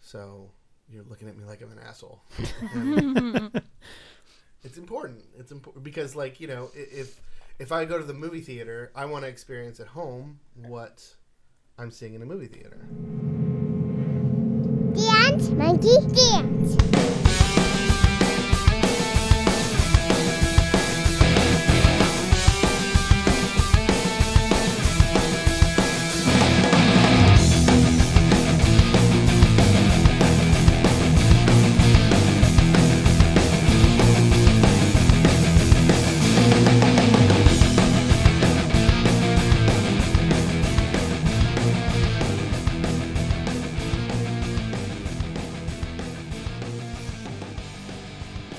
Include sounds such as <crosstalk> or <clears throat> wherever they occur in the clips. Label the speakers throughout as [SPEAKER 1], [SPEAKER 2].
[SPEAKER 1] So you're looking at me like I'm an
[SPEAKER 2] <laughs>
[SPEAKER 1] asshole. And it's important. It's important because, like, you know, i- if if I go to the movie theater, I want to experience at home what I'm seeing in a movie theater.
[SPEAKER 3] Dance, monkey, dance.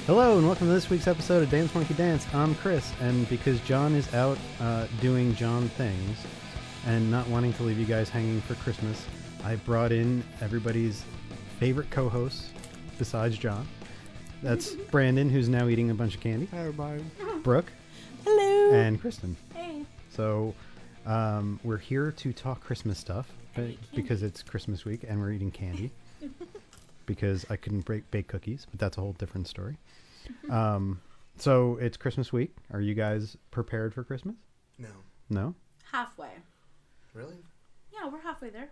[SPEAKER 4] Hello and welcome to this week's episode of Dance Monkey Dance. I'm Chris, and because John is out uh, doing John things and not wanting to leave you guys hanging for Christmas, I brought in everybody's favorite co-hosts besides John. <laughs> That's Brandon, who's now eating a bunch of candy. Hi, everybody. Brooke. Hello. And Kristen.
[SPEAKER 2] Hey.
[SPEAKER 4] So um, we're here to talk Christmas stuff uh,
[SPEAKER 2] eat candy.
[SPEAKER 4] because it's Christmas week and we're eating candy because I couldn't break, bake cookies, but that's a whole different story. Um, so it's Christmas week. Are you guys prepared for Christmas?
[SPEAKER 1] No,
[SPEAKER 4] No.
[SPEAKER 2] Halfway.
[SPEAKER 1] really?
[SPEAKER 2] Yeah, we're halfway <coughs> there.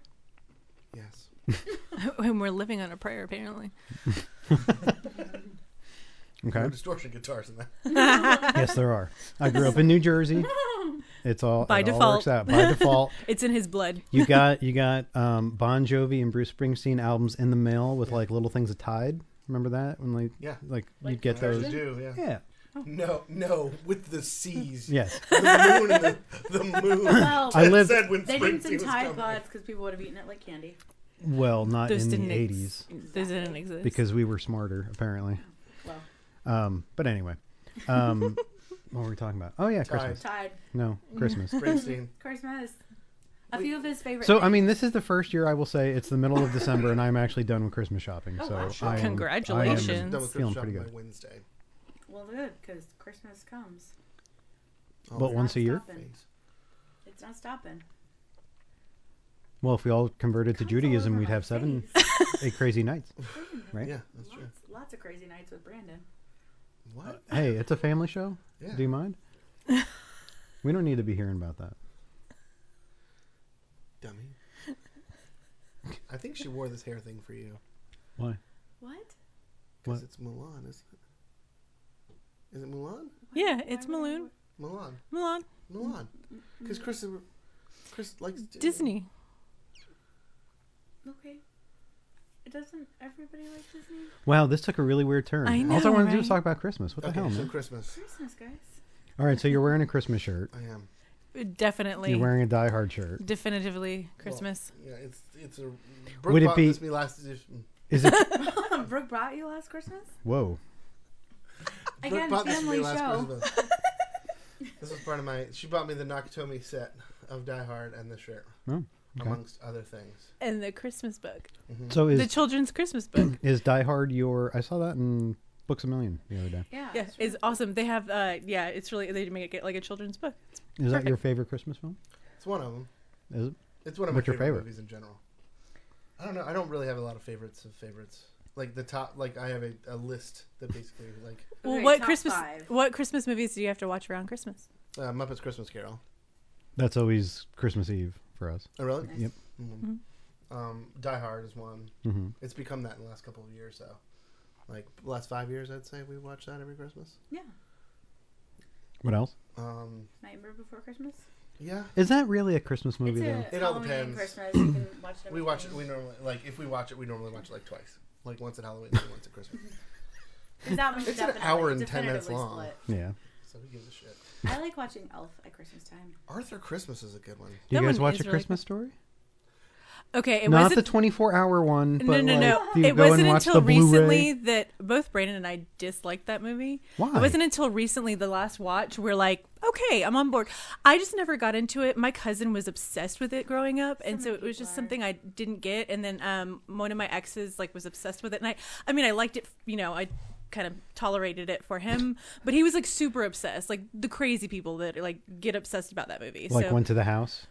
[SPEAKER 1] Yes.
[SPEAKER 5] <laughs> and we're living on a prayer apparently
[SPEAKER 4] Okay.
[SPEAKER 1] No
[SPEAKER 5] <laughs>
[SPEAKER 1] distortion guitars in that.
[SPEAKER 4] yes, there are. I grew up in New
[SPEAKER 5] <laughs>
[SPEAKER 4] Jersey. It's all
[SPEAKER 5] By
[SPEAKER 4] it all
[SPEAKER 5] default.
[SPEAKER 4] works out by
[SPEAKER 5] <laughs>
[SPEAKER 4] default.
[SPEAKER 5] it's in his blood
[SPEAKER 4] You got you got um, Bon Jovi and Bruce Springsteen albums in the mail with like little things of Tide. Remember that when like
[SPEAKER 1] Yeah.
[SPEAKER 4] like you'd <laughs> get
[SPEAKER 1] There's
[SPEAKER 4] those.
[SPEAKER 1] a do, yeah.
[SPEAKER 4] Yeah.
[SPEAKER 2] Oh.
[SPEAKER 1] No, no, with the C's.
[SPEAKER 4] Yes.
[SPEAKER 1] The moon. And the, the moon.
[SPEAKER 2] Well,
[SPEAKER 4] <laughs> I lived-
[SPEAKER 1] said when
[SPEAKER 2] they didn't
[SPEAKER 1] Springsteen
[SPEAKER 2] send
[SPEAKER 1] was
[SPEAKER 2] Tide
[SPEAKER 1] coming.
[SPEAKER 2] Pods because people would have eaten it like candy.
[SPEAKER 4] Well, not
[SPEAKER 5] those
[SPEAKER 4] in
[SPEAKER 5] didn't
[SPEAKER 4] the eighties
[SPEAKER 5] ex- those didn't exist
[SPEAKER 4] because we were smarter apparently.
[SPEAKER 2] Well,
[SPEAKER 4] Um, but anyway,
[SPEAKER 5] <laughs>
[SPEAKER 4] um, what were we talking about? Oh yeah,
[SPEAKER 1] Tide.
[SPEAKER 4] Christmas.
[SPEAKER 2] Tide,
[SPEAKER 4] No, Christmas.
[SPEAKER 1] Springsteen.
[SPEAKER 2] Christmas, a few of his favorite.
[SPEAKER 4] So I mean, this is the first year I will say it's the middle of December, and I'm actually done with Christmas shopping.
[SPEAKER 2] Oh,
[SPEAKER 4] so
[SPEAKER 2] wow.
[SPEAKER 4] I am- I am
[SPEAKER 5] Congratulations.
[SPEAKER 1] I'm done with Christmas
[SPEAKER 4] feeling pretty
[SPEAKER 1] shopping by
[SPEAKER 4] good.
[SPEAKER 1] Wednesday.
[SPEAKER 2] well, good because Christmas comes.
[SPEAKER 1] Oh,
[SPEAKER 4] But once a
[SPEAKER 2] Not
[SPEAKER 4] year.
[SPEAKER 2] stopping. It's not stopping.
[SPEAKER 4] Well, if we all converted to
[SPEAKER 2] Comes all
[SPEAKER 4] Judaism,
[SPEAKER 2] over
[SPEAKER 4] we'd
[SPEAKER 2] my
[SPEAKER 4] have seven,
[SPEAKER 2] face.
[SPEAKER 4] eight crazy nights, right?
[SPEAKER 1] Yeah, that's true.
[SPEAKER 2] Lots, lots of crazy nights with Brandon.
[SPEAKER 1] What?
[SPEAKER 4] Hey, it's a family show.
[SPEAKER 1] Yeah.
[SPEAKER 4] Do you mind? we don't need to be hearing about that.
[SPEAKER 1] Dummy. I think she wore this hair thing for you
[SPEAKER 4] Why?
[SPEAKER 2] What?
[SPEAKER 1] because
[SPEAKER 4] What?
[SPEAKER 1] it's Milan, isn't it? Is it Milan?
[SPEAKER 5] yeah it's Malone
[SPEAKER 1] Milan,
[SPEAKER 5] Milan
[SPEAKER 1] Milan. Because Chris, is- Chris likes Disney.
[SPEAKER 5] Disney
[SPEAKER 2] Okay. It doesn't everybody like Disney?
[SPEAKER 4] Wow, this took a really weird turn.
[SPEAKER 5] I
[SPEAKER 4] all I
[SPEAKER 5] know,
[SPEAKER 4] wanted to do was
[SPEAKER 5] right?
[SPEAKER 4] talk about Christmas. What the
[SPEAKER 1] Okay,
[SPEAKER 4] hell,
[SPEAKER 1] so
[SPEAKER 4] man?
[SPEAKER 1] Christmas.
[SPEAKER 2] Christmas, guys.
[SPEAKER 4] All right, so you're wearing a Christmas shirt.
[SPEAKER 1] I am.
[SPEAKER 5] definitely
[SPEAKER 4] You're wearing a Die Hard shirt.
[SPEAKER 5] definitively Christmas
[SPEAKER 1] Yeah, it's it's a.
[SPEAKER 4] Would
[SPEAKER 1] Brooke
[SPEAKER 4] it
[SPEAKER 1] bought
[SPEAKER 4] be-
[SPEAKER 1] this me last edition.
[SPEAKER 4] Is
[SPEAKER 5] <laughs>
[SPEAKER 4] it?
[SPEAKER 2] <laughs> Brooke brought you last <laughs> Christmas?
[SPEAKER 4] Whoa.
[SPEAKER 2] Again,
[SPEAKER 1] bought this for me
[SPEAKER 2] family show.
[SPEAKER 1] Christmas.
[SPEAKER 2] <laughs>
[SPEAKER 1] this was part of my. She bought me the Nakatomi set of Die Hard and the shirt,
[SPEAKER 4] Oh, okay.
[SPEAKER 1] amongst other things. Mm-hmm.
[SPEAKER 5] and the Christmas book
[SPEAKER 4] So is
[SPEAKER 5] the children's
[SPEAKER 4] <clears throat>
[SPEAKER 5] Christmas book
[SPEAKER 4] Is Die Hard your? I saw that in Books a Million the other day.
[SPEAKER 2] Yeah.
[SPEAKER 5] yeah is awesome they have uh yeah it's really they make it like a children's book
[SPEAKER 4] Is that your favorite Christmas film?
[SPEAKER 1] It's one of them.
[SPEAKER 4] Is it?
[SPEAKER 1] It's one of
[SPEAKER 4] What's
[SPEAKER 1] my
[SPEAKER 4] your
[SPEAKER 1] favorite,
[SPEAKER 4] favorite?
[SPEAKER 1] movies in general. I don't know. I don't really have a lot of favorites of favorites. Like the top, like I have a, a list that basically <laughs> like
[SPEAKER 5] well
[SPEAKER 2] Okay,
[SPEAKER 5] what
[SPEAKER 2] top
[SPEAKER 5] Christmas
[SPEAKER 2] five.
[SPEAKER 5] what Christmas movies do you have to watch around Christmas
[SPEAKER 1] uh, Muppets Christmas Carol.
[SPEAKER 4] That's always Christmas Eve for us.
[SPEAKER 1] Oh, really?
[SPEAKER 4] Yep.
[SPEAKER 1] Mhm. Um, Die Hard is one.
[SPEAKER 4] Mhm.
[SPEAKER 1] It's become that in the last couple of years, though. Like last five years, I'd say we watch that every Christmas.
[SPEAKER 2] Yeah.
[SPEAKER 4] What else?
[SPEAKER 1] Um,
[SPEAKER 2] Nightmare Before Christmas.
[SPEAKER 1] yeah,
[SPEAKER 4] Is that really a Christmas movie though?
[SPEAKER 1] It all depends.
[SPEAKER 2] Christmas. You
[SPEAKER 1] <clears throat>
[SPEAKER 2] can watch it.
[SPEAKER 1] we watch it. We normally like if we watch it, we normally watch it like twice, like once at Halloween and once at Christmas.
[SPEAKER 2] that one's
[SPEAKER 1] It's an
[SPEAKER 2] definitely-
[SPEAKER 1] hour and 10 minutes
[SPEAKER 2] definitively
[SPEAKER 1] long.
[SPEAKER 2] split.
[SPEAKER 4] Yeah.
[SPEAKER 1] So who gives a shit?
[SPEAKER 2] I like watching Elf at Christmas time.
[SPEAKER 1] Arthur Christmas is a good one.
[SPEAKER 4] Do you
[SPEAKER 5] That
[SPEAKER 4] guys
[SPEAKER 5] one
[SPEAKER 4] watch
[SPEAKER 5] is
[SPEAKER 4] a
[SPEAKER 5] really
[SPEAKER 4] Christmas story?
[SPEAKER 5] okay it
[SPEAKER 4] Not
[SPEAKER 5] wasn't
[SPEAKER 4] the 24 hour one, but
[SPEAKER 5] no, no,
[SPEAKER 4] like,
[SPEAKER 5] no.
[SPEAKER 4] do you
[SPEAKER 5] It
[SPEAKER 4] go
[SPEAKER 5] wasn't
[SPEAKER 4] and watch the
[SPEAKER 5] until
[SPEAKER 4] Blu-ray?
[SPEAKER 5] recently that both Brandon and I disliked that movie.
[SPEAKER 4] Why?
[SPEAKER 5] It wasn't until recently, the last watch, we're like, okay, I'm on board. I just never got into it. My cousin was obsessed with it growing up, and so it was just something I didn't get. And then um, one of my exes like was obsessed with it, and I, I mean, I liked it. You know, I kind of tolerated it for him, but he was like super obsessed, like the crazy people that like get obsessed about that movie.
[SPEAKER 4] Like
[SPEAKER 5] so
[SPEAKER 4] went to the house.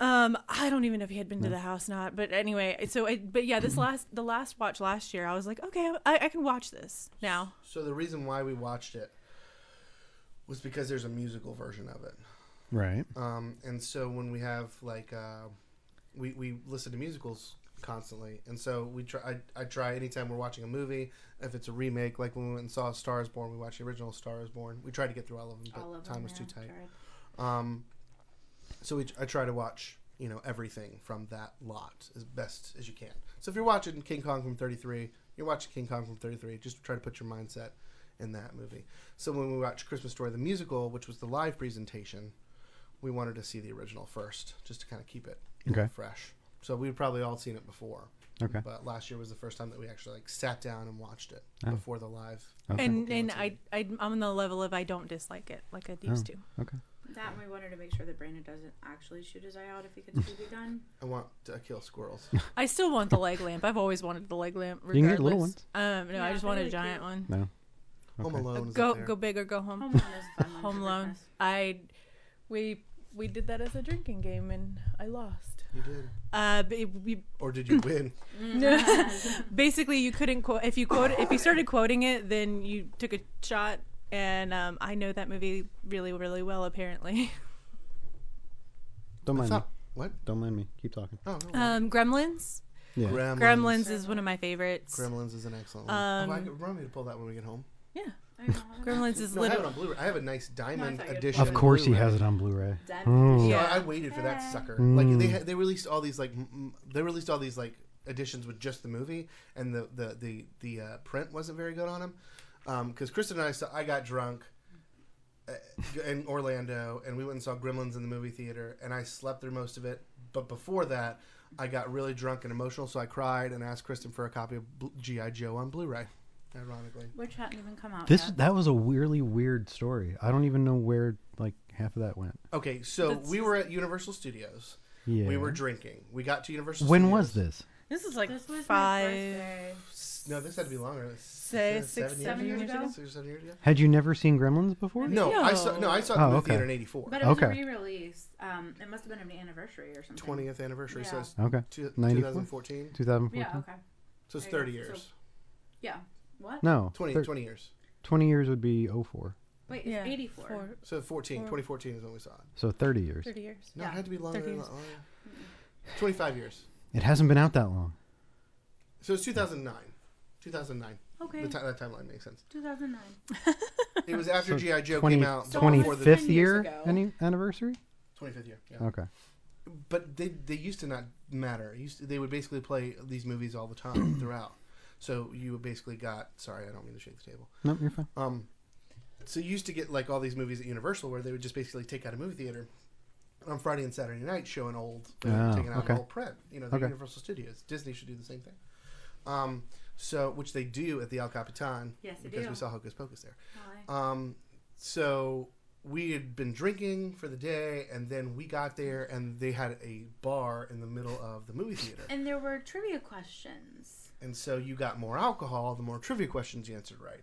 [SPEAKER 5] Um, I don't even know if he had been to the house or not, but anyway, so I, but yeah,
[SPEAKER 4] Mm-hmm.
[SPEAKER 5] this last the last watch last year, I was like, okay, I, I can watch this now.
[SPEAKER 1] So the reason why we watched it was because there's a musical version of it.
[SPEAKER 4] Right.
[SPEAKER 1] Um, and so when we have like uh, we we listen to musicals constantly, and so we try. I, I try anytime we're watching a movie, if it's a remake, like when we went and saw *Star Is Born*, we watched the original *Star Is Born*. We tried to get through all of them, but
[SPEAKER 2] All of
[SPEAKER 1] time
[SPEAKER 2] them,
[SPEAKER 1] was too
[SPEAKER 2] yeah,
[SPEAKER 1] tight.
[SPEAKER 2] tried.
[SPEAKER 1] Um, so we, I try to watch, you know, everything from that lot as best as you can. So if you're watching King Kong from 33, you're watching King Kong from 33. Just try to put your mindset in that movie. So when we watched Christmas Story the musical, which was the live presentation, we wanted to see the original first, just to kind of keep it you know,
[SPEAKER 4] Okay.
[SPEAKER 1] fresh. So we'd probably all seen it before,
[SPEAKER 4] Okay.
[SPEAKER 1] but last year was the first time that we actually like sat down and watched it
[SPEAKER 4] Oh.
[SPEAKER 1] before the live.
[SPEAKER 5] And
[SPEAKER 1] Okay,
[SPEAKER 5] and
[SPEAKER 1] what's
[SPEAKER 5] I, I I'm on the level of I don't dislike it like I used to.
[SPEAKER 4] Okay.
[SPEAKER 2] That and we wanted to make sure that Brandon doesn't actually shoot his eye out if he gets BB
[SPEAKER 5] <laughs>
[SPEAKER 2] gun.
[SPEAKER 1] I want to kill
[SPEAKER 4] <laughs>
[SPEAKER 1] squirrels.
[SPEAKER 5] I still want the leg lamp. I've always wanted the leg lamp.
[SPEAKER 4] You can
[SPEAKER 5] Regardless.
[SPEAKER 4] get little ones.
[SPEAKER 5] Um, no, I
[SPEAKER 2] Yeah,
[SPEAKER 5] just
[SPEAKER 2] they're
[SPEAKER 5] want a
[SPEAKER 2] really cute.
[SPEAKER 5] giant one.
[SPEAKER 4] No.
[SPEAKER 1] Home
[SPEAKER 4] Okay.
[SPEAKER 1] Alone. Is
[SPEAKER 5] go
[SPEAKER 1] up there.
[SPEAKER 5] go big or go home.
[SPEAKER 2] Home Alone is a fun. one
[SPEAKER 5] Home
[SPEAKER 2] for
[SPEAKER 5] Alone.
[SPEAKER 2] Christmas.
[SPEAKER 5] I we we did that as a drinking game and I lost.
[SPEAKER 1] You did,
[SPEAKER 5] Uh, but it- we
[SPEAKER 1] or did you win?
[SPEAKER 5] <laughs> No. Mm-hmm. Basically, you couldn't quote if you quote if you started quoting it, then you took a shot. And um, I know that movie really, really well. Apparently,
[SPEAKER 4] Don't mind
[SPEAKER 1] It's
[SPEAKER 4] me.
[SPEAKER 1] not- what?
[SPEAKER 4] Don't mind me. Keep talking.
[SPEAKER 1] Oh, no.
[SPEAKER 5] um, Gremlins.
[SPEAKER 4] Yeah.
[SPEAKER 1] Gremlins.
[SPEAKER 5] Gremlins is one of my favorites.
[SPEAKER 1] Gremlins is an excellent one.
[SPEAKER 5] Um,
[SPEAKER 1] oh, I could, remind me to pull that when we get home.
[SPEAKER 5] Yeah,
[SPEAKER 2] I
[SPEAKER 5] <laughs>
[SPEAKER 2] don't know.
[SPEAKER 5] Gremlins is
[SPEAKER 1] No, I have it
[SPEAKER 5] literally.
[SPEAKER 1] on Blu-ray. I have a nice diamond
[SPEAKER 2] No, I thought you
[SPEAKER 1] edition.
[SPEAKER 4] Of course he
[SPEAKER 1] Blu-ray.
[SPEAKER 4] has it on Blu-ray. Hmm.
[SPEAKER 2] Dead.
[SPEAKER 1] No,
[SPEAKER 5] Yeah.
[SPEAKER 1] I I waited for that sucker. Like
[SPEAKER 4] Mm.
[SPEAKER 1] they ha- they released all these like m- m- they released all these like editions with just the movie, and the the the the uh, print wasn't very good on them. Because Kristen and I saw, I got drunk uh, in Orlando, and we went and saw Gremlins in the movie theater, and I slept through most of it. But before that, I got really drunk and emotional, so I cried and asked Kristen for a copy of Bl- GI Joe on Blu-ray. Ironically,
[SPEAKER 2] Which hadn't even come out
[SPEAKER 4] This
[SPEAKER 2] yet.
[SPEAKER 4] that was a weirdly weird story. I don't even know where like half of that went.
[SPEAKER 1] okay, so
[SPEAKER 5] That's-
[SPEAKER 1] we were at Universal Studios.
[SPEAKER 4] Yeah.
[SPEAKER 1] We were drinking. We got to Universal.
[SPEAKER 4] When
[SPEAKER 1] Studios.
[SPEAKER 4] was this?
[SPEAKER 5] This is like
[SPEAKER 2] This was my
[SPEAKER 5] five.
[SPEAKER 2] birthday.
[SPEAKER 1] No, this had to be longer.
[SPEAKER 5] Say six,
[SPEAKER 2] seven years ago?
[SPEAKER 1] Six or seven years ago.
[SPEAKER 4] Had you never seen Gremlins before?
[SPEAKER 1] No, I saw.
[SPEAKER 5] No.
[SPEAKER 1] No, I saw
[SPEAKER 4] Oh,
[SPEAKER 1] it in the
[SPEAKER 4] okay.
[SPEAKER 1] theater in '84.
[SPEAKER 2] But it was
[SPEAKER 4] Okay.
[SPEAKER 2] a re-release. Um, it must have been an anniversary or something.
[SPEAKER 1] 20th anniversary, so
[SPEAKER 2] Yeah.
[SPEAKER 1] it's
[SPEAKER 4] Okay.
[SPEAKER 1] two,
[SPEAKER 4] 94?
[SPEAKER 1] 2014.
[SPEAKER 4] 2014.
[SPEAKER 2] Yeah. Okay.
[SPEAKER 1] So it's
[SPEAKER 2] There you
[SPEAKER 1] 30
[SPEAKER 2] go.
[SPEAKER 1] years.
[SPEAKER 2] So- Yeah. What?
[SPEAKER 4] No.
[SPEAKER 1] 20,
[SPEAKER 4] thir-
[SPEAKER 1] 20 years.
[SPEAKER 4] 20 years would be 04.
[SPEAKER 2] Wait, it's
[SPEAKER 5] Yeah,
[SPEAKER 2] 84.
[SPEAKER 5] four-
[SPEAKER 1] So 14,
[SPEAKER 5] Four.
[SPEAKER 1] 2014 is when we saw it.
[SPEAKER 4] So 30 years.
[SPEAKER 5] thirty years.
[SPEAKER 1] No,
[SPEAKER 2] Yeah.
[SPEAKER 1] it had to be longer.
[SPEAKER 5] 30
[SPEAKER 1] than
[SPEAKER 5] years.
[SPEAKER 1] that. Oh, yeah. 25 years.
[SPEAKER 4] It hasn't been out that long.
[SPEAKER 1] So it's 2009. 2009.
[SPEAKER 2] Okay.
[SPEAKER 1] The ti- that timeline makes sense.
[SPEAKER 2] 2009.
[SPEAKER 1] It was after
[SPEAKER 4] So
[SPEAKER 1] GI Joe
[SPEAKER 4] 20
[SPEAKER 1] came out. so before the
[SPEAKER 4] 25th
[SPEAKER 2] 10 years
[SPEAKER 4] year
[SPEAKER 2] ago.
[SPEAKER 4] any anniversary?
[SPEAKER 1] 25th year. Yeah.
[SPEAKER 4] Okay.
[SPEAKER 1] but they they used to not matter. Used to, they would basically play these movies all the
[SPEAKER 4] <clears throat>
[SPEAKER 1] time throughout. So you basically got sorry, I don't mean to shake the table.
[SPEAKER 4] Nope, you're fine.
[SPEAKER 1] Um, so you used to get like all these movies at Universal where they would just basically take out a movie theater and on Friday and Saturday night show an old uh,
[SPEAKER 4] Oh,
[SPEAKER 1] taking out
[SPEAKER 4] okay.
[SPEAKER 1] an old print. You know, the
[SPEAKER 4] Okay.
[SPEAKER 1] Universal Studios, Disney should do the same thing. Um, so which they do at the El Capitan.
[SPEAKER 2] Yes, they
[SPEAKER 1] because
[SPEAKER 2] do.
[SPEAKER 1] we saw Hocus Pocus there.
[SPEAKER 2] Hi.
[SPEAKER 1] Um, so we had been drinking for the day, and then we got there, and they had a bar in the middle of the movie theater.
[SPEAKER 2] And there were trivia questions.
[SPEAKER 1] And so you got more alcohol, the more trivia questions you answered right.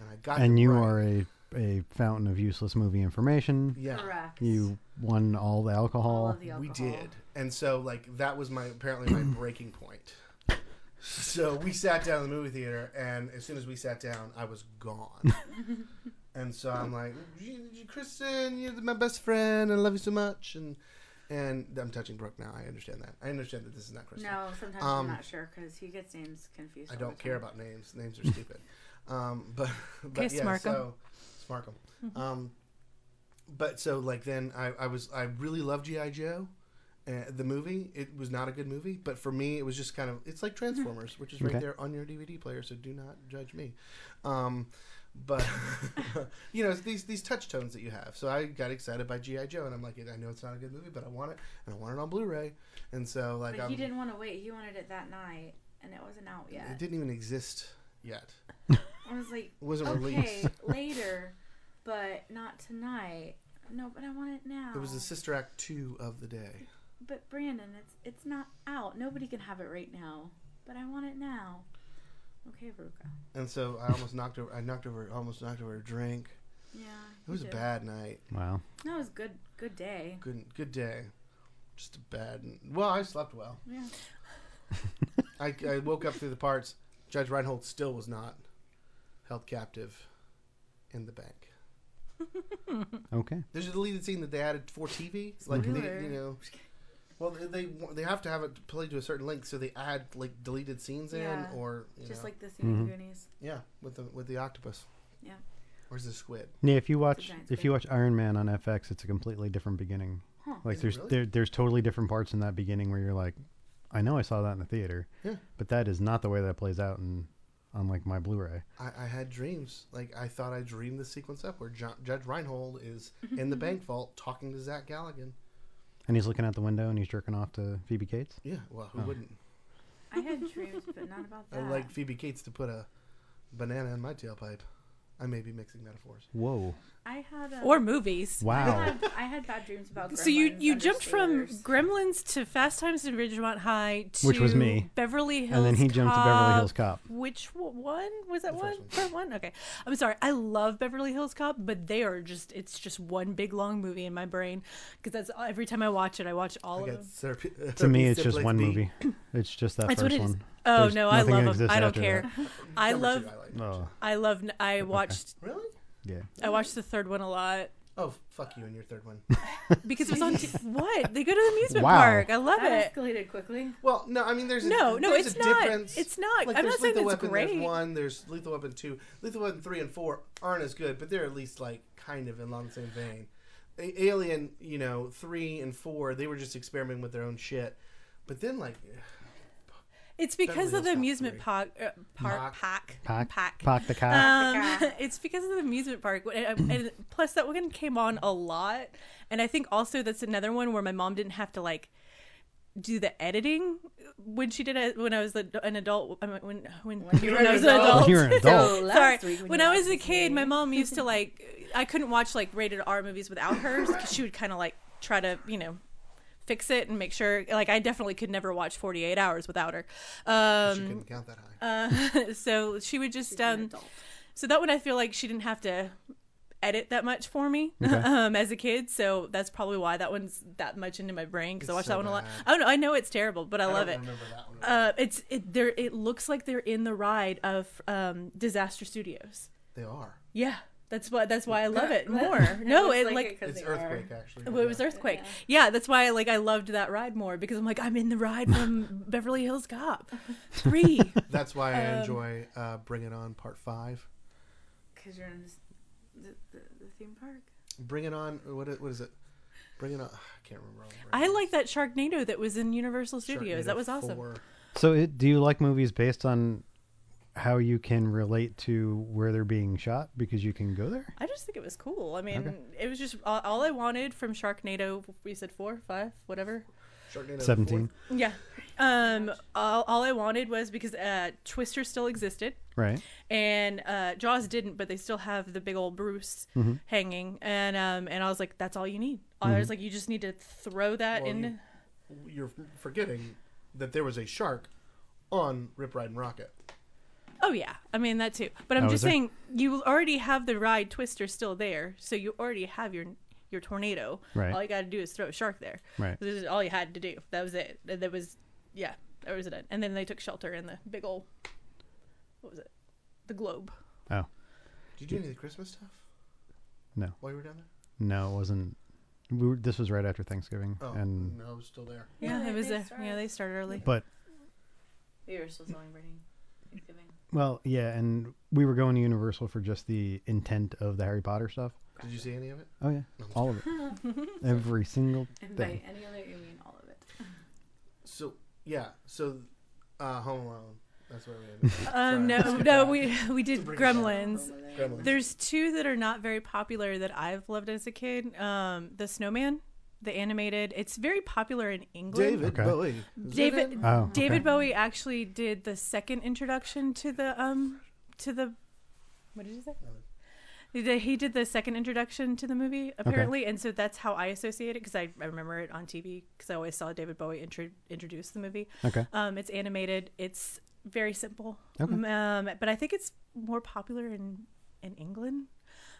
[SPEAKER 1] And I got
[SPEAKER 4] And
[SPEAKER 1] it
[SPEAKER 4] you
[SPEAKER 1] right.
[SPEAKER 4] are a a fountain of useless movie information.
[SPEAKER 1] yeah.
[SPEAKER 2] Correct.
[SPEAKER 4] You won all the alcohol.
[SPEAKER 2] All of the alcohol.
[SPEAKER 1] We did, and so like that was my apparently my
[SPEAKER 2] <clears throat>
[SPEAKER 1] breaking point. So we sat down in the movie theater, and as soon as we sat down, I was
[SPEAKER 2] <laughs>
[SPEAKER 1] gone. and so I'm like, "You- you- Kristen, you're my best friend, and I love you so much. And and I'm touching Brooke now. I understand that. I understand that this is not Kristen.
[SPEAKER 2] No, sometimes
[SPEAKER 1] Um,
[SPEAKER 2] I'm not sure because he gets names confused.
[SPEAKER 1] I
[SPEAKER 2] all the
[SPEAKER 1] don't care
[SPEAKER 2] time.
[SPEAKER 1] about names. Names are stupid. um, but but
[SPEAKER 5] Okay,
[SPEAKER 1] yeah,
[SPEAKER 5] smark 'em.
[SPEAKER 1] so smark 'em.
[SPEAKER 2] Mm-hmm.
[SPEAKER 1] Um, but so like then I, I was I really loved GI Joe, uh, the movie. It was not a good movie, but for me it was just kind of it's
[SPEAKER 2] Mm-hmm.
[SPEAKER 1] like Transformers, which is right
[SPEAKER 4] Okay.
[SPEAKER 1] there on your DVD player. So do not judge me. Um, but <laughs> you know it's these these touch tones that you have. So I got excited by GI Joe, and I'm like, I know it's not a good movie, but I want it, and I want it on Blu-ray. And so like
[SPEAKER 2] But
[SPEAKER 1] I'm,
[SPEAKER 2] he didn't want to wait. He wanted it that night, and it wasn't out
[SPEAKER 1] it
[SPEAKER 2] yet.
[SPEAKER 1] didn't even exist yet.
[SPEAKER 2] I was
[SPEAKER 1] <laughs>
[SPEAKER 2] like,
[SPEAKER 1] It wasn't
[SPEAKER 2] okay,
[SPEAKER 1] released. <laughs>
[SPEAKER 2] later, but not tonight. No, but I want it now.
[SPEAKER 1] It was the Sister Act 2 of the day.
[SPEAKER 2] But Brandon, it's it's not out. Nobody can have it right now. But I want it now. Okay, Veruca.
[SPEAKER 1] And so I almost knocked over I knocked over almost knocked over a drink.
[SPEAKER 2] Yeah.
[SPEAKER 1] It was a bad night.
[SPEAKER 4] wow.
[SPEAKER 2] That was good. Good day.
[SPEAKER 1] Good good day. just a bad. Well, I slept well.
[SPEAKER 2] Yeah.
[SPEAKER 1] I, I woke up through the parts. Judge Reinhold still was not held captive in the bank.
[SPEAKER 4] Okay.
[SPEAKER 1] There's a deleted scene that they added for TV. Like
[SPEAKER 2] Spoiler.
[SPEAKER 1] they, you know, well they- they wa- they have to have it played to a certain length, so they add like deleted scenes
[SPEAKER 2] Yeah.
[SPEAKER 1] in, or you
[SPEAKER 2] Just
[SPEAKER 1] know,
[SPEAKER 2] like the scene in
[SPEAKER 1] Mm-hmm.
[SPEAKER 4] Mhm.
[SPEAKER 2] Goonies.
[SPEAKER 1] yeah, with the with the octopus.
[SPEAKER 2] Yeah.
[SPEAKER 1] Where's the squid?
[SPEAKER 4] Yeah, if you watch
[SPEAKER 2] giant
[SPEAKER 4] if you watch Iron Man on FX, it's a completely different beginning.
[SPEAKER 2] Huh.
[SPEAKER 4] Like
[SPEAKER 1] Is it
[SPEAKER 4] there's
[SPEAKER 1] really?
[SPEAKER 4] there, there's totally different parts in that beginning where you're like, I know I saw that in the theater,
[SPEAKER 1] Yeah.
[SPEAKER 4] but that is not the way that plays out in on like my Blu-ray.
[SPEAKER 1] I, I had dreams. Like I thought I dreamed the sequence up where jo- Judge Reinhold is
[SPEAKER 5] Mm-hmm.
[SPEAKER 1] in the bank vault talking to Zach Galligan.
[SPEAKER 4] And he's looking out the window and he's jerking off to Phoebe Cates.
[SPEAKER 1] Yeah, well, who
[SPEAKER 4] Oh.
[SPEAKER 1] wouldn't?
[SPEAKER 2] I had dreams, but not
[SPEAKER 1] <laughs>
[SPEAKER 2] about that.
[SPEAKER 1] I'd like Phoebe Cates to put a banana in my tailpipe. I may be mixing metaphors.
[SPEAKER 4] Whoa!
[SPEAKER 2] I had a,
[SPEAKER 5] or movies.
[SPEAKER 1] <laughs>
[SPEAKER 2] I
[SPEAKER 4] Wow!
[SPEAKER 2] had, I had bad dreams about.
[SPEAKER 5] So you
[SPEAKER 2] Gremlins
[SPEAKER 5] you
[SPEAKER 2] under
[SPEAKER 5] jumped from
[SPEAKER 2] stairs.
[SPEAKER 5] Gremlins to Fast Times at Ridgemont High to
[SPEAKER 4] Which was me.
[SPEAKER 5] Beverly Hills
[SPEAKER 4] and then he jumped to Beverly
[SPEAKER 5] Cop.
[SPEAKER 4] Hills Cop.
[SPEAKER 5] Which w- one was that
[SPEAKER 1] The
[SPEAKER 5] one?
[SPEAKER 1] first one.
[SPEAKER 5] Part one. Okay, I'm sorry. I love Beverly Hills Cop, but they are just it's just one big long movie in my brain because that's every time I watch it, I watch all
[SPEAKER 1] I
[SPEAKER 5] of
[SPEAKER 1] got
[SPEAKER 5] them.
[SPEAKER 1] therapy-
[SPEAKER 4] To me, it's just
[SPEAKER 1] syphilis
[SPEAKER 4] one
[SPEAKER 1] B.
[SPEAKER 4] movie. It's just that
[SPEAKER 5] That's
[SPEAKER 4] first
[SPEAKER 5] what it is.
[SPEAKER 4] one.
[SPEAKER 5] Oh
[SPEAKER 4] There's
[SPEAKER 5] no, I
[SPEAKER 4] nothing that
[SPEAKER 5] love them.
[SPEAKER 4] exists
[SPEAKER 5] I don't
[SPEAKER 4] after
[SPEAKER 5] care. <laughs> I
[SPEAKER 1] Number
[SPEAKER 5] love.
[SPEAKER 1] two, like.
[SPEAKER 4] Oh,
[SPEAKER 5] I love. I watched.
[SPEAKER 1] Really?
[SPEAKER 4] yeah.
[SPEAKER 5] I watched the third one a lot
[SPEAKER 1] Oh, fuck you and your third one.
[SPEAKER 5] because it was on. T- what they go to the amusement
[SPEAKER 4] Wow.
[SPEAKER 5] park. I love
[SPEAKER 2] That
[SPEAKER 5] it.
[SPEAKER 2] escalated quickly.
[SPEAKER 1] Well, no, I mean there's a,
[SPEAKER 5] No, no,
[SPEAKER 1] there's
[SPEAKER 5] it's
[SPEAKER 1] a
[SPEAKER 5] not.
[SPEAKER 1] difference.
[SPEAKER 5] It's not.
[SPEAKER 1] Like,
[SPEAKER 5] I'm
[SPEAKER 1] there's
[SPEAKER 5] not saying
[SPEAKER 1] Lethal
[SPEAKER 5] that's
[SPEAKER 1] Weapon,
[SPEAKER 5] great.
[SPEAKER 1] There's one. There's Lethal Weapon two. Lethal Weapon three and four aren't as good, but they're at least like kind of along the same vein. A- Alien, you know, three and four, they were just experimenting with their own shit. But then like,
[SPEAKER 5] It's
[SPEAKER 1] Beverly
[SPEAKER 5] because of the
[SPEAKER 1] Hills Cop
[SPEAKER 5] amusement
[SPEAKER 1] three.
[SPEAKER 5] park, uh, park,
[SPEAKER 1] Mock.
[SPEAKER 5] pack,
[SPEAKER 4] Pac,
[SPEAKER 5] pack,
[SPEAKER 4] Pac the Cop.
[SPEAKER 5] Um, <laughs> it's because of the amusement park, and, um, and plus that one came on a lot. And I think also that's another one where my mom didn't have to like do the editing when she did it when I was a- an adult. I mean, when when,
[SPEAKER 2] you're
[SPEAKER 5] when
[SPEAKER 2] an
[SPEAKER 5] I was
[SPEAKER 2] adult.
[SPEAKER 5] an adult.
[SPEAKER 4] When
[SPEAKER 5] <laughs>
[SPEAKER 4] you're an adult.
[SPEAKER 2] So last
[SPEAKER 5] Sorry.
[SPEAKER 2] week when
[SPEAKER 5] when
[SPEAKER 2] you
[SPEAKER 5] I was
[SPEAKER 2] watched
[SPEAKER 5] a
[SPEAKER 2] this
[SPEAKER 5] kid, my
[SPEAKER 2] movie-
[SPEAKER 5] mom
[SPEAKER 2] <laughs>
[SPEAKER 5] used to like I couldn't watch like rated R movies without hers because she would kind of like try to you know fix it and make sure like I definitely could never watch 48 hours without her.
[SPEAKER 1] she
[SPEAKER 5] Um
[SPEAKER 1] couldn't count that high.
[SPEAKER 5] uh, so she would just
[SPEAKER 2] an
[SPEAKER 5] um
[SPEAKER 2] adult.
[SPEAKER 5] so that one I feel like she didn't have to edit that much for me <laughs>
[SPEAKER 4] Okay.
[SPEAKER 5] um, as a kid. So that's probably why that one's that much into my brain because I
[SPEAKER 1] It's
[SPEAKER 5] watched
[SPEAKER 1] so
[SPEAKER 5] that one a lot.
[SPEAKER 1] bad.
[SPEAKER 5] I don't know. I know it's terrible, but I,
[SPEAKER 1] I
[SPEAKER 5] love
[SPEAKER 1] don't
[SPEAKER 5] it.
[SPEAKER 1] Remember that one.
[SPEAKER 5] Uh, it's it there. It looks like they're in the ride of um, Disaster Studios.
[SPEAKER 1] they are.
[SPEAKER 5] Yeah, that's why. That's why I love <laughs> it
[SPEAKER 2] That-
[SPEAKER 5] more.
[SPEAKER 2] that
[SPEAKER 5] No,
[SPEAKER 2] looks
[SPEAKER 5] it
[SPEAKER 2] it
[SPEAKER 5] like.
[SPEAKER 2] 'cause
[SPEAKER 1] It's
[SPEAKER 2] they are.
[SPEAKER 1] earthquake actually.
[SPEAKER 5] Well, it was earthquake. Yeah. that's why like I loved that ride more because I'm like I'm in the ride <laughs> from Beverly Hills <laughs> Cop, three.
[SPEAKER 1] That's why I
[SPEAKER 5] Um,
[SPEAKER 1] enjoy uh, Bring It On Part Five.
[SPEAKER 2] Because you're in this, the, the, the theme park.
[SPEAKER 1] Bring It On. What is, what is it? Bring It On. I can't remember. all the
[SPEAKER 5] I
[SPEAKER 1] words.
[SPEAKER 5] like that Sharknado that was in Universal Studios. That
[SPEAKER 1] Sharknado
[SPEAKER 5] was awesome.
[SPEAKER 1] 4.
[SPEAKER 4] So, it, do you like movies based on how you can relate to where they're being shot because you can go there?
[SPEAKER 5] I just think it was cool. I mean, it was just all, all I wanted from Sharknado. We said four, five, whatever.
[SPEAKER 1] Sharknado the
[SPEAKER 4] Seventeen,
[SPEAKER 1] fourth.
[SPEAKER 5] Yeah. Um. All, all I wanted was because uh, Twister still existed
[SPEAKER 4] right?
[SPEAKER 5] and uh, Jaws didn't, but they still have the big old Bruce
[SPEAKER 4] Mm-hmm.
[SPEAKER 5] hanging. And um. And I was like, that's all you need. I was like, you just need to throw that
[SPEAKER 1] Well,
[SPEAKER 5] in.
[SPEAKER 1] you- You're forgetting that there was a shark on Rip Ride and Rocket.
[SPEAKER 5] Oh yeah, I mean that too. But I'm
[SPEAKER 4] Oh, is
[SPEAKER 5] just
[SPEAKER 4] there?
[SPEAKER 5] saying you already have the ride Twister still there, so you already have your your tornado.
[SPEAKER 4] Right.
[SPEAKER 5] All you got to do is throw a shark there.
[SPEAKER 4] Right.
[SPEAKER 5] This is all you had to do. That was it. That that was yeah. That was it. And then they took shelter in the big old what was it? The globe.
[SPEAKER 4] Oh
[SPEAKER 1] Did you do any of the Christmas stuff?
[SPEAKER 4] No.
[SPEAKER 1] While you were down there?
[SPEAKER 4] no, it wasn't. We were, this was right after Thanksgiving,
[SPEAKER 1] Oh,
[SPEAKER 4] and
[SPEAKER 1] no, I was still there.
[SPEAKER 5] Yeah,
[SPEAKER 2] Yeah,
[SPEAKER 5] it was
[SPEAKER 2] they
[SPEAKER 5] a
[SPEAKER 2] started-
[SPEAKER 5] yeah. They started early.
[SPEAKER 4] but
[SPEAKER 2] We were still celebrating Thanksgiving.
[SPEAKER 4] well, yeah, and we were going to Universal for just the intent of the Harry Potter stuff.
[SPEAKER 1] Did you see any of it?
[SPEAKER 4] Oh yeah,
[SPEAKER 1] No.
[SPEAKER 4] all of it,
[SPEAKER 5] <laughs>
[SPEAKER 4] every single
[SPEAKER 2] And by
[SPEAKER 4] thing.
[SPEAKER 2] any other, you mean all of it.
[SPEAKER 1] So, yeah. So, uh, Home Alone. That's where we ended up.
[SPEAKER 5] Um,
[SPEAKER 1] Sorry,
[SPEAKER 5] no,
[SPEAKER 1] skip
[SPEAKER 5] no,
[SPEAKER 1] that.
[SPEAKER 5] we we did
[SPEAKER 1] bring it down.
[SPEAKER 5] Gremlins.
[SPEAKER 1] Gremlins.
[SPEAKER 5] There's two that are not very popular that I've loved as a kid. Um, the Snowman, the animated. It's very popular in England.
[SPEAKER 1] <laughs> David
[SPEAKER 4] Okay.
[SPEAKER 1] Bowie. Is
[SPEAKER 5] David-
[SPEAKER 1] it in?
[SPEAKER 4] Oh,
[SPEAKER 5] David
[SPEAKER 4] okay.
[SPEAKER 5] Bowie actually did the second introduction to the um to the what did you say? He did, he did the second introduction to the movie apparently, and so that's how I associate it because I, I remember it on TV because I always saw David Bowie intro- introduce the movie.
[SPEAKER 4] Okay,
[SPEAKER 5] Um, it's animated. It's very simple.
[SPEAKER 4] Okay.
[SPEAKER 5] Um, but I think it's more popular in in England.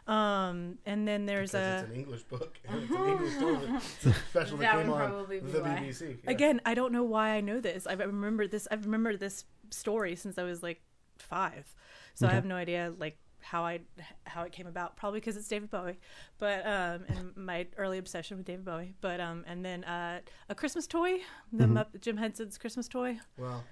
[SPEAKER 5] Um, and then there's
[SPEAKER 1] Because
[SPEAKER 5] a
[SPEAKER 1] it's an English book. <laughs> And it's an English tournament special that
[SPEAKER 2] That
[SPEAKER 1] came
[SPEAKER 2] would
[SPEAKER 1] on
[SPEAKER 2] probably be
[SPEAKER 1] the
[SPEAKER 2] why.
[SPEAKER 1] BBC. yeah.
[SPEAKER 5] again. I don't know why I know this. I've remembered this. I've remembered this story since I was like five, so I have no idea like how I how it came about. Probably because it's David Bowie, but um, and my early obsession with David Bowie. But um, and then uh, a Christmas toy, the
[SPEAKER 1] Mm-hmm.
[SPEAKER 5] Mupp- Jim Henson's Christmas toy.
[SPEAKER 1] Well,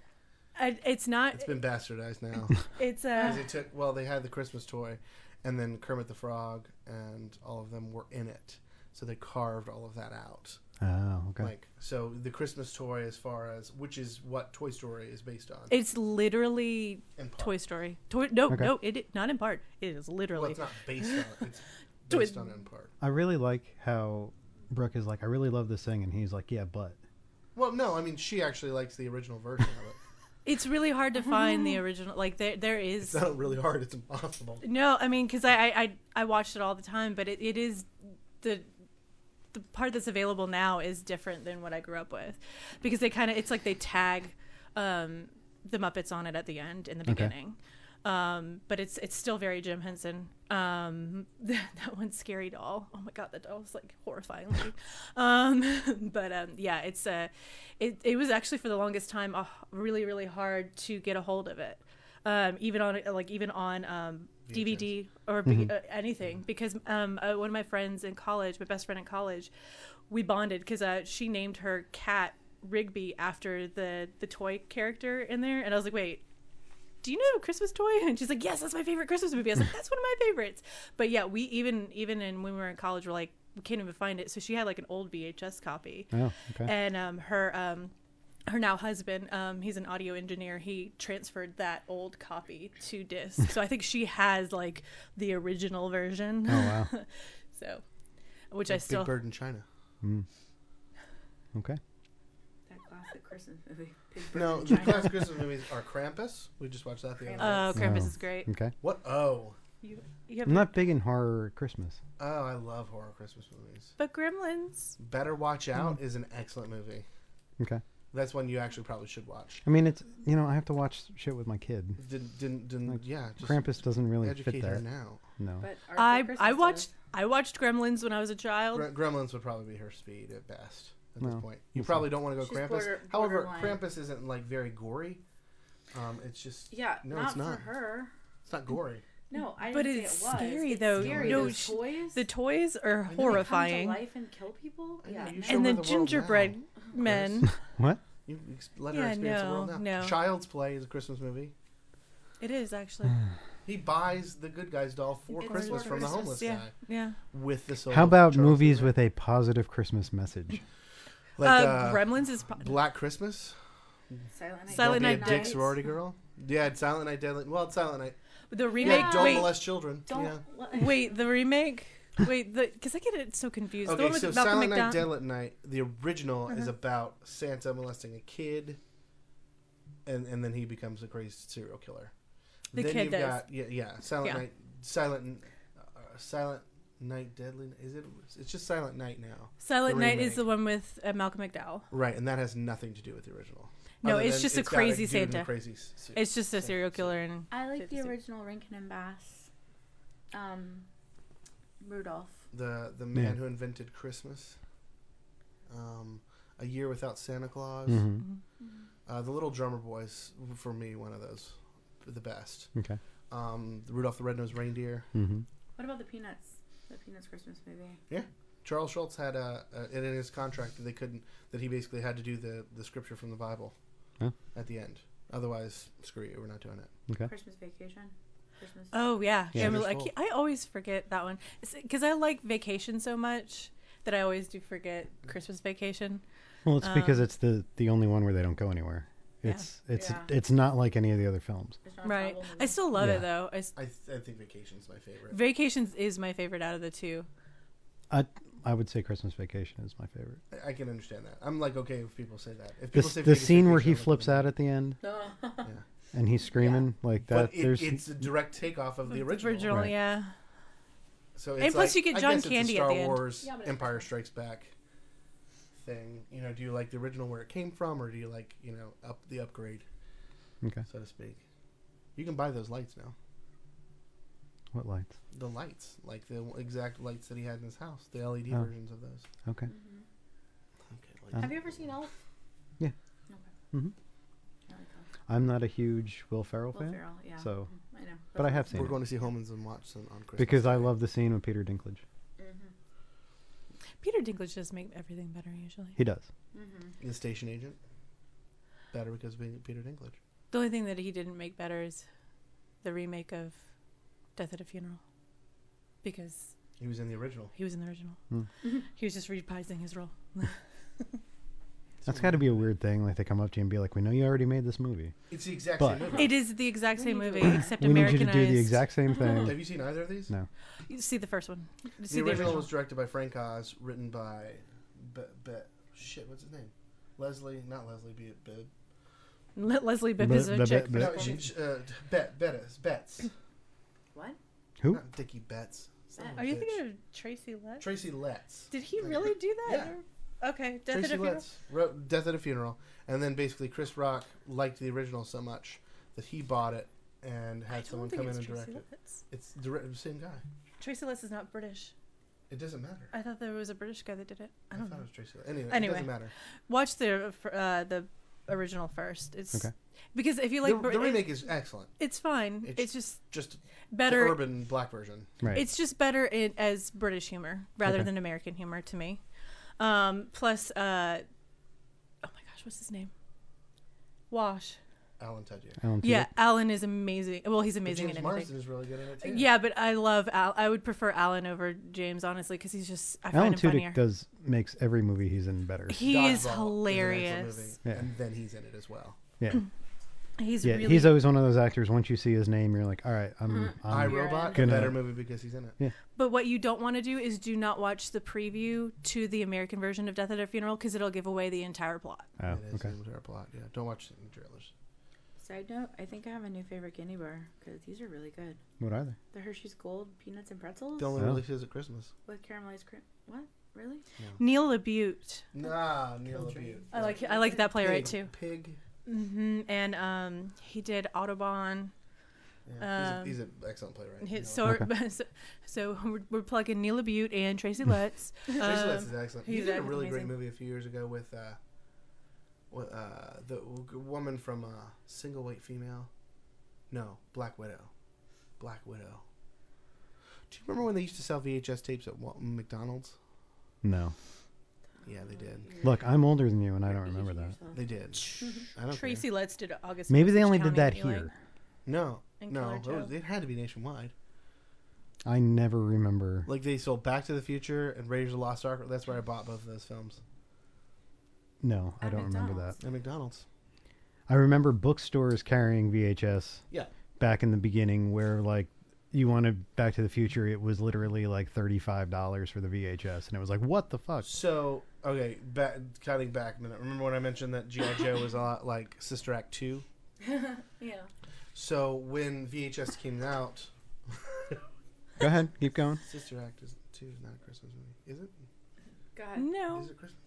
[SPEAKER 5] I, it's not.
[SPEAKER 1] it's been bastardized now.
[SPEAKER 5] It's uh,
[SPEAKER 1] 'Cause they took well, they had the Christmas toy, and then Kermit the Frog and all of them were in it. So they carved all of that out.
[SPEAKER 4] Oh, okay.
[SPEAKER 1] Like so, the Christmas toy, as far as which is what Toy Story is based on.
[SPEAKER 5] It's literally
[SPEAKER 1] In part.
[SPEAKER 5] Toy Story. Toy, no,
[SPEAKER 4] Okay.
[SPEAKER 5] no, it not in part. It is literally.
[SPEAKER 1] well, it's not based on.
[SPEAKER 5] <laughs>
[SPEAKER 1] It's
[SPEAKER 5] Toy-
[SPEAKER 1] based on in part.
[SPEAKER 4] I really like how Brooke is like, I really love this thing, and he's like, yeah, but
[SPEAKER 1] Well, no, I mean she actually likes the original version
[SPEAKER 5] <laughs>
[SPEAKER 1] of it.
[SPEAKER 5] It's really hard to find
[SPEAKER 1] <laughs>
[SPEAKER 5] the original. Like there, there
[SPEAKER 1] It's
[SPEAKER 5] is.
[SPEAKER 1] not really hard. It's impossible.
[SPEAKER 5] No, I mean, because I, I, I, I watched it all the time, but it, it is the. The part that's available now is different than what I grew up with, because they kind of it's like they tag um, the Muppets on it at the end in the beginning, um, but it's it's still very Jim Henson. Um, <laughs> that one scary doll. Oh my god, that doll was like horrifyingly. <laughs> um, <laughs> but um, yeah, it's uh, it it was actually for the longest time uh, really really hard to get a hold of it, um, even on like even on um, DVD or be- uh, anything because um, uh, one of my friends in college, my best friend in college, we bonded because uh, she named her cat Rigby after the the toy character in there, and I was like, wait do you know Christmas toy? <laughs> And she's like, yes, that's my favorite Christmas movie. I was like, that's one of my favorites. But yeah, we even even in, when we were in college, we're like, we can't even find it. So she had like an old VHS copy.
[SPEAKER 4] Oh, okay.
[SPEAKER 5] And um, her um, her now husband, um, he's an audio engineer. He transferred that old copy
[SPEAKER 4] <laughs>
[SPEAKER 5] to disc. so I think she has like the original version.
[SPEAKER 4] oh wow,
[SPEAKER 5] <laughs> so, which I still
[SPEAKER 1] Big Bird in China.
[SPEAKER 4] okay.
[SPEAKER 2] That classic Christmas movie. Big Bird
[SPEAKER 1] No,
[SPEAKER 2] in
[SPEAKER 1] the
[SPEAKER 2] China.
[SPEAKER 1] classic Christmas movies are Krampus. We just watched that the other night.
[SPEAKER 5] uh, Krampus
[SPEAKER 4] Oh, Mm.
[SPEAKER 5] is great. <laughs>
[SPEAKER 4] Okay.
[SPEAKER 1] What? Oh,
[SPEAKER 5] You, you have
[SPEAKER 4] I'm not big in horror Christmas.
[SPEAKER 1] oh, I love horror Christmas movies.
[SPEAKER 5] but Gremlins.
[SPEAKER 1] Better Watch Out is an excellent movie.
[SPEAKER 4] Mm-hmm. Okay.
[SPEAKER 1] That's one you actually probably should watch.
[SPEAKER 4] I mean, it's you know I have to watch shit with my kid.
[SPEAKER 1] Didn't didn't, didn't yeah. Just
[SPEAKER 4] Krampus doesn't really fit
[SPEAKER 1] educate her
[SPEAKER 4] that.
[SPEAKER 1] now.
[SPEAKER 4] No.
[SPEAKER 2] But Arthur
[SPEAKER 5] I I
[SPEAKER 2] Christmas
[SPEAKER 5] watched
[SPEAKER 2] does.
[SPEAKER 5] I watched Gremlins when I was a
[SPEAKER 2] Oh.
[SPEAKER 5] child.
[SPEAKER 1] Gre- Gremlins would probably be her speed at best at this
[SPEAKER 4] Well,
[SPEAKER 1] point. You
[SPEAKER 4] we'll see.
[SPEAKER 1] probably don't want to go
[SPEAKER 2] She's
[SPEAKER 1] Krampus.
[SPEAKER 2] border-
[SPEAKER 1] However,
[SPEAKER 2] borderline.
[SPEAKER 1] Krampus isn't like very gory. Um, it's just
[SPEAKER 2] Yeah,
[SPEAKER 1] No,
[SPEAKER 2] not,
[SPEAKER 1] it's not.
[SPEAKER 2] for her.
[SPEAKER 1] it's not gory.
[SPEAKER 2] No, I
[SPEAKER 5] But
[SPEAKER 2] didn't say
[SPEAKER 5] it's
[SPEAKER 2] it was.
[SPEAKER 5] scary,
[SPEAKER 2] It's
[SPEAKER 5] though.
[SPEAKER 2] Scary.
[SPEAKER 5] No,
[SPEAKER 2] Those
[SPEAKER 5] sh-
[SPEAKER 2] toys.
[SPEAKER 5] The
[SPEAKER 2] that
[SPEAKER 5] toys are
[SPEAKER 1] know.
[SPEAKER 5] horrifying.
[SPEAKER 2] Come to life and kill people.
[SPEAKER 1] I know,
[SPEAKER 2] Yeah.
[SPEAKER 1] you
[SPEAKER 2] no.
[SPEAKER 1] show
[SPEAKER 5] and
[SPEAKER 1] her
[SPEAKER 5] the,
[SPEAKER 1] the world now,
[SPEAKER 5] gingerbread
[SPEAKER 4] <laughs>
[SPEAKER 5] men.
[SPEAKER 4] What?
[SPEAKER 1] You ex- let her
[SPEAKER 5] Yeah,
[SPEAKER 1] experience the
[SPEAKER 5] no,
[SPEAKER 1] world now.
[SPEAKER 5] no.
[SPEAKER 1] Child's Play is a Christmas movie.
[SPEAKER 5] It
[SPEAKER 4] <laughs>
[SPEAKER 5] is actually.
[SPEAKER 1] He buys the good guy's doll for
[SPEAKER 2] It's for
[SPEAKER 1] Christmas from the
[SPEAKER 2] Christmas,
[SPEAKER 1] homeless
[SPEAKER 5] yeah,
[SPEAKER 1] guy
[SPEAKER 5] yeah.
[SPEAKER 1] with the soul.
[SPEAKER 4] How
[SPEAKER 1] of
[SPEAKER 4] about
[SPEAKER 1] Charles
[SPEAKER 4] movies
[SPEAKER 1] Manson.
[SPEAKER 4] with a positive Christmas message?
[SPEAKER 1] like
[SPEAKER 5] uh,
[SPEAKER 1] uh,
[SPEAKER 5] Gremlins is. po-
[SPEAKER 1] Black Christmas?
[SPEAKER 2] Silent Night.
[SPEAKER 5] Silent
[SPEAKER 1] don't
[SPEAKER 5] Night
[SPEAKER 1] be a dick
[SPEAKER 5] Nights.
[SPEAKER 1] sorority girl. Yeah, it's Silent Night Deadly. Well, it's Silent Night.
[SPEAKER 5] the remake.
[SPEAKER 1] Don't
[SPEAKER 5] wait,
[SPEAKER 1] molest children.
[SPEAKER 2] Don't.
[SPEAKER 1] Yeah.
[SPEAKER 2] Wait.
[SPEAKER 5] wait, the remake. Wait, the because I get it so confused. the
[SPEAKER 1] Okay,
[SPEAKER 5] one with
[SPEAKER 1] so
[SPEAKER 5] Malcolm Uh-huh.
[SPEAKER 1] Silent Night,
[SPEAKER 5] McDowell.
[SPEAKER 1] Dead at Night, the original is about Santa molesting a kid, and and then he becomes a crazy serial killer.
[SPEAKER 5] The
[SPEAKER 1] then
[SPEAKER 5] kid
[SPEAKER 1] you've
[SPEAKER 5] does.
[SPEAKER 1] got yeah, yeah, Silent
[SPEAKER 5] Yeah.
[SPEAKER 1] Night, Silent, uh, Silent Night Deadly. Is it? It's just Silent Night now,
[SPEAKER 5] Silent
[SPEAKER 1] the
[SPEAKER 5] Night
[SPEAKER 1] remake.
[SPEAKER 5] is the one with uh, Malcolm McDowell.
[SPEAKER 1] right? And that has nothing to do with the original.
[SPEAKER 5] No,
[SPEAKER 1] Other
[SPEAKER 5] it's
[SPEAKER 1] than
[SPEAKER 5] just a
[SPEAKER 1] got a
[SPEAKER 5] crazy
[SPEAKER 1] dude in a
[SPEAKER 5] Santa.
[SPEAKER 1] Crazy. s- suit.
[SPEAKER 5] It's just a serial
[SPEAKER 1] so-
[SPEAKER 5] killer and
[SPEAKER 2] I like the
[SPEAKER 5] Fifty-six.
[SPEAKER 2] original Rankin and Bass. Um, Rudolph.
[SPEAKER 1] the the man
[SPEAKER 4] Yeah.
[SPEAKER 1] who invented Christmas. Um, a year without Santa Claus.
[SPEAKER 4] hmm
[SPEAKER 1] Uh, the Little Drummer Boys, for me, one of those, the best.
[SPEAKER 4] Okay.
[SPEAKER 1] Um, Rudolph the Red-Nosed Reindeer.
[SPEAKER 4] hmm
[SPEAKER 2] What about the Peanuts? The Peanuts Christmas movie.
[SPEAKER 1] Charles Schultz had a, a it in his contract that they couldn't that he basically had to do the the scripture from the Bible
[SPEAKER 4] Huh?
[SPEAKER 1] at the end. Otherwise, screw you, we're not doing it.
[SPEAKER 4] Okay.
[SPEAKER 2] Christmas Vacation. Christmas.
[SPEAKER 5] Oh yeah,
[SPEAKER 4] Yeah.
[SPEAKER 5] yeah.
[SPEAKER 1] Just
[SPEAKER 5] I,
[SPEAKER 1] full.
[SPEAKER 5] ke- I always forget that one because I like Vacation so much that I always do forget Christmas Vacation.
[SPEAKER 4] Well, it's because
[SPEAKER 5] Um,
[SPEAKER 4] it's the the only one where they don't go anywhere.
[SPEAKER 5] Yeah.
[SPEAKER 4] It's it's
[SPEAKER 2] Yeah.
[SPEAKER 4] it's not like any of the other films.
[SPEAKER 2] It's not a
[SPEAKER 5] Right,
[SPEAKER 2] travel movie. <laughs>
[SPEAKER 5] I still love
[SPEAKER 4] Yeah.
[SPEAKER 5] it though. I s
[SPEAKER 1] I, th- I think Vacation's my favorite.
[SPEAKER 5] Vacations is my favorite out of the two.
[SPEAKER 4] I I would say Christmas Vacation is my favorite.
[SPEAKER 1] I- I can understand that. I'm like okay if people say that. If
[SPEAKER 4] The,
[SPEAKER 1] people
[SPEAKER 4] s-
[SPEAKER 1] say
[SPEAKER 4] the
[SPEAKER 1] Vegas
[SPEAKER 4] scene where
[SPEAKER 1] Vacation,
[SPEAKER 4] he
[SPEAKER 1] I'm like,
[SPEAKER 4] flips out at the end
[SPEAKER 2] No.
[SPEAKER 4] and he's screaming like that.
[SPEAKER 1] but it,
[SPEAKER 4] there's
[SPEAKER 1] it's a direct takeoff of the original.
[SPEAKER 5] Original,
[SPEAKER 4] Right.
[SPEAKER 5] yeah.
[SPEAKER 1] So it's
[SPEAKER 5] And plus
[SPEAKER 1] like-
[SPEAKER 5] you get
[SPEAKER 1] I
[SPEAKER 5] John
[SPEAKER 1] guess it's a
[SPEAKER 5] Candy at
[SPEAKER 1] Star
[SPEAKER 5] the end.
[SPEAKER 1] Wars
[SPEAKER 2] Yeah, but it's-
[SPEAKER 1] Empire Strikes Back thing. You know, do you like the original where it came from, or do you like you know up the upgrade,
[SPEAKER 4] okay.
[SPEAKER 1] so to speak? You can buy those lights now.
[SPEAKER 4] What lights?
[SPEAKER 1] The lights, like the exact lights that he had in his house, the LED
[SPEAKER 4] Oh.
[SPEAKER 1] versions of those.
[SPEAKER 4] Okay.
[SPEAKER 2] Mm-hmm.
[SPEAKER 1] Okay,
[SPEAKER 4] Uh,
[SPEAKER 1] like
[SPEAKER 4] Have
[SPEAKER 6] Have you ever seen Elf?
[SPEAKER 4] Mm-hmm.
[SPEAKER 2] I like Will
[SPEAKER 4] I'm not a huge Will Ferrell fan,
[SPEAKER 2] Ferrell, yeah. Mm-hmm.
[SPEAKER 4] so
[SPEAKER 2] I know.
[SPEAKER 4] but I have seen
[SPEAKER 1] we're
[SPEAKER 4] it
[SPEAKER 1] going to see Holman's and watch some on Christmas
[SPEAKER 4] because I
[SPEAKER 1] Day.
[SPEAKER 4] love the scene with Peter Dinklage.
[SPEAKER 2] Mm-hmm.
[SPEAKER 5] Peter Dinklage does make everything better usually.
[SPEAKER 4] He does.
[SPEAKER 2] Mm-hmm.
[SPEAKER 1] the station agent. Better because of being Peter Dinklage.
[SPEAKER 5] The only thing that he didn't make better is the remake of Death at a Funeral because
[SPEAKER 1] He was in the original.
[SPEAKER 5] he was in the original. <laughs>
[SPEAKER 4] Hmm.
[SPEAKER 5] He was just reprising his role.
[SPEAKER 4] That's got to be a weird thing. Like they come up to you and be like, "We know you already made this movie.
[SPEAKER 1] It's the exact
[SPEAKER 4] But-
[SPEAKER 1] same movie.
[SPEAKER 5] It is the exact same movie except
[SPEAKER 4] we need you to
[SPEAKER 5] Americanized.
[SPEAKER 4] do the exact
[SPEAKER 5] <laughs>
[SPEAKER 4] same
[SPEAKER 1] Have
[SPEAKER 4] thing."
[SPEAKER 1] you seen either of these?
[SPEAKER 4] No.
[SPEAKER 5] You see the first one. You
[SPEAKER 1] The,
[SPEAKER 5] see the
[SPEAKER 1] original,
[SPEAKER 5] original.
[SPEAKER 1] was directed by Frank Oz, written by, be, Be- shit, what's his name? Leslie, not Leslie, be it Bib.
[SPEAKER 5] <laughs> Le- Leslie
[SPEAKER 4] But-
[SPEAKER 5] Bibb is a
[SPEAKER 4] but-
[SPEAKER 5] chick.
[SPEAKER 4] but-
[SPEAKER 1] No, she, she- uh, Bet, Bettis, Betts.
[SPEAKER 2] What?
[SPEAKER 4] Who?
[SPEAKER 1] Not Dickie Betts. Son of a
[SPEAKER 5] Are you
[SPEAKER 1] bitch.
[SPEAKER 5] thinking of Tracy Letts?
[SPEAKER 1] Tracy Letts?
[SPEAKER 5] Did he really do that? Okay, Death
[SPEAKER 1] Tracy
[SPEAKER 5] at a Funeral.
[SPEAKER 1] Letts wrote Death at a Funeral, and then basically Chris Rock liked the original so much that he bought it and
[SPEAKER 5] I
[SPEAKER 1] had someone
[SPEAKER 5] don't
[SPEAKER 1] come
[SPEAKER 5] think
[SPEAKER 1] in
[SPEAKER 5] it's
[SPEAKER 1] and direct
[SPEAKER 5] Tracy
[SPEAKER 1] it.
[SPEAKER 5] Letts.
[SPEAKER 1] It's direct, same guy.
[SPEAKER 5] Tracy Letts is not British.
[SPEAKER 1] It doesn't matter.
[SPEAKER 5] I thought there was a British guy that did it. I
[SPEAKER 1] I,
[SPEAKER 5] don't
[SPEAKER 1] thought
[SPEAKER 5] know.
[SPEAKER 1] it was Tracy. Letts. Anyway, it
[SPEAKER 5] Anyway.
[SPEAKER 1] doesn't matter.
[SPEAKER 5] Watch the uh, the original first. It's
[SPEAKER 4] Okay.
[SPEAKER 5] because if you like,
[SPEAKER 1] the,
[SPEAKER 5] Brit-
[SPEAKER 1] the remake is excellent.
[SPEAKER 5] it's fine.
[SPEAKER 1] It's
[SPEAKER 5] It's, just
[SPEAKER 1] Just the
[SPEAKER 5] better.
[SPEAKER 1] urban black version.
[SPEAKER 4] Right.
[SPEAKER 5] It's just better in, as British humor rather
[SPEAKER 4] Okay.
[SPEAKER 5] than American humor to me. Um, plus, uh, oh my gosh, what's his name? Wash.
[SPEAKER 1] Alan Tudyk.
[SPEAKER 4] Alan
[SPEAKER 5] Yeah,
[SPEAKER 4] Tudyk.
[SPEAKER 5] Alan is amazing. Well, he's
[SPEAKER 1] But
[SPEAKER 5] amazing
[SPEAKER 1] James
[SPEAKER 5] in anything.
[SPEAKER 1] Marsden is really good in it too.
[SPEAKER 5] Yeah, but I love Al. I would prefer Alan over James, honestly, because he's just I
[SPEAKER 4] Alan
[SPEAKER 5] find him
[SPEAKER 4] Tudyk
[SPEAKER 5] funnier.
[SPEAKER 4] does makes every movie he's in better.
[SPEAKER 5] He
[SPEAKER 1] Dodgeball
[SPEAKER 5] is
[SPEAKER 1] an excellent
[SPEAKER 5] hilarious.
[SPEAKER 1] movie,
[SPEAKER 4] Yeah.
[SPEAKER 1] And then he's in it as well.
[SPEAKER 4] Yeah,
[SPEAKER 5] He's
[SPEAKER 4] yeah.
[SPEAKER 5] really. Mm-hmm.
[SPEAKER 4] He's always one of those actors. Once you see his name, you're like, "All right, I'm."
[SPEAKER 1] I
[SPEAKER 4] I'm
[SPEAKER 1] Robot, a
[SPEAKER 4] Um, Gonna-
[SPEAKER 1] better movie because he's in it.
[SPEAKER 5] but what you don't want to do is do not watch the preview to the American version of Death at a Funeral because it'll give away the entire plot.
[SPEAKER 4] oh,
[SPEAKER 1] it is
[SPEAKER 4] okay.
[SPEAKER 1] into our plot. Yeah, don't watch any trailers.
[SPEAKER 2] Side note, I think I have a new favorite guinea bar because these are really good.
[SPEAKER 4] What are they?
[SPEAKER 2] The Hershey's Gold peanuts and pretzels
[SPEAKER 1] They only
[SPEAKER 4] Oh.
[SPEAKER 1] release it at Christmas.
[SPEAKER 2] with caramelized cream. What? Really?
[SPEAKER 5] Neil Labute.
[SPEAKER 1] Nah, Neil
[SPEAKER 2] Children.
[SPEAKER 1] Labute.
[SPEAKER 5] I like I like that playwright
[SPEAKER 1] Pig-
[SPEAKER 5] too.
[SPEAKER 1] Pig.
[SPEAKER 5] hmm And um, he did Audubon.
[SPEAKER 1] Yeah,
[SPEAKER 5] Um,
[SPEAKER 1] he's, a, he's an excellent playwright.
[SPEAKER 5] He-
[SPEAKER 1] No,
[SPEAKER 5] so, <laughs> so so we're, we're plugging Neil Labute
[SPEAKER 1] <laughs>
[SPEAKER 5] and Tracy Letts.
[SPEAKER 1] Tracy
[SPEAKER 5] Um,
[SPEAKER 1] Letts is excellent. He
[SPEAKER 5] he's
[SPEAKER 1] did a
[SPEAKER 5] acting
[SPEAKER 1] really great
[SPEAKER 5] amazing.
[SPEAKER 1] movie a few years ago with uh, wi- uh, the w- g- woman from uh, Single White Female. No, Black Widow. Black Widow. Do you remember when they used to sell VHS tapes at Wa- McDonald's?
[SPEAKER 4] No.
[SPEAKER 1] Yeah, they did.
[SPEAKER 4] Look, I'm older than you, and I don't remember that.
[SPEAKER 1] They did. I don't care.
[SPEAKER 5] Tracy Letts did August.
[SPEAKER 4] Maybe they
[SPEAKER 5] Osage
[SPEAKER 4] only did
[SPEAKER 5] County
[SPEAKER 4] that
[SPEAKER 5] and Eli.
[SPEAKER 4] here.
[SPEAKER 1] No,
[SPEAKER 5] And
[SPEAKER 1] no,
[SPEAKER 5] Killer
[SPEAKER 1] it, was-
[SPEAKER 5] Joe.
[SPEAKER 1] it had to be nationwide.
[SPEAKER 4] I never remember.
[SPEAKER 1] Like they sold Back to the Future and Raiders of the Lost Ark. That's where I bought both of those films
[SPEAKER 4] No, I
[SPEAKER 2] At
[SPEAKER 4] don't remember that.
[SPEAKER 2] McDonald's.
[SPEAKER 1] at McDonald's.
[SPEAKER 4] I remember bookstores carrying VHS.
[SPEAKER 1] Yeah.
[SPEAKER 4] Back in the beginning, where like you wanted Back to the Future, it was literally like thirty-five dollars for the VHS, and it was like, what the fuck?
[SPEAKER 1] So okay, back, cutting back a minute. Remember when I mentioned that GI Joe was a lot like Sister Act two?
[SPEAKER 2] Yeah.
[SPEAKER 1] So when VHS came out, <laughs>
[SPEAKER 4] Go ahead, keep going.
[SPEAKER 1] Sister Act is two is not a Christmas movie, is it?
[SPEAKER 2] God.
[SPEAKER 5] No,
[SPEAKER 1] Is it Christmas?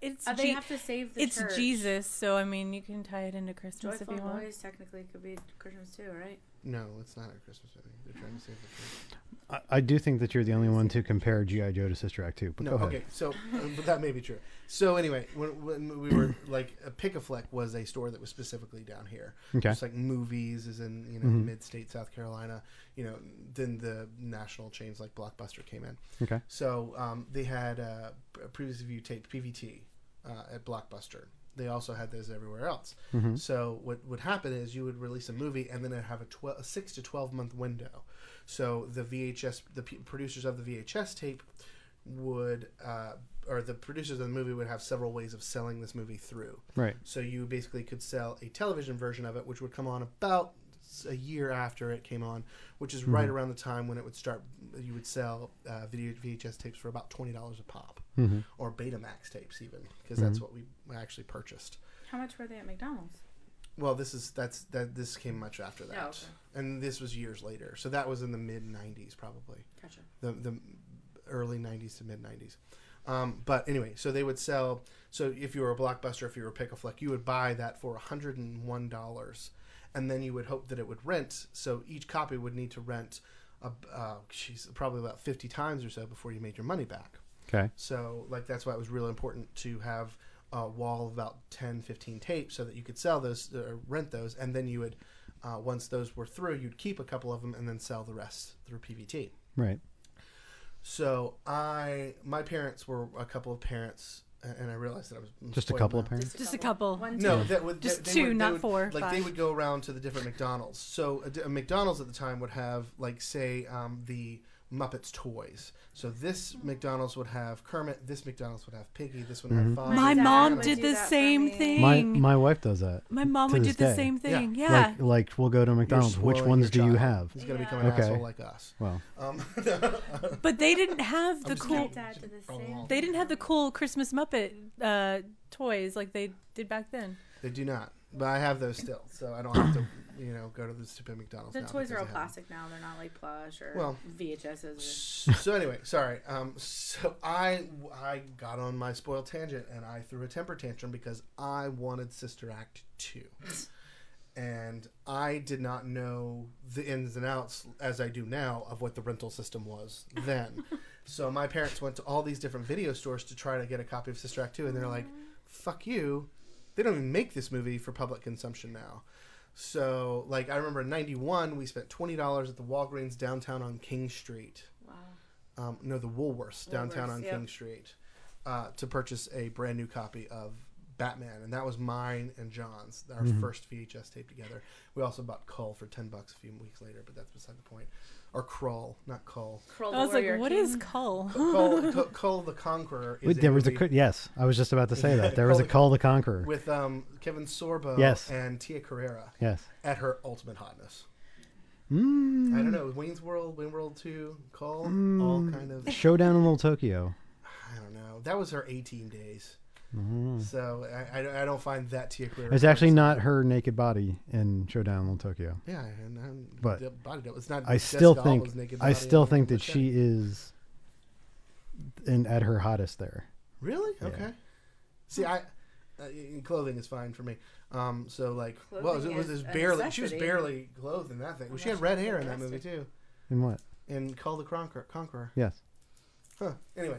[SPEAKER 5] it's
[SPEAKER 2] Uh, they
[SPEAKER 5] Mm, Je-
[SPEAKER 2] have to save the
[SPEAKER 5] it's
[SPEAKER 2] church.
[SPEAKER 5] Jesus. So I mean, you can tie it into Christmas
[SPEAKER 2] Joyful
[SPEAKER 5] if you want.
[SPEAKER 2] noise technically could be Christmas too, right?
[SPEAKER 1] No, it's not a Christmas movie. They're trying to save the Christmas.
[SPEAKER 4] I, I do think that you're the only one to compare GI Joe to Sister Act two, but
[SPEAKER 1] No,
[SPEAKER 4] go ahead.
[SPEAKER 1] okay. So, uh, but that may be true. So anyway, when, when we were like, a Pick a Fleck was a store that was specifically down here.
[SPEAKER 4] Okay.
[SPEAKER 1] Just like movies is in you know
[SPEAKER 4] Mhm.
[SPEAKER 1] mid-state South Carolina. You know, then the national chains like Blockbuster came in.
[SPEAKER 4] Okay.
[SPEAKER 1] So um, they had uh, a previously view taped PVT uh, at Blockbuster. They also had those everywhere else.
[SPEAKER 4] Mhm.
[SPEAKER 1] So what would happen is you would release a movie and then it'd have a, 12, a six to twelve month window. So the VHS, the p- producers of the VHS tape would, uh, or the producers of the movie would have several ways of selling this movie through.
[SPEAKER 4] Right.
[SPEAKER 1] So you basically could sell a television version of it, which would come on about s- a year after it came on, which is right around the time when it would start. You would sell uh, video VHS tapes for about twenty dollars a pop,
[SPEAKER 4] Mhm.
[SPEAKER 1] or Betamax tapes even, because that's what we actually purchased.
[SPEAKER 2] How much were they at McDonald's?
[SPEAKER 1] Well, this is that's that this came much after that,
[SPEAKER 2] okay.
[SPEAKER 1] and this was years later. So that was in the mid '90s, probably
[SPEAKER 2] Gotcha.
[SPEAKER 1] the the early 90s to mid 90s. Um, but anyway, so they would sell. So if you were a blockbuster, if you were a pick a flick, you would buy that for $101, and then you would hope that it would rent. So each copy would need to rent, a, uh, she's probably about fifty times or so before you made your money back.
[SPEAKER 4] Okay.
[SPEAKER 1] So, like, that's why it was really important to have a wall of about 10, 15 tapes so that you could sell those, uh, rent those, and then you would, uh, once those were through, you'd keep a couple of them and then sell the rest through PVT.
[SPEAKER 4] Right.
[SPEAKER 1] So, I, my parents were a couple of parents, and and I realized that I was
[SPEAKER 4] Just a
[SPEAKER 1] spoiling
[SPEAKER 4] couple
[SPEAKER 1] my-
[SPEAKER 4] of parents.
[SPEAKER 5] Just a couple.
[SPEAKER 2] One, two.
[SPEAKER 1] no, that would
[SPEAKER 5] Just
[SPEAKER 1] they
[SPEAKER 5] two,
[SPEAKER 1] would- they
[SPEAKER 5] not
[SPEAKER 1] would-
[SPEAKER 5] four,
[SPEAKER 1] Like they
[SPEAKER 5] five.
[SPEAKER 1] would go around to the different McDonald's. So a di- a McDonald's at the time would have like say um, the Muppets toys. So this McDonald's would have Kermit. This McDonald's would have Piggy. This one
[SPEAKER 4] Mhm.
[SPEAKER 1] would have Fonzie.
[SPEAKER 5] My
[SPEAKER 1] this one would
[SPEAKER 5] mom
[SPEAKER 1] have
[SPEAKER 5] did
[SPEAKER 1] Kermit.
[SPEAKER 5] the
[SPEAKER 2] that for
[SPEAKER 5] same
[SPEAKER 2] me.
[SPEAKER 5] thing.
[SPEAKER 4] My my wife does that.
[SPEAKER 5] My mom
[SPEAKER 4] to
[SPEAKER 5] would do
[SPEAKER 4] this
[SPEAKER 5] the
[SPEAKER 4] day.
[SPEAKER 5] same
[SPEAKER 1] Yeah.
[SPEAKER 5] thing. Yeah.
[SPEAKER 4] Like like we'll go to
[SPEAKER 1] You're
[SPEAKER 4] McDonald's. Which
[SPEAKER 1] spoiling
[SPEAKER 4] ones
[SPEAKER 1] your
[SPEAKER 4] do you
[SPEAKER 1] child.
[SPEAKER 4] have?
[SPEAKER 1] He's gonna
[SPEAKER 2] Yeah.
[SPEAKER 1] become an
[SPEAKER 4] Okay.
[SPEAKER 1] asshole like us.
[SPEAKER 4] Well,
[SPEAKER 1] Um, <laughs>
[SPEAKER 5] but they didn't have the
[SPEAKER 1] just
[SPEAKER 5] cool.
[SPEAKER 1] kidding.
[SPEAKER 2] Dad did the
[SPEAKER 1] Oh,
[SPEAKER 2] same.
[SPEAKER 1] wow.
[SPEAKER 5] They didn't have the cool Christmas Muppet uh, toys like they did back then.
[SPEAKER 1] they do not. But I have those still, so I don't have to, you know, go to the stupid McDonald's.
[SPEAKER 2] The
[SPEAKER 1] now
[SPEAKER 2] toys
[SPEAKER 1] because
[SPEAKER 2] are
[SPEAKER 1] I
[SPEAKER 2] all
[SPEAKER 1] have them.
[SPEAKER 2] plastic now. They're not like plush or
[SPEAKER 1] Well-
[SPEAKER 2] VHSs.
[SPEAKER 1] so anyway, sorry. Um, so I I got on my spoiled tangent and I threw a temper tantrum because I wanted Sister Act two, and I did not know the ins and outs as I do now of what the rental system was then. so my parents went to all these different video stores to try to get a copy of Sister Act two, and they're like, "Fuck you! They don't even make this movie for public consumption now." So, like, I remember in 91, we spent $20 at the Walgreens downtown on King Street
[SPEAKER 2] Wow.
[SPEAKER 1] um, no, the Woolworths downtown
[SPEAKER 2] Woolworths,
[SPEAKER 1] on
[SPEAKER 2] yep.
[SPEAKER 1] King Street uh, to purchase a brand new copy of Batman, and that was mine and John's, our
[SPEAKER 4] Mm-hmm.
[SPEAKER 1] first VHS tape together. We also bought Cull for ten bucks a few weeks later, but that's beside the point. Or Crawl, not Cull.
[SPEAKER 2] Curled
[SPEAKER 5] I was like,
[SPEAKER 2] Warrior
[SPEAKER 5] what
[SPEAKER 2] King.
[SPEAKER 5] is Cull?
[SPEAKER 1] Cull, Cull- Cull the Conqueror. Is
[SPEAKER 4] Wait, there was a
[SPEAKER 1] movie
[SPEAKER 4] cr- yes. I was just about to say that there was
[SPEAKER 1] <laughs>
[SPEAKER 4] a
[SPEAKER 1] Call the-
[SPEAKER 4] Call the Conqueror.
[SPEAKER 1] with um, Kevin Sorbo
[SPEAKER 4] Yes.
[SPEAKER 1] and Tia Carrera
[SPEAKER 4] Yes.
[SPEAKER 1] at her ultimate hotness.
[SPEAKER 4] Mm.
[SPEAKER 1] I don't know Wayne's World, Wayne World Two, Cull, all kind of.
[SPEAKER 4] Showdown in Little Tokyo.
[SPEAKER 1] I don't know. That was her A team days. So I, I, I don't find that Tia Carrera.
[SPEAKER 4] It's Hmm. actually not her naked body in Showdown in Little Tokyo.
[SPEAKER 1] Yeah, and, and
[SPEAKER 4] But
[SPEAKER 1] the body double. It's not.
[SPEAKER 4] I still
[SPEAKER 1] Jessica
[SPEAKER 4] think
[SPEAKER 1] Alba's naked
[SPEAKER 4] I
[SPEAKER 1] body
[SPEAKER 4] still
[SPEAKER 1] on
[SPEAKER 4] think that
[SPEAKER 1] Machete.
[SPEAKER 4] she is in at her hottest there.
[SPEAKER 1] Really? Okay. See, I. Uh, clothing is fine for me. Um, so like, well, it
[SPEAKER 2] Clothing
[SPEAKER 1] was, it
[SPEAKER 2] is
[SPEAKER 1] was
[SPEAKER 2] a
[SPEAKER 1] barely she was
[SPEAKER 2] necessity.
[SPEAKER 1] barely clothed in that thing. Well, she had
[SPEAKER 2] Unless
[SPEAKER 1] red
[SPEAKER 2] she's
[SPEAKER 1] hair in that movie
[SPEAKER 2] fantastic.
[SPEAKER 1] too,
[SPEAKER 4] In what?
[SPEAKER 1] and Call the Conqueror. Conqueror.
[SPEAKER 4] Yes.
[SPEAKER 1] Huh. Anyway,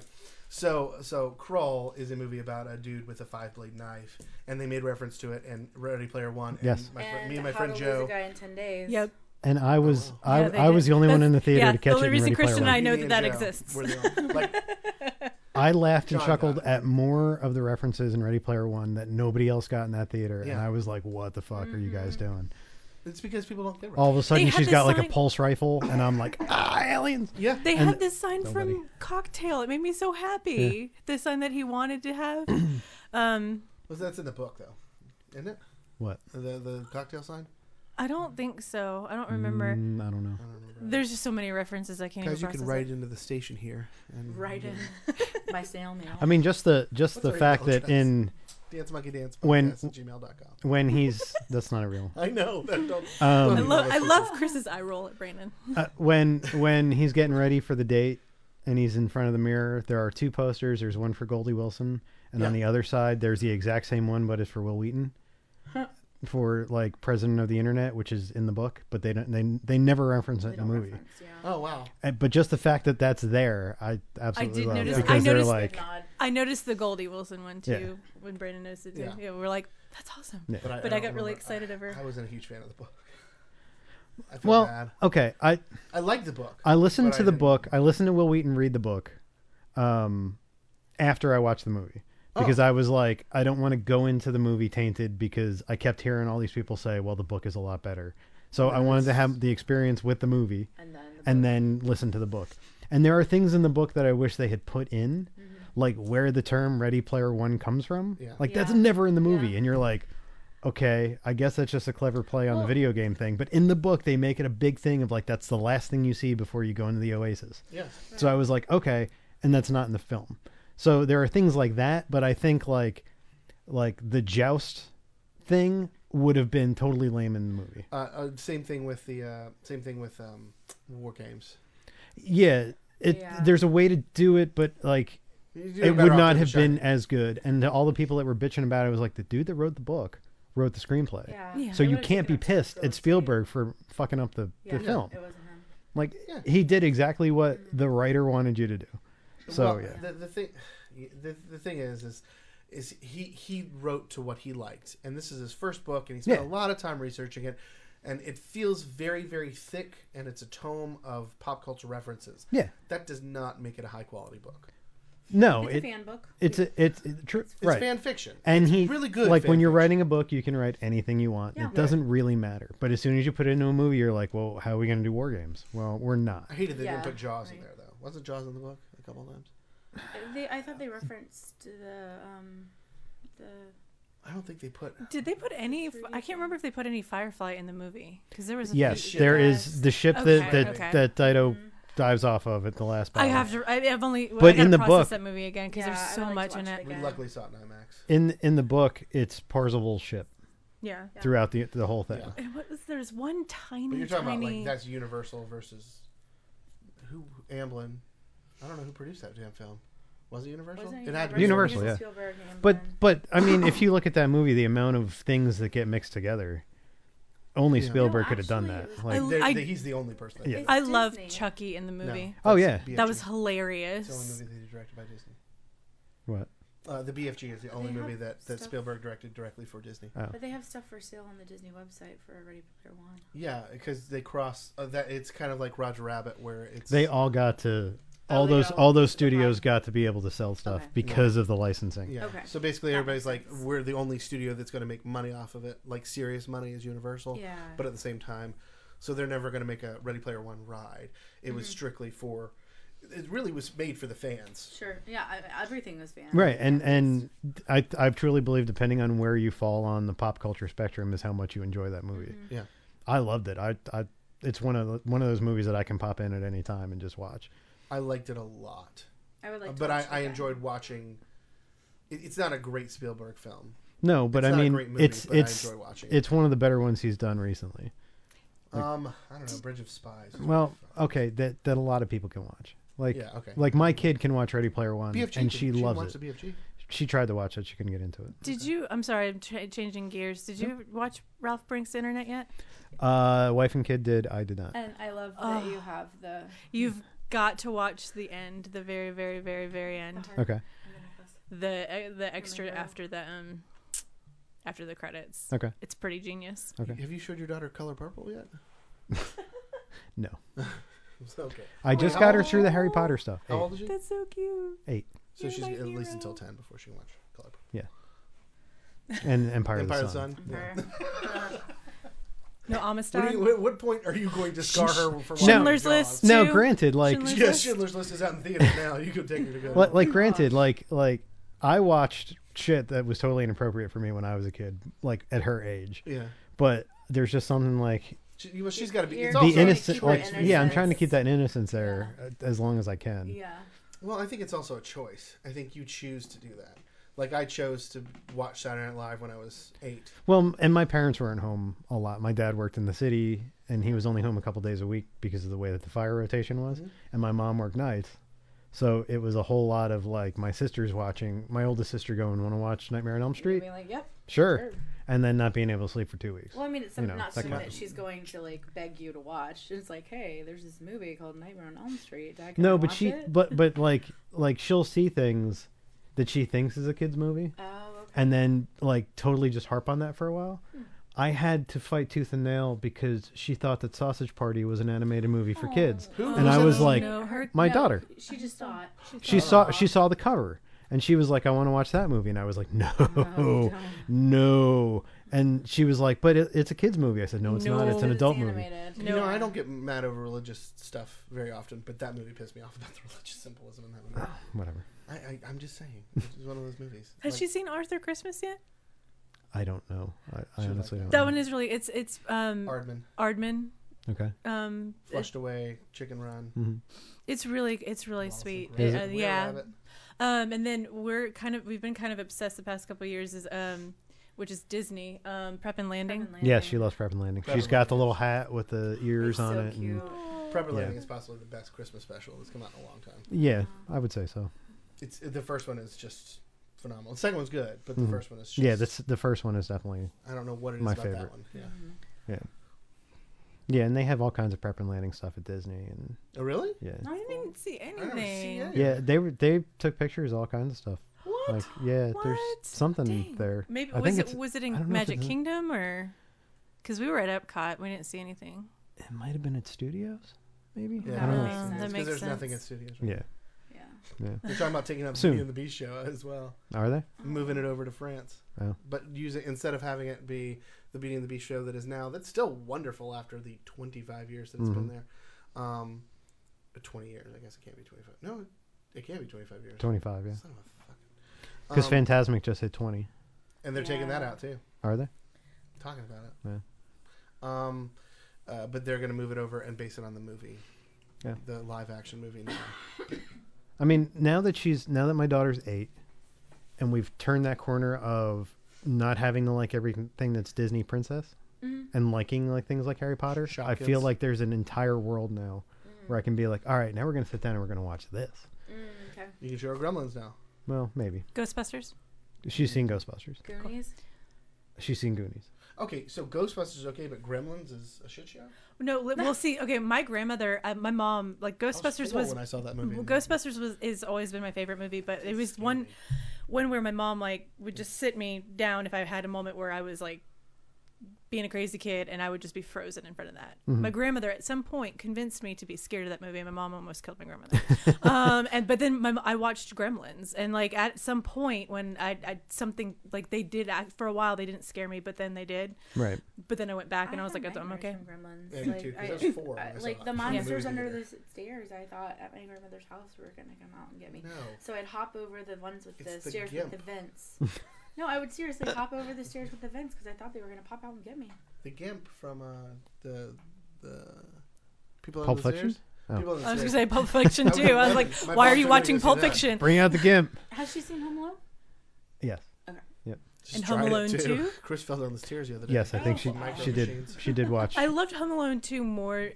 [SPEAKER 1] so so Crawl is a movie about a dude with a five blade knife, and they made reference to it in Ready Player One. And
[SPEAKER 4] Yes.
[SPEAKER 1] my fri-
[SPEAKER 2] And
[SPEAKER 1] me and my
[SPEAKER 2] How
[SPEAKER 1] friend
[SPEAKER 2] to Lose
[SPEAKER 1] Joe.
[SPEAKER 2] a guy in ten days.
[SPEAKER 5] Yep.
[SPEAKER 4] And I was
[SPEAKER 1] Oh, wow.
[SPEAKER 4] I,
[SPEAKER 5] Yeah, they
[SPEAKER 4] I was
[SPEAKER 5] did.
[SPEAKER 4] the only one
[SPEAKER 5] That's-
[SPEAKER 4] in the theater
[SPEAKER 5] yeah,
[SPEAKER 4] to catch
[SPEAKER 5] the only
[SPEAKER 4] it. in
[SPEAKER 5] reason
[SPEAKER 4] Ready Player
[SPEAKER 5] Christian and
[SPEAKER 4] One.
[SPEAKER 5] I know
[SPEAKER 1] Me
[SPEAKER 5] that that
[SPEAKER 1] Joe
[SPEAKER 5] exists.
[SPEAKER 1] were the only-
[SPEAKER 5] <laughs>
[SPEAKER 1] like,
[SPEAKER 4] I laughed and
[SPEAKER 1] John
[SPEAKER 4] chuckled
[SPEAKER 1] got it.
[SPEAKER 4] at more of the references in Ready Player One that nobody else got in that theater, and
[SPEAKER 1] Yeah.
[SPEAKER 4] I was like, "What the fuck are you guys doing?"
[SPEAKER 1] it's because people don't get it.
[SPEAKER 4] All of a sudden,
[SPEAKER 5] Mm-hmm. had
[SPEAKER 4] she's
[SPEAKER 5] the
[SPEAKER 4] got like a
[SPEAKER 5] sign-
[SPEAKER 4] pulse rifle, and I'm like, "Ah, aliens!"
[SPEAKER 1] yeah.
[SPEAKER 5] They
[SPEAKER 4] And
[SPEAKER 5] had this sign
[SPEAKER 4] nobody.
[SPEAKER 5] from Cocktail. It made me so happy. The sign that he wanted to
[SPEAKER 4] <clears throat>
[SPEAKER 5] have. um,
[SPEAKER 1] Well, that's in the book, though, isn't it?
[SPEAKER 4] What?
[SPEAKER 1] The the cocktail sign.
[SPEAKER 5] I don't think so. I don't remember.
[SPEAKER 4] Mm, I don't know.
[SPEAKER 1] I don't remember.
[SPEAKER 5] There's just so many references I can't.
[SPEAKER 1] Guys, you
[SPEAKER 5] even
[SPEAKER 1] can
[SPEAKER 5] process
[SPEAKER 1] write
[SPEAKER 5] it.
[SPEAKER 1] into the station here and
[SPEAKER 2] <laughs>
[SPEAKER 1] <laughs>
[SPEAKER 2] Right in by snail mail.
[SPEAKER 4] I mean, just the just
[SPEAKER 1] What's
[SPEAKER 4] the
[SPEAKER 1] our
[SPEAKER 4] fact
[SPEAKER 1] email
[SPEAKER 4] that
[SPEAKER 1] address?
[SPEAKER 4] in
[SPEAKER 1] dance monkey dance
[SPEAKER 4] When-
[SPEAKER 1] podcast at gmail.com.
[SPEAKER 4] when he's that's not a real.
[SPEAKER 1] I know. That <laughs> don't,
[SPEAKER 4] Um,
[SPEAKER 5] I
[SPEAKER 1] don't
[SPEAKER 5] love,
[SPEAKER 1] email
[SPEAKER 5] I
[SPEAKER 1] us.
[SPEAKER 5] love Chris's eye roll at Brandon.
[SPEAKER 4] Uh, when when he's getting ready for the date and he's in front of the mirror, there are two posters. There's one for Goldie Wilson, and on
[SPEAKER 1] Yeah.
[SPEAKER 4] the other side, there's the exact same one, but it's for Will Wheaton, for like president of the internet, which is in the book, but they don't they they never reference it
[SPEAKER 2] They
[SPEAKER 4] in the
[SPEAKER 2] don't
[SPEAKER 4] movie.
[SPEAKER 2] reference, yeah.
[SPEAKER 1] Oh wow!
[SPEAKER 4] Uh, But just the fact that that's there, I absolutely
[SPEAKER 5] did
[SPEAKER 4] love
[SPEAKER 5] notice-
[SPEAKER 4] it because
[SPEAKER 5] I
[SPEAKER 4] they're
[SPEAKER 5] noticed-
[SPEAKER 4] like,
[SPEAKER 2] Nod.
[SPEAKER 5] I noticed the Goldie Wilson one too
[SPEAKER 4] Yeah.
[SPEAKER 5] when Brandon noticed it too.
[SPEAKER 1] Yeah.
[SPEAKER 5] Yeah. we're like, that's awesome.
[SPEAKER 4] Yeah.
[SPEAKER 1] But I,
[SPEAKER 5] But I,
[SPEAKER 1] don't
[SPEAKER 5] got
[SPEAKER 1] remember.
[SPEAKER 5] really excited over.
[SPEAKER 1] I wasn't a huge fan of the book. I feel
[SPEAKER 4] well,
[SPEAKER 1] bad.
[SPEAKER 4] okay, I
[SPEAKER 1] I like the book.
[SPEAKER 4] I listened
[SPEAKER 1] But
[SPEAKER 4] to
[SPEAKER 1] I
[SPEAKER 4] the
[SPEAKER 1] didn't-
[SPEAKER 4] book. I listened to Will Wheaton read the book um, after I watched the movie
[SPEAKER 1] Oh.
[SPEAKER 4] because I was like, I don't want to go into the movie tainted because I kept hearing all these people say, well, the book is a lot better. So I wanted to have the experience with the movie
[SPEAKER 2] And then the
[SPEAKER 4] and then listen to the book. And there are things in the book that I wish they had put in, like where the term Ready Player One comes from.
[SPEAKER 1] Yeah.
[SPEAKER 4] Like that's
[SPEAKER 2] Mm-hmm. Yeah.
[SPEAKER 4] never in the movie.
[SPEAKER 2] Yeah.
[SPEAKER 4] And you're like, okay, I guess that's just a clever play on the
[SPEAKER 2] Well-
[SPEAKER 4] video game thing. But in the book, they make it a big thing of like, that's the last thing you see before you go into the Oasis.
[SPEAKER 1] yeah.
[SPEAKER 4] So I was like, okay, and that's not in the film. So there are things like that, but I think like like the joust thing would have been totally lame in the movie.
[SPEAKER 1] Uh, uh, same thing with the uh, same thing with um, War Games.
[SPEAKER 4] Yeah, it
[SPEAKER 2] Yeah.
[SPEAKER 4] there's a way to do it, but like
[SPEAKER 1] You do
[SPEAKER 4] it
[SPEAKER 1] better
[SPEAKER 4] would
[SPEAKER 1] off
[SPEAKER 4] not
[SPEAKER 1] with
[SPEAKER 4] have
[SPEAKER 1] The Shining.
[SPEAKER 4] been as good. And all the people that were bitching about it was like the dude that wrote the book wrote the screenplay.
[SPEAKER 2] Yeah.
[SPEAKER 5] Yeah.
[SPEAKER 4] So
[SPEAKER 2] They
[SPEAKER 4] you
[SPEAKER 2] would've
[SPEAKER 4] can't be
[SPEAKER 2] taken up
[SPEAKER 4] pissed
[SPEAKER 2] Phil's
[SPEAKER 4] at
[SPEAKER 2] seat.
[SPEAKER 4] Spielberg for fucking up the,
[SPEAKER 2] Yeah,
[SPEAKER 4] the film.
[SPEAKER 2] It wasn't him.
[SPEAKER 4] Like
[SPEAKER 1] Yeah.
[SPEAKER 4] he did exactly what
[SPEAKER 5] Mm-hmm.
[SPEAKER 4] the writer wanted you to do. So
[SPEAKER 1] Well,
[SPEAKER 4] yeah.
[SPEAKER 1] the, the thing, the, the thing is, is is he he wrote to what he liked, and this is his first book, and he spent
[SPEAKER 4] Yeah.
[SPEAKER 1] a lot of time researching it, and it feels very very thick, and it's a tome of pop culture references.
[SPEAKER 4] Yeah.
[SPEAKER 1] That does not make it a high quality book.
[SPEAKER 4] No,
[SPEAKER 2] It's a
[SPEAKER 4] it,
[SPEAKER 2] fan book.
[SPEAKER 4] it's a, it's it's true
[SPEAKER 1] It's
[SPEAKER 4] right.
[SPEAKER 1] fan fiction,
[SPEAKER 4] and
[SPEAKER 1] It's
[SPEAKER 4] he
[SPEAKER 1] really good.
[SPEAKER 4] like
[SPEAKER 1] fan
[SPEAKER 4] when you're
[SPEAKER 1] fiction.
[SPEAKER 4] writing a book you can write anything you want
[SPEAKER 2] Yeah.
[SPEAKER 4] it doesn't really matter but as soon as you put it into a movie you're like well how are we going to do war games well we're not
[SPEAKER 1] I hated they
[SPEAKER 2] Yeah,
[SPEAKER 1] didn't put Jaws in
[SPEAKER 2] right.
[SPEAKER 1] there though. Wasn't Jaws in the book a couple times?
[SPEAKER 2] They, I thought they referenced the um, the
[SPEAKER 1] I don't think they put.
[SPEAKER 5] Did they put any? I can't remember if they put any Firefly in the movie because there was. A
[SPEAKER 4] yes
[SPEAKER 1] ship.
[SPEAKER 4] there
[SPEAKER 2] Yes.
[SPEAKER 4] is the ship
[SPEAKER 5] Okay,
[SPEAKER 4] that that,
[SPEAKER 5] okay. Mm-hmm.
[SPEAKER 4] that dido
[SPEAKER 2] hmm,
[SPEAKER 4] dives off of at the last
[SPEAKER 5] I
[SPEAKER 4] battle
[SPEAKER 5] have to. I, I've only. Well,
[SPEAKER 4] But
[SPEAKER 5] I gotta
[SPEAKER 4] in the
[SPEAKER 5] process
[SPEAKER 4] book-
[SPEAKER 5] that movie again because
[SPEAKER 2] Yeah,
[SPEAKER 5] there's
[SPEAKER 2] I
[SPEAKER 5] so
[SPEAKER 2] would like
[SPEAKER 5] much
[SPEAKER 2] to
[SPEAKER 5] in
[SPEAKER 2] watch it
[SPEAKER 5] it.
[SPEAKER 1] We
[SPEAKER 2] Yeah.
[SPEAKER 1] luckily saw it in IMAX.
[SPEAKER 4] in in the book it's Parzival's ship
[SPEAKER 5] Yeah.
[SPEAKER 4] throughout the the whole thing
[SPEAKER 1] Yeah.
[SPEAKER 5] And what was there's one tiny,
[SPEAKER 1] But you're talking
[SPEAKER 5] tiny.
[SPEAKER 1] about like that's Universal versus who Amblin. I don't know who produced that damn film. Was it Universal?
[SPEAKER 2] wasn't
[SPEAKER 1] it had to be
[SPEAKER 4] Universal,
[SPEAKER 2] It
[SPEAKER 4] yeah.
[SPEAKER 2] was Spielberg and
[SPEAKER 4] but
[SPEAKER 2] Hamlin.
[SPEAKER 4] but I mean if you look at that movie the amount of things that get mixed together only
[SPEAKER 1] Yeah.
[SPEAKER 4] Spielberg
[SPEAKER 2] No,
[SPEAKER 4] could have done
[SPEAKER 2] actually,
[SPEAKER 4] that
[SPEAKER 2] it was-
[SPEAKER 4] like
[SPEAKER 5] I-
[SPEAKER 1] They're-
[SPEAKER 5] I-
[SPEAKER 1] they- he's the only person. That
[SPEAKER 4] Yeah.
[SPEAKER 1] did
[SPEAKER 5] I
[SPEAKER 2] It's
[SPEAKER 5] love
[SPEAKER 2] Disney.
[SPEAKER 5] Chucky in the
[SPEAKER 1] that. No,
[SPEAKER 5] movie.
[SPEAKER 4] Oh,
[SPEAKER 1] that's
[SPEAKER 4] yeah.
[SPEAKER 5] That
[SPEAKER 1] BFG.
[SPEAKER 5] was
[SPEAKER 1] It's the only
[SPEAKER 5] hilarious.
[SPEAKER 1] movie that he directed by Disney.
[SPEAKER 4] what
[SPEAKER 1] Uh, the BFG is the only
[SPEAKER 2] have
[SPEAKER 1] movie that, that
[SPEAKER 2] stuff-
[SPEAKER 1] Spielberg directed directly for Disney.
[SPEAKER 2] But they have stuff for sale on the Disney website for Ready Player One.
[SPEAKER 1] Yeah, because they cross uh, that. It's kind of like Roger Rabbit, where it's
[SPEAKER 4] they all got to
[SPEAKER 2] Oh,
[SPEAKER 4] all
[SPEAKER 2] they
[SPEAKER 4] those
[SPEAKER 2] all-
[SPEAKER 4] all those studios got to be able to sell stuff
[SPEAKER 2] Okay.
[SPEAKER 4] because of the licensing.
[SPEAKER 1] Yeah.
[SPEAKER 2] Okay.
[SPEAKER 1] So basically,
[SPEAKER 2] That
[SPEAKER 1] everybody's
[SPEAKER 2] makes
[SPEAKER 1] like,
[SPEAKER 2] sense.
[SPEAKER 1] we're the only studio that's going to make money off of it. Like serious money is Universal.
[SPEAKER 2] Yeah.
[SPEAKER 1] But at the same time, so they're never going to make a Ready Player One ride. It
[SPEAKER 2] Mm-hmm.
[SPEAKER 1] was strictly for. It really was made for the fans.
[SPEAKER 2] Sure. Yeah. I, everything was fan.
[SPEAKER 4] Right, and and I I truly believe depending on where you fall on the pop culture spectrum is how much you enjoy that movie.
[SPEAKER 2] Mm-hmm.
[SPEAKER 1] Yeah.
[SPEAKER 4] I loved it. I I it's one of the, one of those movies that I can pop in at any time and just watch.
[SPEAKER 1] I liked it a lot,
[SPEAKER 2] I would like. to
[SPEAKER 1] but I,
[SPEAKER 2] watch it
[SPEAKER 1] I
[SPEAKER 2] again.
[SPEAKER 1] enjoyed watching. It, it's not a great Spielberg film.
[SPEAKER 4] No, but
[SPEAKER 1] It's
[SPEAKER 4] I
[SPEAKER 1] not a
[SPEAKER 4] mean
[SPEAKER 1] great movie,
[SPEAKER 4] it's
[SPEAKER 1] but I
[SPEAKER 4] it's
[SPEAKER 1] enjoy watching it.
[SPEAKER 4] it's one of the better ones he's done recently.
[SPEAKER 1] Um, I don't know. Bridge of Spies.
[SPEAKER 4] Well, okay, that that a lot of people can watch. Like
[SPEAKER 1] Yeah, okay.
[SPEAKER 4] like my kid can watch Ready Player One
[SPEAKER 1] BFG.
[SPEAKER 4] and she
[SPEAKER 1] did you
[SPEAKER 4] loves
[SPEAKER 1] watch
[SPEAKER 4] it.
[SPEAKER 1] The BFG.
[SPEAKER 4] She tried to watch it, she couldn't get into it.
[SPEAKER 5] Did you? I'm sorry, I'm tra- changing gears. Did you watch Ralph Brink's Internet yet?
[SPEAKER 4] Uh, wife and kid did. I did not.
[SPEAKER 2] And I love that you have the.
[SPEAKER 5] You've got to watch the end, the very, very, very, very end,
[SPEAKER 2] heart
[SPEAKER 4] Okay.
[SPEAKER 2] necklace.
[SPEAKER 5] the uh, the extra
[SPEAKER 2] Remember?
[SPEAKER 5] after the um after the credits.
[SPEAKER 4] Okay.
[SPEAKER 5] It's pretty genius.
[SPEAKER 4] Okay.
[SPEAKER 1] Have you showed your daughter Color Purple yet?
[SPEAKER 4] <laughs>
[SPEAKER 1] <laughs>
[SPEAKER 4] No.
[SPEAKER 1] Okay.
[SPEAKER 4] I just got her through the
[SPEAKER 5] oh.
[SPEAKER 4] Harry Potter stuff.
[SPEAKER 1] How
[SPEAKER 4] Eight.
[SPEAKER 1] old is she?
[SPEAKER 5] That's so cute.
[SPEAKER 4] Eight.
[SPEAKER 1] So
[SPEAKER 5] You're
[SPEAKER 1] she's
[SPEAKER 5] my
[SPEAKER 1] at least
[SPEAKER 5] hero.
[SPEAKER 1] until ten before she can watch Color Purple.
[SPEAKER 4] And Empire,
[SPEAKER 1] Empire
[SPEAKER 4] of the Sun.
[SPEAKER 1] Yeah.
[SPEAKER 2] Her.
[SPEAKER 1] <laughs>
[SPEAKER 5] No,
[SPEAKER 1] What,
[SPEAKER 5] Amistad.
[SPEAKER 1] do you, what, what point are you going to scar her for watching
[SPEAKER 5] Schindler's
[SPEAKER 1] Jaws?
[SPEAKER 5] List.
[SPEAKER 4] No,
[SPEAKER 5] Two.
[SPEAKER 4] granted, like,
[SPEAKER 5] Schindler's
[SPEAKER 1] Yes, Schindler's List is out in theaters now. You can take her to go.
[SPEAKER 4] like, like, granted, like, like, I watched shit that was totally inappropriate for me when I was a kid, like at her age.
[SPEAKER 1] yeah,
[SPEAKER 4] But there's just something like
[SPEAKER 1] she, well, she's got to be. It's
[SPEAKER 2] The
[SPEAKER 1] also,
[SPEAKER 4] the innocent,
[SPEAKER 2] keep her
[SPEAKER 4] like, yeah. I'm
[SPEAKER 2] innocence.
[SPEAKER 4] trying to keep that innocence there uh, as long as I can.
[SPEAKER 2] <laughs> Yeah.
[SPEAKER 1] Well, I think it's also a choice. I think you choose to do that. Like I chose to watch Saturday Night Live when I was eight.
[SPEAKER 4] Well, m- and my parents weren't home a lot. My dad worked in the city, and he was only home a couple days a week because of the way that the fire rotation was.
[SPEAKER 2] Mm-hmm.
[SPEAKER 4] And my mom worked nights, so it was a whole lot of like my sisters watching. My oldest sister going, "Want to watch Nightmare on Elm
[SPEAKER 2] I
[SPEAKER 4] Street?"
[SPEAKER 2] mean, like, yep.
[SPEAKER 4] Sure.
[SPEAKER 2] sure.
[SPEAKER 4] And then not being able to sleep for two weeks.
[SPEAKER 2] Well, I mean, it's
[SPEAKER 4] You
[SPEAKER 2] something
[SPEAKER 4] know,
[SPEAKER 2] not
[SPEAKER 4] that
[SPEAKER 2] something
[SPEAKER 4] kind
[SPEAKER 2] that she's going to like beg you to watch. It's like, hey, there's this movie called Nightmare on Elm Street. Dad, can I
[SPEAKER 4] No, but
[SPEAKER 2] watch
[SPEAKER 4] she,
[SPEAKER 2] it?
[SPEAKER 4] but
[SPEAKER 2] <laughs>
[SPEAKER 4] but like like she'll see things that she thinks is a kids movie,
[SPEAKER 2] Oh, okay.
[SPEAKER 4] and then like totally just harp on that for a while.
[SPEAKER 2] Hmm.
[SPEAKER 4] I had to fight tooth and nail because she thought that Sausage Party was an animated movie for kids,
[SPEAKER 1] Who-
[SPEAKER 4] and
[SPEAKER 1] who
[SPEAKER 4] I
[SPEAKER 1] said
[SPEAKER 4] was
[SPEAKER 1] that?
[SPEAKER 4] like,
[SPEAKER 5] no, her,
[SPEAKER 4] my
[SPEAKER 2] No,
[SPEAKER 4] daughter.
[SPEAKER 2] She just saw it.
[SPEAKER 4] She saw she saw the cover and she was like, I want to watch that movie, and I was like, No,
[SPEAKER 2] Oh,
[SPEAKER 4] <laughs> no,
[SPEAKER 2] don't.
[SPEAKER 4] and she was like, But it, it's a kids movie. I said, No, it's not.
[SPEAKER 5] No.
[SPEAKER 4] It's an
[SPEAKER 2] It's
[SPEAKER 4] adult movie.
[SPEAKER 2] animated.
[SPEAKER 1] You know, I don't get mad over religious stuff very often, but that movie pissed me off about the <laughs> religious symbolism in that movie.
[SPEAKER 4] Ah. Whatever.
[SPEAKER 1] I, I, I'm just
[SPEAKER 4] <laughs>
[SPEAKER 1] saying, it's one of those movies.
[SPEAKER 5] Has
[SPEAKER 1] Like,
[SPEAKER 5] she seen Arthur Christmas yet?
[SPEAKER 4] I don't know. I, I
[SPEAKER 1] She'll
[SPEAKER 4] honestly
[SPEAKER 1] like
[SPEAKER 4] don't.
[SPEAKER 5] That
[SPEAKER 4] Know.
[SPEAKER 5] one is really. It's it's um
[SPEAKER 1] Aardman,
[SPEAKER 5] Ardman.
[SPEAKER 4] Okay. Mm-hmm.
[SPEAKER 5] Um, it-
[SPEAKER 1] Flushed Away, Chicken Run,
[SPEAKER 5] it's really it's really
[SPEAKER 1] Wallace and
[SPEAKER 5] sweet.
[SPEAKER 1] Gromit,
[SPEAKER 5] Uh,
[SPEAKER 1] Were
[SPEAKER 5] yeah.
[SPEAKER 1] Rabbit.
[SPEAKER 5] Um, and then we're kind of we've been kind of obsessed the past couple of years is um, which is Disney um, Prep and Landing.
[SPEAKER 4] Yeah, she loves Prep and Landing.
[SPEAKER 1] Prep
[SPEAKER 4] She's
[SPEAKER 1] and
[SPEAKER 4] got the little hat with the ears on it.
[SPEAKER 2] Cute.
[SPEAKER 4] And,
[SPEAKER 1] Prepper
[SPEAKER 4] Yeah.
[SPEAKER 1] Landing is possibly the best Christmas special that's come out in a long time.
[SPEAKER 4] yeah, I would say so.
[SPEAKER 1] It's the first one is just phenomenal. The second one's good, but the first one is just,
[SPEAKER 4] Mm-hmm. Yeah, this the first one is definitely
[SPEAKER 1] I don't know what it is
[SPEAKER 4] my
[SPEAKER 1] about that
[SPEAKER 4] favorite.
[SPEAKER 1] one. Yeah.
[SPEAKER 4] yeah. Yeah, and they have all kinds of prep and landing stuff at Disney, and
[SPEAKER 1] Oh, really?
[SPEAKER 4] yeah,
[SPEAKER 5] I didn't see
[SPEAKER 1] I don't see
[SPEAKER 5] anything.
[SPEAKER 1] it.
[SPEAKER 4] yeah, they were they took pictures, of all kinds of stuff.
[SPEAKER 5] What?
[SPEAKER 4] Like, yeah, there's
[SPEAKER 5] What?
[SPEAKER 4] something
[SPEAKER 5] Dang.
[SPEAKER 4] there.
[SPEAKER 5] Maybe
[SPEAKER 4] I
[SPEAKER 5] was
[SPEAKER 4] think
[SPEAKER 5] it
[SPEAKER 4] it's-
[SPEAKER 5] was it
[SPEAKER 4] I don't
[SPEAKER 5] in
[SPEAKER 4] know if
[SPEAKER 5] Magic
[SPEAKER 4] it's in-
[SPEAKER 5] Kingdom or because we were at Epcot, we didn't see anything.
[SPEAKER 4] It might have been at studios, maybe.
[SPEAKER 1] Yeah,
[SPEAKER 4] I don't
[SPEAKER 5] that
[SPEAKER 4] know.
[SPEAKER 5] makes
[SPEAKER 1] It's
[SPEAKER 5] sense.
[SPEAKER 1] 'cause
[SPEAKER 5] makes
[SPEAKER 1] there's nothing at
[SPEAKER 5] sense.
[SPEAKER 1] studios.
[SPEAKER 4] Yeah,
[SPEAKER 2] Yeah.
[SPEAKER 1] They're talking about taking up the
[SPEAKER 4] Soon.
[SPEAKER 1] Beauty and the Beast show as well,
[SPEAKER 4] are they?
[SPEAKER 1] moving it over to France.
[SPEAKER 4] Oh.
[SPEAKER 1] But use it instead of having it be the Beauty and the Beast show that is now. That's still wonderful after the 25 years that it's
[SPEAKER 4] Mm-hmm.
[SPEAKER 1] been there. Um, 20 years, I guess it can't be 25. No, it can't be 25 years.
[SPEAKER 4] Twenty five, yeah.
[SPEAKER 1] Son of a fucking.
[SPEAKER 4] Because
[SPEAKER 1] Um,
[SPEAKER 4] Fantasmic just hit twenty.
[SPEAKER 1] and they're taking
[SPEAKER 2] Yeah.
[SPEAKER 1] that out too.
[SPEAKER 4] Are they?
[SPEAKER 1] Talking about it. Yeah. Um, uh, but they're going to move it over and base it on the movie.
[SPEAKER 4] Yeah.
[SPEAKER 1] The live action movie now.
[SPEAKER 4] I mean, now that she's now that my daughter's eight, and we've turned that corner of not having to like everything that's Disney princess, and liking like things like Harry Potter.
[SPEAKER 1] Shock
[SPEAKER 4] I feel
[SPEAKER 1] kids.
[SPEAKER 4] like there's an entire world now where I can be like, all right, now we're gonna sit down and we're gonna watch this.
[SPEAKER 2] okay.
[SPEAKER 1] You can show her Gremlins now.
[SPEAKER 4] Well, maybe
[SPEAKER 5] Ghostbusters.
[SPEAKER 4] she's seen Ghostbusters.
[SPEAKER 2] Goonies.
[SPEAKER 4] She's seen Goonies.
[SPEAKER 1] Okay, so Ghostbusters is okay, but Gremlins is a shit show.
[SPEAKER 5] No, li- we'll see. Okay, my grandmother, uh, my mom, like
[SPEAKER 1] I was
[SPEAKER 5] Ghostbusters
[SPEAKER 1] four
[SPEAKER 5] was
[SPEAKER 1] when I saw that movie.
[SPEAKER 5] Well, Ghostbusters was is always been my favorite movie, but it was one one where my mom like would just sit me down if I had a moment where I was like being a crazy kid and I would just be frozen in front of that. My grandmother at some point convinced me to be scared of that movie and my mom almost killed my <laughs> grandmother. um and but then my m- I watched Gremlins and like at some point when I, I something like they did act for a while they didn't scare me but then they did.
[SPEAKER 4] Right.
[SPEAKER 5] But then I went back and I,
[SPEAKER 2] had
[SPEAKER 5] was like I'm
[SPEAKER 2] nightmares
[SPEAKER 5] okay.
[SPEAKER 2] from Gremlins.
[SPEAKER 1] Yeah, me
[SPEAKER 2] like,
[SPEAKER 1] too, 'cause
[SPEAKER 2] I-
[SPEAKER 1] I was
[SPEAKER 2] <laughs>
[SPEAKER 1] four when
[SPEAKER 2] I-
[SPEAKER 1] I saw
[SPEAKER 2] like
[SPEAKER 1] that
[SPEAKER 2] the
[SPEAKER 1] in the
[SPEAKER 2] monsters
[SPEAKER 1] movie
[SPEAKER 2] under the
[SPEAKER 1] theater.
[SPEAKER 2] s- stairs, I thought at my grandmother's house were gonna come out and get me.
[SPEAKER 1] No.
[SPEAKER 2] So I'd hop over the ones with
[SPEAKER 1] It's
[SPEAKER 2] the
[SPEAKER 1] the
[SPEAKER 2] stairs
[SPEAKER 1] gimp. Uh,
[SPEAKER 2] with
[SPEAKER 4] <laughs>
[SPEAKER 2] the vents. no, I would seriously hop over the stairs with the vents because I thought they were gonna pop out and get me.
[SPEAKER 1] The Gimp from uh, the the people
[SPEAKER 4] Pulp
[SPEAKER 1] under the
[SPEAKER 4] Fiction?
[SPEAKER 1] stairs.
[SPEAKER 4] Oh.
[SPEAKER 1] People under
[SPEAKER 5] I was
[SPEAKER 1] the
[SPEAKER 5] going to
[SPEAKER 1] stairs.
[SPEAKER 5] say Pulp <laughs> Fiction
[SPEAKER 1] That was
[SPEAKER 5] too. I was
[SPEAKER 1] eleven.
[SPEAKER 5] like
[SPEAKER 1] My
[SPEAKER 5] why
[SPEAKER 1] mom
[SPEAKER 5] are you
[SPEAKER 1] told me
[SPEAKER 5] watching
[SPEAKER 1] to see
[SPEAKER 5] Pulp
[SPEAKER 1] that.
[SPEAKER 5] Fiction?
[SPEAKER 4] Bring out the gimp.
[SPEAKER 2] Has she seen Home Alone?
[SPEAKER 4] Yes.
[SPEAKER 1] She's
[SPEAKER 5] And Home
[SPEAKER 1] tried it,
[SPEAKER 5] Alone
[SPEAKER 1] too.
[SPEAKER 5] too?
[SPEAKER 1] <laughs> Chris fell down the stairs the other day.
[SPEAKER 4] Yes, I think she
[SPEAKER 1] Oh, wow.
[SPEAKER 4] she did
[SPEAKER 1] Micro-machines.
[SPEAKER 4] she did watch.
[SPEAKER 5] I loved Home Alone 2 more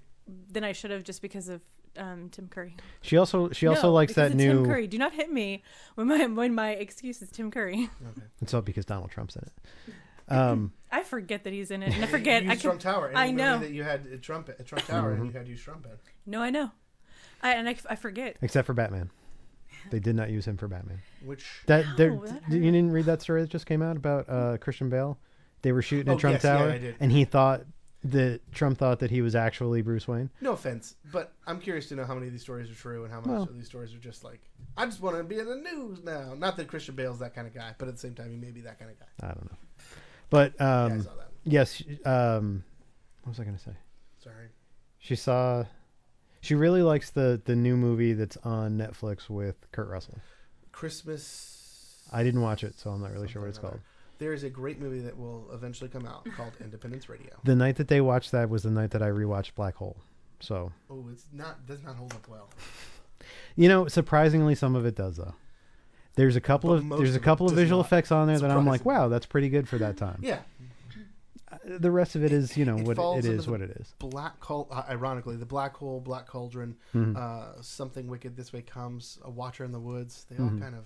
[SPEAKER 5] than I should have just because of um, Tim Curry.
[SPEAKER 4] She also she also
[SPEAKER 5] No,
[SPEAKER 4] likes
[SPEAKER 5] because
[SPEAKER 4] that
[SPEAKER 5] it's Tim
[SPEAKER 4] new.
[SPEAKER 5] Curry. Do not hit me when my when my excuse is Tim Curry. <laughs>
[SPEAKER 4] It's all because Donald Trump's in it. Um,
[SPEAKER 5] I forget that he's in it,
[SPEAKER 1] <laughs>
[SPEAKER 5] and I
[SPEAKER 1] You
[SPEAKER 5] forget.
[SPEAKER 1] used
[SPEAKER 5] I can,
[SPEAKER 1] Trump Tower. Any
[SPEAKER 5] I
[SPEAKER 1] movie
[SPEAKER 5] know.
[SPEAKER 1] that you had a Trump a Trump Tower
[SPEAKER 4] Mm-hmm.
[SPEAKER 1] and you had used Trump in.
[SPEAKER 5] <laughs> no, I know. I, and I, I forget.
[SPEAKER 4] except for Batman, they did not use him for Batman.
[SPEAKER 1] Which
[SPEAKER 4] That, there,
[SPEAKER 5] No, that
[SPEAKER 4] d- you didn't read that story that just came out about uh, Christian Bale. They were shooting at
[SPEAKER 1] Oh,
[SPEAKER 4] Trump
[SPEAKER 1] yes, yeah,
[SPEAKER 4] Tower,
[SPEAKER 1] I did.
[SPEAKER 4] and he thought that Trump thought that he was actually Bruce Wayne.
[SPEAKER 1] no offense, but I'm curious to know how many of these stories are true and how much
[SPEAKER 4] Well.
[SPEAKER 1] of these stories are just like I just want to be in the news now. Not that Christian Bale's that kind of guy, but at the same time he may be that kind of guy.
[SPEAKER 4] I don't know, but
[SPEAKER 1] yeah, I
[SPEAKER 4] um,
[SPEAKER 1] saw that.
[SPEAKER 4] yes, um, what was I going to say?
[SPEAKER 1] Sorry.
[SPEAKER 4] She saw, she really likes the the new movie that's on Netflix with Kurt Russell.
[SPEAKER 1] Christmas.
[SPEAKER 4] I didn't watch it, so I'm not really sure what it's
[SPEAKER 1] something or
[SPEAKER 4] called.
[SPEAKER 1] other. There is a great movie that will eventually come out called Independence Radio.
[SPEAKER 4] The night that they watched that was the night that I rewatched Black Hole. So
[SPEAKER 1] Oh, it's not does not hold up well.
[SPEAKER 4] you know, surprisingly, some of it does though. There's a couple
[SPEAKER 1] But
[SPEAKER 4] of
[SPEAKER 1] most
[SPEAKER 4] there's a
[SPEAKER 1] of it
[SPEAKER 4] couple of
[SPEAKER 1] does
[SPEAKER 4] visual
[SPEAKER 1] not.
[SPEAKER 4] effects on there that I'm like,
[SPEAKER 1] Surprisingly.
[SPEAKER 4] wow, that's pretty good for that time.
[SPEAKER 1] Yeah,
[SPEAKER 4] The rest of it is, you know,
[SPEAKER 1] it
[SPEAKER 4] what
[SPEAKER 1] falls
[SPEAKER 4] it
[SPEAKER 1] into
[SPEAKER 4] is,
[SPEAKER 1] the-
[SPEAKER 4] what it is.
[SPEAKER 1] black hole. Uh, ironically, the black hole, black cauldron,
[SPEAKER 4] Mm-hmm.
[SPEAKER 1] uh, something wicked this way comes. A watcher in the woods. They all kind of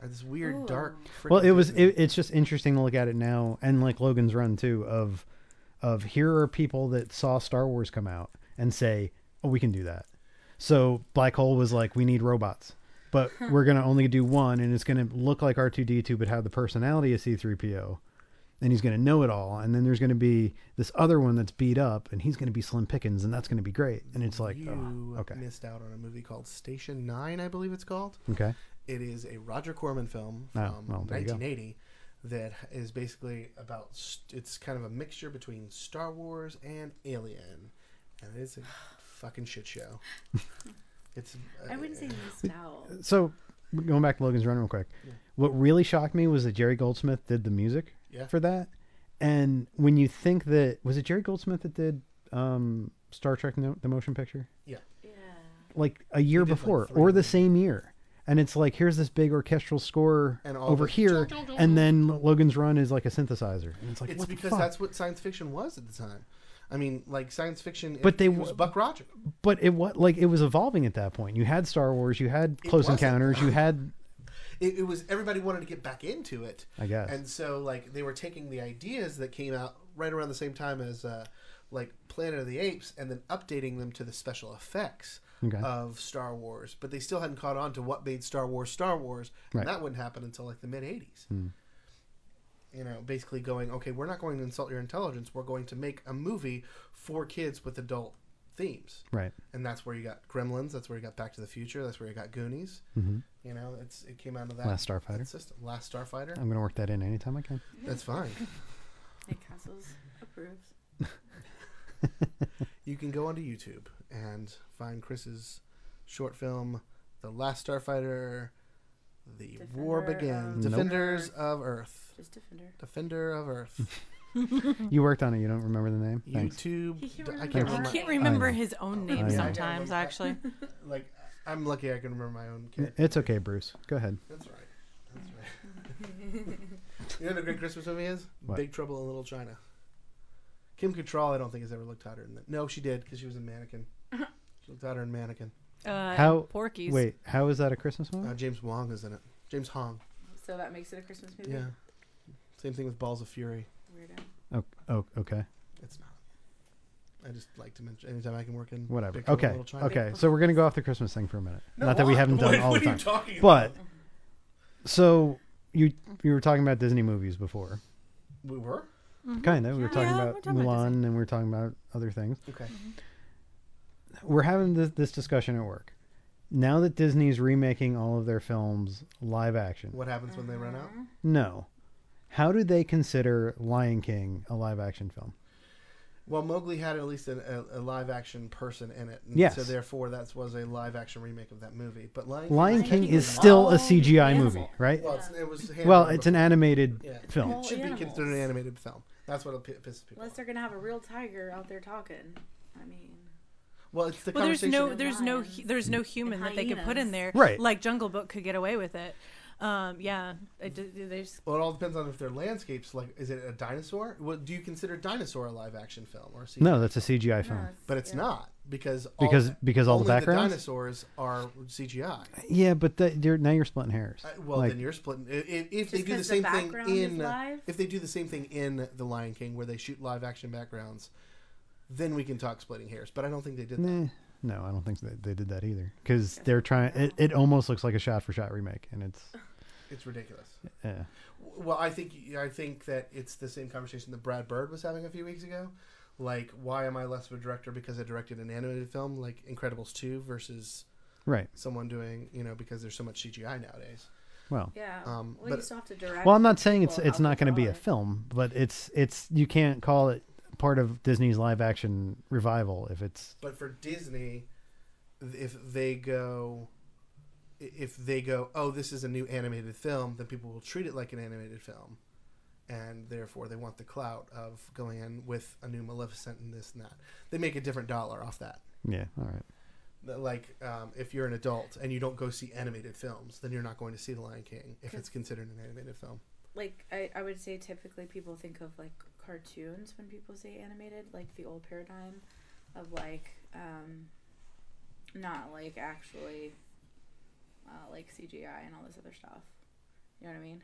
[SPEAKER 1] are this weird,
[SPEAKER 2] Ooh.
[SPEAKER 1] dark.
[SPEAKER 4] Mm-hmm. Well, it was.
[SPEAKER 1] freaking-
[SPEAKER 4] It, it's just interesting to look at it now, and like Logan's Run too. Of, of here are people that saw Star Wars come out and say, oh, we can do that. So Black Hole was like, we need robots, but we're gonna only do one, and it's gonna look like R two D two, but have the personality of C three PO, and he's gonna know it all. And then there's gonna be this other one that's beat up, and he's gonna be Slim Pickens, and that's gonna be great. And it's like,
[SPEAKER 1] you
[SPEAKER 4] oh, okay,
[SPEAKER 1] missed out on a movie called Station Nine, I believe it's called.
[SPEAKER 4] okay,
[SPEAKER 1] It is a Roger Corman film
[SPEAKER 4] Oh,
[SPEAKER 1] from
[SPEAKER 4] well, there you go.
[SPEAKER 1] 1980 that is basically about. st- It's kind of a mixture between Star Wars and Alien, and it's a fucking shit
[SPEAKER 4] <laughs>
[SPEAKER 1] show. It's. uh,
[SPEAKER 2] I wouldn't
[SPEAKER 1] <laughs>
[SPEAKER 2] say missed out.
[SPEAKER 4] so. Going back to Logan's Run real quick, what really shocked me was that Jerry Goldsmith did the music
[SPEAKER 1] Yeah.
[SPEAKER 4] for that. And when you think that was it Jerry Goldsmith that did um, Star Trek no, the motion picture
[SPEAKER 1] Yeah.
[SPEAKER 2] Yeah.
[SPEAKER 4] like a year
[SPEAKER 1] did, like,
[SPEAKER 4] before
[SPEAKER 1] three
[SPEAKER 4] or
[SPEAKER 1] of
[SPEAKER 4] the
[SPEAKER 1] them.
[SPEAKER 4] same year, and it's like here's this big orchestral score
[SPEAKER 1] And all
[SPEAKER 4] over
[SPEAKER 1] the-
[SPEAKER 4] here, and then Logan's Run is like a synthesizer, and it's like
[SPEAKER 1] It's
[SPEAKER 4] what the
[SPEAKER 1] because
[SPEAKER 4] fuck?
[SPEAKER 1] that's what science fiction was at the time. I mean, like science fiction.
[SPEAKER 4] But
[SPEAKER 1] it-
[SPEAKER 4] they
[SPEAKER 1] it was
[SPEAKER 4] w-
[SPEAKER 1] Buck Roger.
[SPEAKER 4] But it what like it was evolving at that point. You had Star Wars, you had
[SPEAKER 1] <sighs>
[SPEAKER 4] Close
[SPEAKER 1] wasn't.
[SPEAKER 4] Encounters, you had
[SPEAKER 1] it, it was everybody wanted to get back into it.
[SPEAKER 4] I guess.
[SPEAKER 1] And so like they were taking the ideas that came out right around the same time as uh, like Planet of the Apes, and then updating them to the special effects
[SPEAKER 4] Okay.
[SPEAKER 1] of Star Wars. But they still hadn't caught on to what made Star Wars Star Wars, and
[SPEAKER 4] Right. Hmm.
[SPEAKER 1] that wouldn't happen until like the mid '80s. You know, basically going, okay, we're not going to insult your intelligence. We're going to make a movie for kids with adult themes
[SPEAKER 4] Right.
[SPEAKER 1] and that's where you got Gremlins. That's where you got Back to the Future. That's where you got Goonies. You know, it's it came out of that
[SPEAKER 4] Mm-hmm. Last Starfighter. Oh.
[SPEAKER 1] that system. Last Starfighter.
[SPEAKER 4] I'm gonna work that in anytime I can.
[SPEAKER 1] That's fine.
[SPEAKER 2] Nick Castles approves.
[SPEAKER 1] You can go onto YouTube and find Chris's short film, "The Last Starfighter," "The War
[SPEAKER 2] Defender
[SPEAKER 1] Begins,"
[SPEAKER 2] of
[SPEAKER 1] "Defenders
[SPEAKER 2] Earth.
[SPEAKER 1] of Earth,"
[SPEAKER 2] Just Defender.
[SPEAKER 1] "Defender of Earth,"
[SPEAKER 4] You worked on it. You don't remember the name. <laughs> Thanks.
[SPEAKER 1] YouTube.
[SPEAKER 2] He can't
[SPEAKER 1] d- I
[SPEAKER 2] remember
[SPEAKER 1] can't
[SPEAKER 2] his
[SPEAKER 1] remember.
[SPEAKER 2] name.
[SPEAKER 5] Can't remember
[SPEAKER 4] I know.
[SPEAKER 5] his own
[SPEAKER 4] I
[SPEAKER 5] name
[SPEAKER 4] know.
[SPEAKER 1] <laughs>
[SPEAKER 5] sometimes, actually.
[SPEAKER 1] Like I'm lucky I can remember my own character.
[SPEAKER 4] It's okay, Bruce. Go ahead.
[SPEAKER 1] That's right. That's right. <laughs> you know what a great Christmas movie is?
[SPEAKER 4] What?
[SPEAKER 1] Big Trouble in Little China. Kim Cattrall, I don't think has ever looked hotter than that. No, she did because she was in Mannequin. She looked hotter in Mannequin.
[SPEAKER 5] Uh,
[SPEAKER 4] How-
[SPEAKER 5] Porky's.
[SPEAKER 4] Wait, how is that a Christmas movie?
[SPEAKER 1] Uh, James Wong is in it. James Hong.
[SPEAKER 2] So that makes it a Christmas movie.
[SPEAKER 1] Yeah. Same thing with Balls of Fury.
[SPEAKER 2] Weirdo.
[SPEAKER 4] Oh, oh, okay.
[SPEAKER 1] It's not. I just like to mention anytime I can work in
[SPEAKER 4] Whatever.
[SPEAKER 1] Big Trouble in
[SPEAKER 4] Okay.
[SPEAKER 1] Little China.
[SPEAKER 4] Okay. So we're gonna go off the Christmas thing for a minute.
[SPEAKER 1] No,
[SPEAKER 4] Not that we
[SPEAKER 1] why?
[SPEAKER 4] haven't done
[SPEAKER 1] What-
[SPEAKER 4] all
[SPEAKER 1] what
[SPEAKER 4] the
[SPEAKER 1] Are
[SPEAKER 4] time.
[SPEAKER 1] you talking
[SPEAKER 4] But
[SPEAKER 1] about?
[SPEAKER 4] so you you were talking about Disney movies before,
[SPEAKER 1] we were
[SPEAKER 4] kind of. We were
[SPEAKER 5] Yeah,
[SPEAKER 4] talking
[SPEAKER 5] we're
[SPEAKER 4] about
[SPEAKER 5] talking about
[SPEAKER 4] Mulan,
[SPEAKER 5] Disney.
[SPEAKER 4] and we were talking about other things.
[SPEAKER 1] okay.
[SPEAKER 4] We're having this, this discussion at work. Now that Disney's remaking all of their films live action,
[SPEAKER 1] What happens when they run out?
[SPEAKER 4] no, how do they consider Lion King a live action film?
[SPEAKER 1] Well, Mowgli had at least an, a, a live action person in it. And
[SPEAKER 4] Yes.
[SPEAKER 1] So therefore, that was a live action remake of that movie. But Lion,
[SPEAKER 4] Lion
[SPEAKER 1] King-
[SPEAKER 4] King
[SPEAKER 2] King
[SPEAKER 4] is
[SPEAKER 2] was
[SPEAKER 4] still a
[SPEAKER 2] all
[SPEAKER 4] CGI
[SPEAKER 2] animal.
[SPEAKER 4] movie, right?
[SPEAKER 1] Well, it's, it was. hand
[SPEAKER 4] Well,
[SPEAKER 1] drawn
[SPEAKER 4] it's an animated
[SPEAKER 1] before. Yeah.
[SPEAKER 4] film.
[SPEAKER 2] Well,
[SPEAKER 1] It should
[SPEAKER 2] All
[SPEAKER 1] be considered an
[SPEAKER 2] Oh, animals.
[SPEAKER 1] animated film. That's what p- pisses people.
[SPEAKER 2] Unless
[SPEAKER 1] off.
[SPEAKER 2] they're gonna have a real tiger out there talking. I mean,
[SPEAKER 1] Well, it's the
[SPEAKER 5] Well, there's
[SPEAKER 1] conversation.
[SPEAKER 5] no, there's no,
[SPEAKER 2] Lions.
[SPEAKER 5] hu- there's no human that they could put in there.
[SPEAKER 4] Right.
[SPEAKER 5] Like Jungle Book could get away with it. Um, yeah. I did- they just-
[SPEAKER 1] well, it all depends on if they're landscapes. Like, is it a dinosaur? Well, do you consider dinosaur a live action film or a CGI?
[SPEAKER 4] No, that's a CGI film.
[SPEAKER 2] that's-
[SPEAKER 1] but it's
[SPEAKER 2] yeah.
[SPEAKER 1] not because all,
[SPEAKER 4] Because because all the
[SPEAKER 1] only
[SPEAKER 4] backgrounds.
[SPEAKER 1] dinosaurs are CGI.
[SPEAKER 4] yeah, but that, you're, now you're splitting hairs.
[SPEAKER 1] Uh, well,
[SPEAKER 4] Like,
[SPEAKER 1] then you're splitting. i- i- If, if they do
[SPEAKER 2] Just
[SPEAKER 1] the
[SPEAKER 2] 'cause the
[SPEAKER 1] same thing
[SPEAKER 2] background is
[SPEAKER 1] in, uh,
[SPEAKER 2] live?
[SPEAKER 1] if they do the same thing in The Lion King, where they shoot live action backgrounds, then we can talk splitting hairs. But I don't think they did. that.
[SPEAKER 4] Nah, no, I don't think they, they did that either. Because they're trying. It, it almost looks like a shot for shot remake,
[SPEAKER 1] <laughs>
[SPEAKER 4] and it's eh.
[SPEAKER 1] It's ridiculous.
[SPEAKER 4] yeah.
[SPEAKER 1] Well, I think I think that it's the same conversation that Brad Bird was having a few weeks ago. Like, why am I less of a director because I directed an animated film like Incredibles two versus
[SPEAKER 4] right.
[SPEAKER 1] someone doing you know because there's so much CGI nowadays.
[SPEAKER 4] Well,
[SPEAKER 2] Yeah.
[SPEAKER 1] Um,
[SPEAKER 2] well,
[SPEAKER 1] but-
[SPEAKER 2] you still have to direct.
[SPEAKER 4] well, I'm not saying it's
[SPEAKER 2] people
[SPEAKER 4] it's
[SPEAKER 2] how
[SPEAKER 4] not
[SPEAKER 2] they
[SPEAKER 4] going to be a
[SPEAKER 2] draw it.
[SPEAKER 4] film, but it's it's you can't call it part of Disney's live action revival if it's
[SPEAKER 1] But for Disney, if they go, if they go, oh, this is a new animated film, then people will treat it like an animated film, and therefore they want the clout of going in with a new Maleficent and this and that. They make a different dollar off that.
[SPEAKER 4] yeah. All right.
[SPEAKER 1] that, like um, if you're an adult and you don't go see animated films, then you're not going to see The Lion King if it's considered an animated film.
[SPEAKER 2] Like I, I would say, typically people think of like cartoons when people say animated, like the old paradigm of like, um, not like actually, uh, like CGI and all this other stuff. You know what I mean?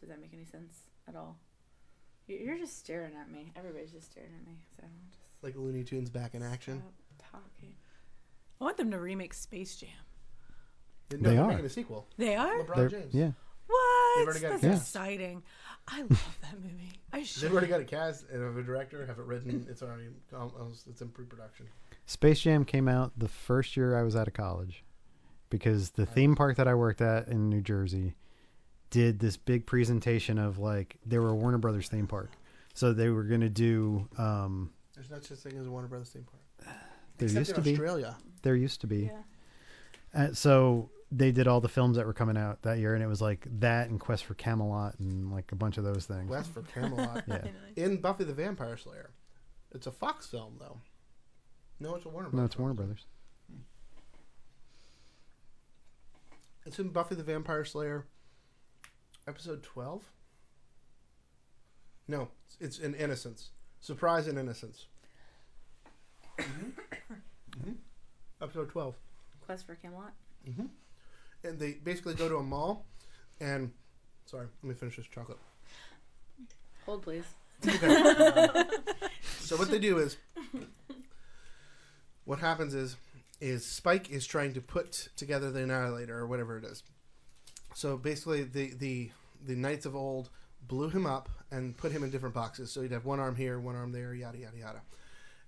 [SPEAKER 2] Does that make any sense at all? You- You're just staring at me. Everybody's just staring at me. So I'll just
[SPEAKER 1] Like Looney Tunes back in action.
[SPEAKER 2] stop talking.
[SPEAKER 5] I want them to remake Space Jam.
[SPEAKER 1] No,
[SPEAKER 4] They
[SPEAKER 1] they're
[SPEAKER 4] are.
[SPEAKER 1] making a sequel.
[SPEAKER 5] They are.
[SPEAKER 1] LeBron
[SPEAKER 4] They're-
[SPEAKER 1] James.
[SPEAKER 4] yeah.
[SPEAKER 5] What?
[SPEAKER 1] already got
[SPEAKER 5] That's
[SPEAKER 1] it. Yeah.
[SPEAKER 5] exciting. I love that movie. I
[SPEAKER 1] They've
[SPEAKER 5] should.
[SPEAKER 1] already got a cast and have a director, have it written. It's already almost, it's in pre-production.
[SPEAKER 4] Space Jam came out the first year I was out of college because the theme park that I worked at in New Jersey did this big presentation of like they were a Warner Brothers theme park. So they were going to do um
[SPEAKER 1] There's not such thing as a Warner Brothers theme park.
[SPEAKER 4] there
[SPEAKER 1] Except
[SPEAKER 4] used to
[SPEAKER 1] in
[SPEAKER 4] be
[SPEAKER 1] Australia.
[SPEAKER 4] there used to be.
[SPEAKER 2] Yeah.
[SPEAKER 4] Uh, so they did all the films that were coming out that year and it was like that and Quest for Camelot and like a bunch of those things.
[SPEAKER 1] West for
[SPEAKER 4] <laughs>
[SPEAKER 1] Camelot.
[SPEAKER 4] Yeah.
[SPEAKER 1] In Buffy the Vampire Slayer. It's a Fox film, though. No, it's a Warner Brothers.
[SPEAKER 4] No, it's Warner
[SPEAKER 1] film.
[SPEAKER 4] Brothers.
[SPEAKER 1] It's in Buffy the Vampire Slayer, episode 12. No, it's in Innocence. Surprise and Innocence. Mm-hmm. Episode 12.
[SPEAKER 4] Mm-hmm.
[SPEAKER 1] <coughs>
[SPEAKER 2] Quest for Camelot.
[SPEAKER 1] Mm-hmm. And they basically go to a mall And sorry, let me finish this chocolate.
[SPEAKER 2] Hold please.
[SPEAKER 1] So what they do is, what happens is, is Spike is trying to put together the Annihilator or whatever it is. So basically, the the the knights of old blew him up and put him in different boxes. So he'd have one arm here, one arm there, yada yada yada.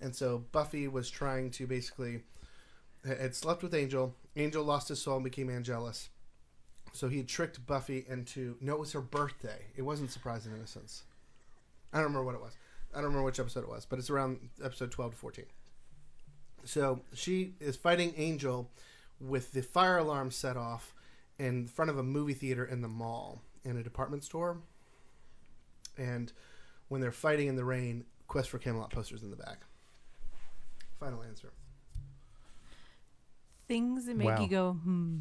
[SPEAKER 1] And so Buffy was trying to basically had slept with Angel. Angel lost his soul and became Angelus. So he had tricked Buffy into no, it was her birthday. It wasn't Surprise and Innocence. I don't remember what it was. I don't remember which episode it was, but it's around episode 12 to 14. So she is fighting Angel with the fire alarm set off in front of a movie theater in the mall in a department store. And when they're fighting in the rain, Quest for Camelot posters in the back. Final answer.
[SPEAKER 5] Things that make
[SPEAKER 4] Wow.
[SPEAKER 5] you go, hmm.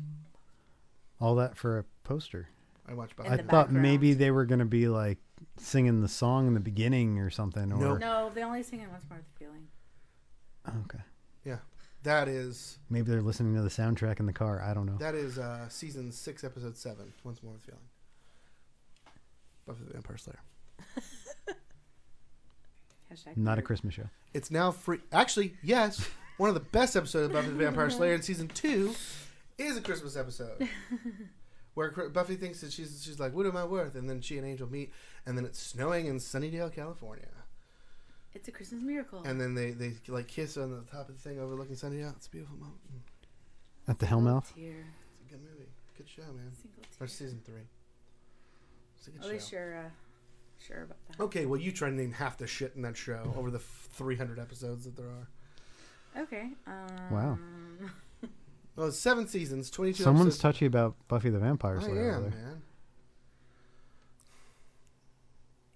[SPEAKER 4] All that for a poster.
[SPEAKER 1] I watched
[SPEAKER 2] In
[SPEAKER 4] I
[SPEAKER 1] Buffy.
[SPEAKER 2] the
[SPEAKER 4] thought
[SPEAKER 2] background.
[SPEAKER 4] maybe they were gonna be like singing the song in the beginning or something. Or
[SPEAKER 1] Nope.
[SPEAKER 2] No, they only sing it once more with the feeling.
[SPEAKER 4] okay,
[SPEAKER 1] That is
[SPEAKER 4] maybe they're listening to the soundtrack in the car. I don't know.
[SPEAKER 1] that is uh, season six, episode seven. Once more with feeling. Buffy the Vampire Slayer.
[SPEAKER 2] Hashtag
[SPEAKER 4] Not a
[SPEAKER 2] nerd.
[SPEAKER 4] Christmas show.
[SPEAKER 1] It's now free. Actually, yes, one of the best episodes of Buffy the Vampire Slayer in season two is a Christmas episode, where Cr- Buffy thinks that she's she's like, "What am I worth?" And then she and Angel meet, and then it's snowing in Sunnydale, California,
[SPEAKER 2] It's a Christmas miracle.
[SPEAKER 1] and then they they like kiss on the top of the thing overlooking Sunnydale. It's a beautiful moment. Mm,
[SPEAKER 4] At the
[SPEAKER 2] Single
[SPEAKER 4] Hellmouth.
[SPEAKER 2] Tear.
[SPEAKER 1] It's a good movie. Good show, man.
[SPEAKER 2] Single
[SPEAKER 1] Or
[SPEAKER 2] tear.
[SPEAKER 1] season three. It's a good
[SPEAKER 2] At
[SPEAKER 1] show.
[SPEAKER 2] least you're uh, sure about that.
[SPEAKER 1] Okay, well, you try to name half the shit in that show over the f- 300 episodes that there are.
[SPEAKER 2] Okay. Um, <laughs>
[SPEAKER 4] Wow.
[SPEAKER 1] Well, it's Oh, seven seasons, 22
[SPEAKER 4] Someone's
[SPEAKER 1] episodes.
[SPEAKER 4] touchy about Buffy the Vampire
[SPEAKER 1] I
[SPEAKER 4] Slayer.
[SPEAKER 1] am,
[SPEAKER 4] over there.
[SPEAKER 1] man.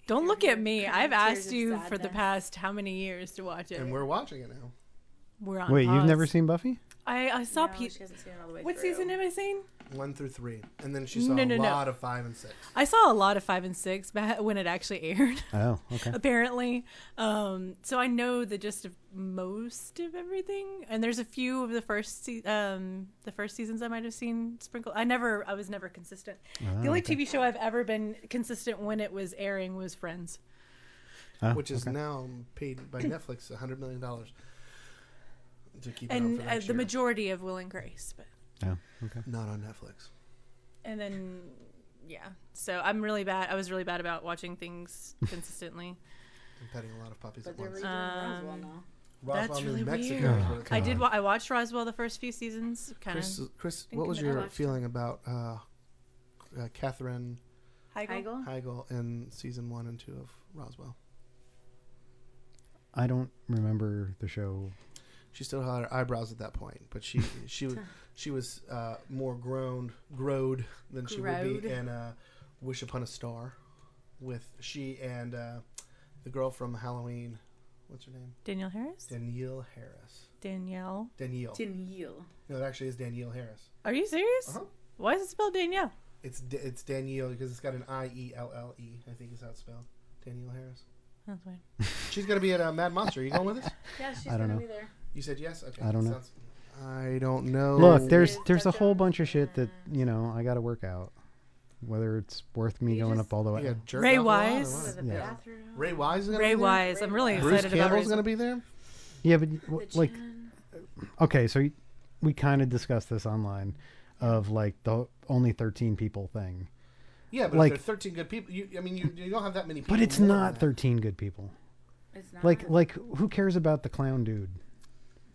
[SPEAKER 5] Don't look at me. I've
[SPEAKER 2] Tears
[SPEAKER 5] asked
[SPEAKER 2] of
[SPEAKER 5] you for the
[SPEAKER 2] sadness.
[SPEAKER 5] past how many years to watch it.
[SPEAKER 1] And we're watching it now.
[SPEAKER 5] We're on.
[SPEAKER 4] Wait, you've
[SPEAKER 5] pause.
[SPEAKER 4] never
[SPEAKER 1] <laughs>
[SPEAKER 4] seen Buffy?
[SPEAKER 5] I, I saw
[SPEAKER 2] no,
[SPEAKER 5] Pete.
[SPEAKER 2] She hasn't seen it all the way
[SPEAKER 5] What
[SPEAKER 2] through.
[SPEAKER 5] season am I seeing?
[SPEAKER 1] One through three. And then she saw
[SPEAKER 5] No, no,
[SPEAKER 1] a
[SPEAKER 5] no.
[SPEAKER 1] lot of five and six.
[SPEAKER 5] I saw a lot of five and six ba- when it actually <laughs> aired.
[SPEAKER 4] Oh, okay.
[SPEAKER 5] apparently. Um, so I know the gist of most of everything, and there's a few of the first se- um, the first seasons I might have seen sprinkled. I never, I was never consistent.
[SPEAKER 1] Oh,
[SPEAKER 5] the only TV show I've ever been consistent when it was airing was Friends.
[SPEAKER 4] Oh,
[SPEAKER 1] which is
[SPEAKER 4] okay.
[SPEAKER 1] now paid
[SPEAKER 5] <clears throat>
[SPEAKER 1] by Netflix $100 million to keep it on
[SPEAKER 5] and
[SPEAKER 1] Oh, for
[SPEAKER 5] uh,
[SPEAKER 1] next
[SPEAKER 5] the
[SPEAKER 1] year.
[SPEAKER 5] majority of Will and Grace, but
[SPEAKER 4] Oh, okay.
[SPEAKER 1] Not on Netflix.
[SPEAKER 5] and then yeah. So I'm really bad. I was really bad about watching things consistently.
[SPEAKER 1] I'm petting a lot of puppies
[SPEAKER 2] But
[SPEAKER 1] at
[SPEAKER 2] they're
[SPEAKER 1] once.
[SPEAKER 2] redoing Roswell
[SPEAKER 5] Um,
[SPEAKER 2] now.
[SPEAKER 5] that's
[SPEAKER 1] Roswell, New
[SPEAKER 5] really
[SPEAKER 1] Mexico
[SPEAKER 5] weird.
[SPEAKER 1] is what it's
[SPEAKER 5] I
[SPEAKER 1] called.
[SPEAKER 5] did. Wa- I watched Roswell the first few seasons. Kind
[SPEAKER 1] Oh, Chris,
[SPEAKER 5] of
[SPEAKER 1] Chris
[SPEAKER 5] think
[SPEAKER 1] what was
[SPEAKER 5] I'm gonna
[SPEAKER 1] your
[SPEAKER 5] watch it.
[SPEAKER 1] feeling about uh, uh, Catherine
[SPEAKER 2] Heigl?
[SPEAKER 1] Heigl in season one and two of Roswell?
[SPEAKER 4] I don't remember the show.
[SPEAKER 1] She still had her eyebrows at that point, but
[SPEAKER 5] <laughs>
[SPEAKER 1] she she was she was uh, more grown, growed than she would
[SPEAKER 2] Growed.
[SPEAKER 1] be in uh, Wish Upon a Star, with she and uh, the girl from Halloween. What's her name?
[SPEAKER 5] Danielle Harris.
[SPEAKER 1] Danielle Harris.
[SPEAKER 5] Danielle.
[SPEAKER 1] Danielle.
[SPEAKER 2] Danielle.
[SPEAKER 1] No, it actually is Danielle Harris.
[SPEAKER 5] Are you serious?
[SPEAKER 1] Uh-huh.
[SPEAKER 5] Why is it spelled Danielle?
[SPEAKER 1] It's D- it's Danielle because it's got an I E L L E. I think is how it's spelled. Danielle Harris.
[SPEAKER 5] That's weird.
[SPEAKER 1] She's gonna be at uh, Mad Monster. You going with us?
[SPEAKER 2] Yeah, she's
[SPEAKER 4] I don't
[SPEAKER 2] gonna
[SPEAKER 4] know.
[SPEAKER 2] be there.
[SPEAKER 1] You said yes. Okay.
[SPEAKER 4] I don't know.
[SPEAKER 1] Sounds- I don't know.
[SPEAKER 4] Look, there's
[SPEAKER 2] Is
[SPEAKER 4] there's a
[SPEAKER 2] that
[SPEAKER 4] whole
[SPEAKER 2] the-
[SPEAKER 4] bunch of shit that you know I got to work out. Whether it's worth me
[SPEAKER 2] You
[SPEAKER 4] going
[SPEAKER 2] just-
[SPEAKER 4] up all the way.
[SPEAKER 1] Yeah, jerk
[SPEAKER 5] Ray
[SPEAKER 1] off a lot or
[SPEAKER 5] Wise?
[SPEAKER 1] what?
[SPEAKER 2] Go to the
[SPEAKER 4] Yeah.
[SPEAKER 2] bathroom.
[SPEAKER 1] Ray Wise is gonna
[SPEAKER 5] Ray
[SPEAKER 1] be there?
[SPEAKER 5] Wise. I'm really
[SPEAKER 2] Ray
[SPEAKER 5] excited
[SPEAKER 1] Bruce
[SPEAKER 5] about Ray
[SPEAKER 1] Campbell's going to be there.
[SPEAKER 4] Yeah, but
[SPEAKER 2] The
[SPEAKER 4] w- like
[SPEAKER 2] chin.
[SPEAKER 4] okay, so y- we kind of discussed this online of like the only 13 people thing.
[SPEAKER 1] Yeah, but
[SPEAKER 4] Like-
[SPEAKER 1] if they're 13 good people, you, I mean, you, you don't have that many people.
[SPEAKER 4] But it's
[SPEAKER 1] more than
[SPEAKER 4] not
[SPEAKER 1] that.
[SPEAKER 4] 13 good people.
[SPEAKER 2] It's not.
[SPEAKER 4] Like like who cares about the clown dude?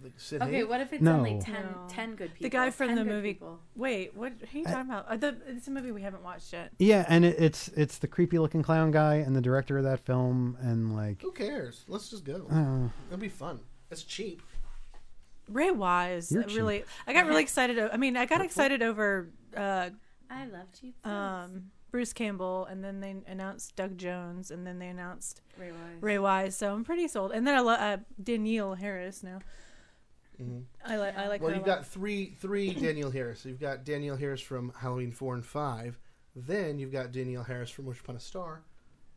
[SPEAKER 1] Like Sid
[SPEAKER 2] Okay,
[SPEAKER 1] Haig?
[SPEAKER 2] what if it's
[SPEAKER 4] No.
[SPEAKER 2] only 10,
[SPEAKER 5] No.
[SPEAKER 2] 10 good people?
[SPEAKER 5] The guy from
[SPEAKER 2] 10
[SPEAKER 5] the
[SPEAKER 2] good
[SPEAKER 5] movie.
[SPEAKER 2] people.
[SPEAKER 5] Wait, what are you talking about? Uh, the, it's a movie we haven't watched yet.
[SPEAKER 4] Yeah, and it, it's it's the creepy looking clown guy and the director of that film and like
[SPEAKER 1] Who cares? Let's just go.
[SPEAKER 4] uh,
[SPEAKER 1] It'll be fun. It's cheap.
[SPEAKER 5] Ray Wise.
[SPEAKER 4] You're
[SPEAKER 5] uh, really, I got really excited. o- I mean, I got excited over uh,
[SPEAKER 2] I love cheap films.
[SPEAKER 5] um, Bruce Campbell, and then they announced Doug Jones, and then they announced
[SPEAKER 2] Ray Wise.
[SPEAKER 5] Ray Wise. So I'm pretty sold. And then I love uh, Danielle Harris now.
[SPEAKER 4] mm-hmm.
[SPEAKER 1] Mhm.
[SPEAKER 5] I like. I like.
[SPEAKER 1] Well,
[SPEAKER 5] her a
[SPEAKER 1] you've
[SPEAKER 5] lot.
[SPEAKER 1] got three three Daniel Harris. You've got Daniel Harris from Halloween four and five. Then you've got Daniel Harris from Wish Upon a Star.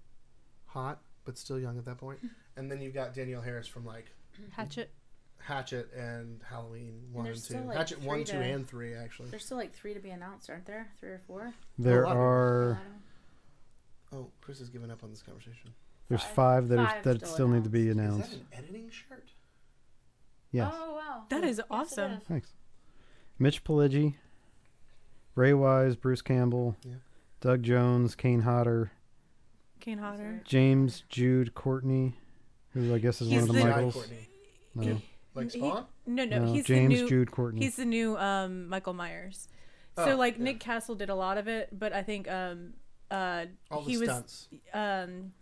[SPEAKER 2] <laughs>
[SPEAKER 1] Hot, but still young at that point. And then you've got Daniel Harris from like
[SPEAKER 5] Hatchet.
[SPEAKER 1] Hatchet and Halloween one and,
[SPEAKER 2] there's
[SPEAKER 1] two.
[SPEAKER 2] still, like,
[SPEAKER 1] Hatchet one,
[SPEAKER 2] three
[SPEAKER 1] two,
[SPEAKER 2] to-
[SPEAKER 1] and three actually.
[SPEAKER 2] There's still like three to be announced, aren't there? Three or four?
[SPEAKER 4] There
[SPEAKER 1] lot of them.
[SPEAKER 4] are
[SPEAKER 1] Oh, Chris has given up on this conversation.
[SPEAKER 4] there's
[SPEAKER 2] Five.
[SPEAKER 4] five that are
[SPEAKER 2] Five
[SPEAKER 4] that
[SPEAKER 2] still
[SPEAKER 4] still need to be
[SPEAKER 1] Is
[SPEAKER 4] announced.
[SPEAKER 1] that an editing shirt?
[SPEAKER 4] Yes,
[SPEAKER 2] Oh wow.
[SPEAKER 5] That is
[SPEAKER 2] Yes, it
[SPEAKER 5] awesome.
[SPEAKER 2] is.
[SPEAKER 4] thanks. Mitch Pileggi, Ray Wise, Bruce Campbell,
[SPEAKER 1] Yeah.
[SPEAKER 4] Doug Jones, Kane Hodder,
[SPEAKER 5] Kane Hodder.
[SPEAKER 4] James Jude Courtney, who I guess is
[SPEAKER 5] He's
[SPEAKER 4] one of the,
[SPEAKER 5] the-
[SPEAKER 1] Guy
[SPEAKER 4] Michaels.
[SPEAKER 1] Courtney.
[SPEAKER 4] No,
[SPEAKER 1] Like
[SPEAKER 5] He-
[SPEAKER 1] Spawn?
[SPEAKER 5] No, no,
[SPEAKER 4] no,
[SPEAKER 5] he's
[SPEAKER 4] James
[SPEAKER 5] the new
[SPEAKER 4] Jude Courtney.
[SPEAKER 5] he's the new um, Michael Myers.
[SPEAKER 1] Oh,
[SPEAKER 5] so like
[SPEAKER 1] yeah.
[SPEAKER 5] Nick Castle did a lot of it, but I think um uh
[SPEAKER 1] All the
[SPEAKER 5] he was
[SPEAKER 1] stunts.
[SPEAKER 5] um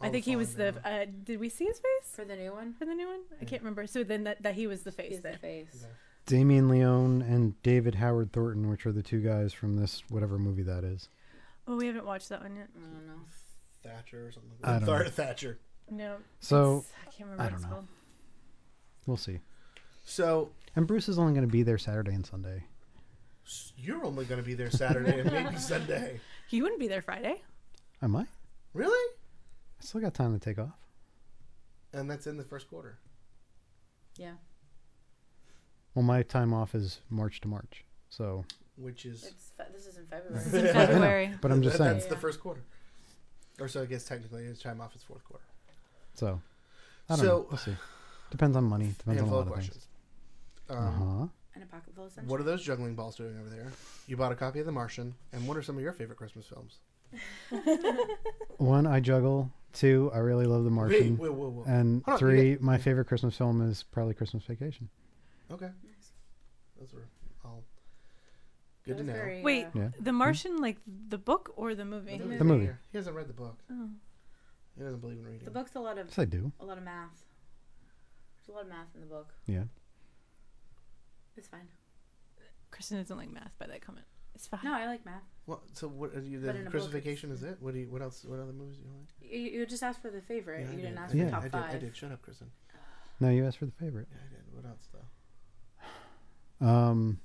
[SPEAKER 1] All
[SPEAKER 5] I
[SPEAKER 1] the
[SPEAKER 5] think he
[SPEAKER 1] fun
[SPEAKER 5] was the
[SPEAKER 1] and-
[SPEAKER 5] uh, did we see his face
[SPEAKER 2] For the new one,
[SPEAKER 5] for the new one? I can't remember. So then that, that he was the face
[SPEAKER 2] he's the
[SPEAKER 5] there.
[SPEAKER 2] face.
[SPEAKER 4] Damien Leone and David Howard Thornton, which are the two guys from this whatever movie that is.
[SPEAKER 5] Oh, we haven't watched that one yet.
[SPEAKER 2] I don't know.
[SPEAKER 1] Thatcher or something like
[SPEAKER 4] I
[SPEAKER 1] that.
[SPEAKER 4] don't
[SPEAKER 1] Thar-
[SPEAKER 4] know.
[SPEAKER 1] Thatcher.
[SPEAKER 5] No.
[SPEAKER 4] So-
[SPEAKER 5] it's- I can't remember
[SPEAKER 4] I
[SPEAKER 5] what it's
[SPEAKER 4] don't know.
[SPEAKER 5] called.
[SPEAKER 4] We'll see.
[SPEAKER 1] So
[SPEAKER 4] And Bruce is only going to be there Saturday and Sunday.
[SPEAKER 1] s- you're only going to be there Saturday and
[SPEAKER 5] <laughs>
[SPEAKER 1] maybe Sunday.
[SPEAKER 5] He wouldn't be there Friday.
[SPEAKER 4] I might.
[SPEAKER 1] Really?
[SPEAKER 4] I still got time to take off.
[SPEAKER 1] And that's in the first quarter.
[SPEAKER 2] Yeah.
[SPEAKER 4] Well, my time off is March to March. So,
[SPEAKER 1] which is
[SPEAKER 2] It's fe- this is in
[SPEAKER 5] It's in
[SPEAKER 2] February.
[SPEAKER 5] February.
[SPEAKER 4] <laughs>
[SPEAKER 1] <laughs>
[SPEAKER 4] but I'm just
[SPEAKER 1] that-
[SPEAKER 4] saying.
[SPEAKER 1] that's the first quarter. Or so I guess technically his time off is fourth quarter.
[SPEAKER 4] So, I don't know.
[SPEAKER 1] So-
[SPEAKER 4] We'll see. Depends on money. Depends on a
[SPEAKER 1] Handful
[SPEAKER 4] lot
[SPEAKER 1] of
[SPEAKER 4] of things. Uh-huh.
[SPEAKER 1] questions.
[SPEAKER 4] Uh
[SPEAKER 1] Um,
[SPEAKER 4] huh.
[SPEAKER 2] and a pocket full of
[SPEAKER 1] What
[SPEAKER 2] sunshine.
[SPEAKER 1] are those juggling balls doing over there? You bought a copy of The Martian, and what are some of your favorite Christmas films?
[SPEAKER 2] <laughs>
[SPEAKER 4] One, I juggle. Two, I really love The Martian.
[SPEAKER 1] Wait, wait, whoa, whoa.
[SPEAKER 4] And
[SPEAKER 1] Hold on, you
[SPEAKER 4] three, my favorite Christmas film is probably Christmas Vacation.
[SPEAKER 1] okay,
[SPEAKER 2] Nice.
[SPEAKER 1] those were all good
[SPEAKER 2] That
[SPEAKER 1] to
[SPEAKER 2] was
[SPEAKER 1] know.
[SPEAKER 2] very,
[SPEAKER 5] Wait,
[SPEAKER 2] uh,
[SPEAKER 4] Yeah.
[SPEAKER 5] The Martian, like the book or the movie?
[SPEAKER 1] The
[SPEAKER 4] The movie.
[SPEAKER 1] He hasn't read the book.
[SPEAKER 5] Oh.
[SPEAKER 1] He doesn't believe in reading.
[SPEAKER 2] the book's a lot of
[SPEAKER 4] Yes, I do.
[SPEAKER 2] a lot of math. There's a lot of math in the book.
[SPEAKER 4] Yeah.
[SPEAKER 2] It's fine.
[SPEAKER 5] Kristen doesn't like math by that comment. It's fine.
[SPEAKER 2] No, I like math.
[SPEAKER 1] What, so what? Are you, the
[SPEAKER 2] But in a
[SPEAKER 1] Christmas
[SPEAKER 2] book, it's-
[SPEAKER 1] Vacation is it? What do you? What else? What other movies do you like?
[SPEAKER 2] You, you just asked for the favorite.
[SPEAKER 1] I
[SPEAKER 2] you
[SPEAKER 1] did.
[SPEAKER 2] didn't
[SPEAKER 1] I
[SPEAKER 2] ask
[SPEAKER 1] did.
[SPEAKER 2] for the top
[SPEAKER 1] I did.
[SPEAKER 2] five.
[SPEAKER 1] I did. Shut up, Kristen.
[SPEAKER 4] No, you asked for the favorite.
[SPEAKER 1] Yeah, I did. What else though?
[SPEAKER 4] Um,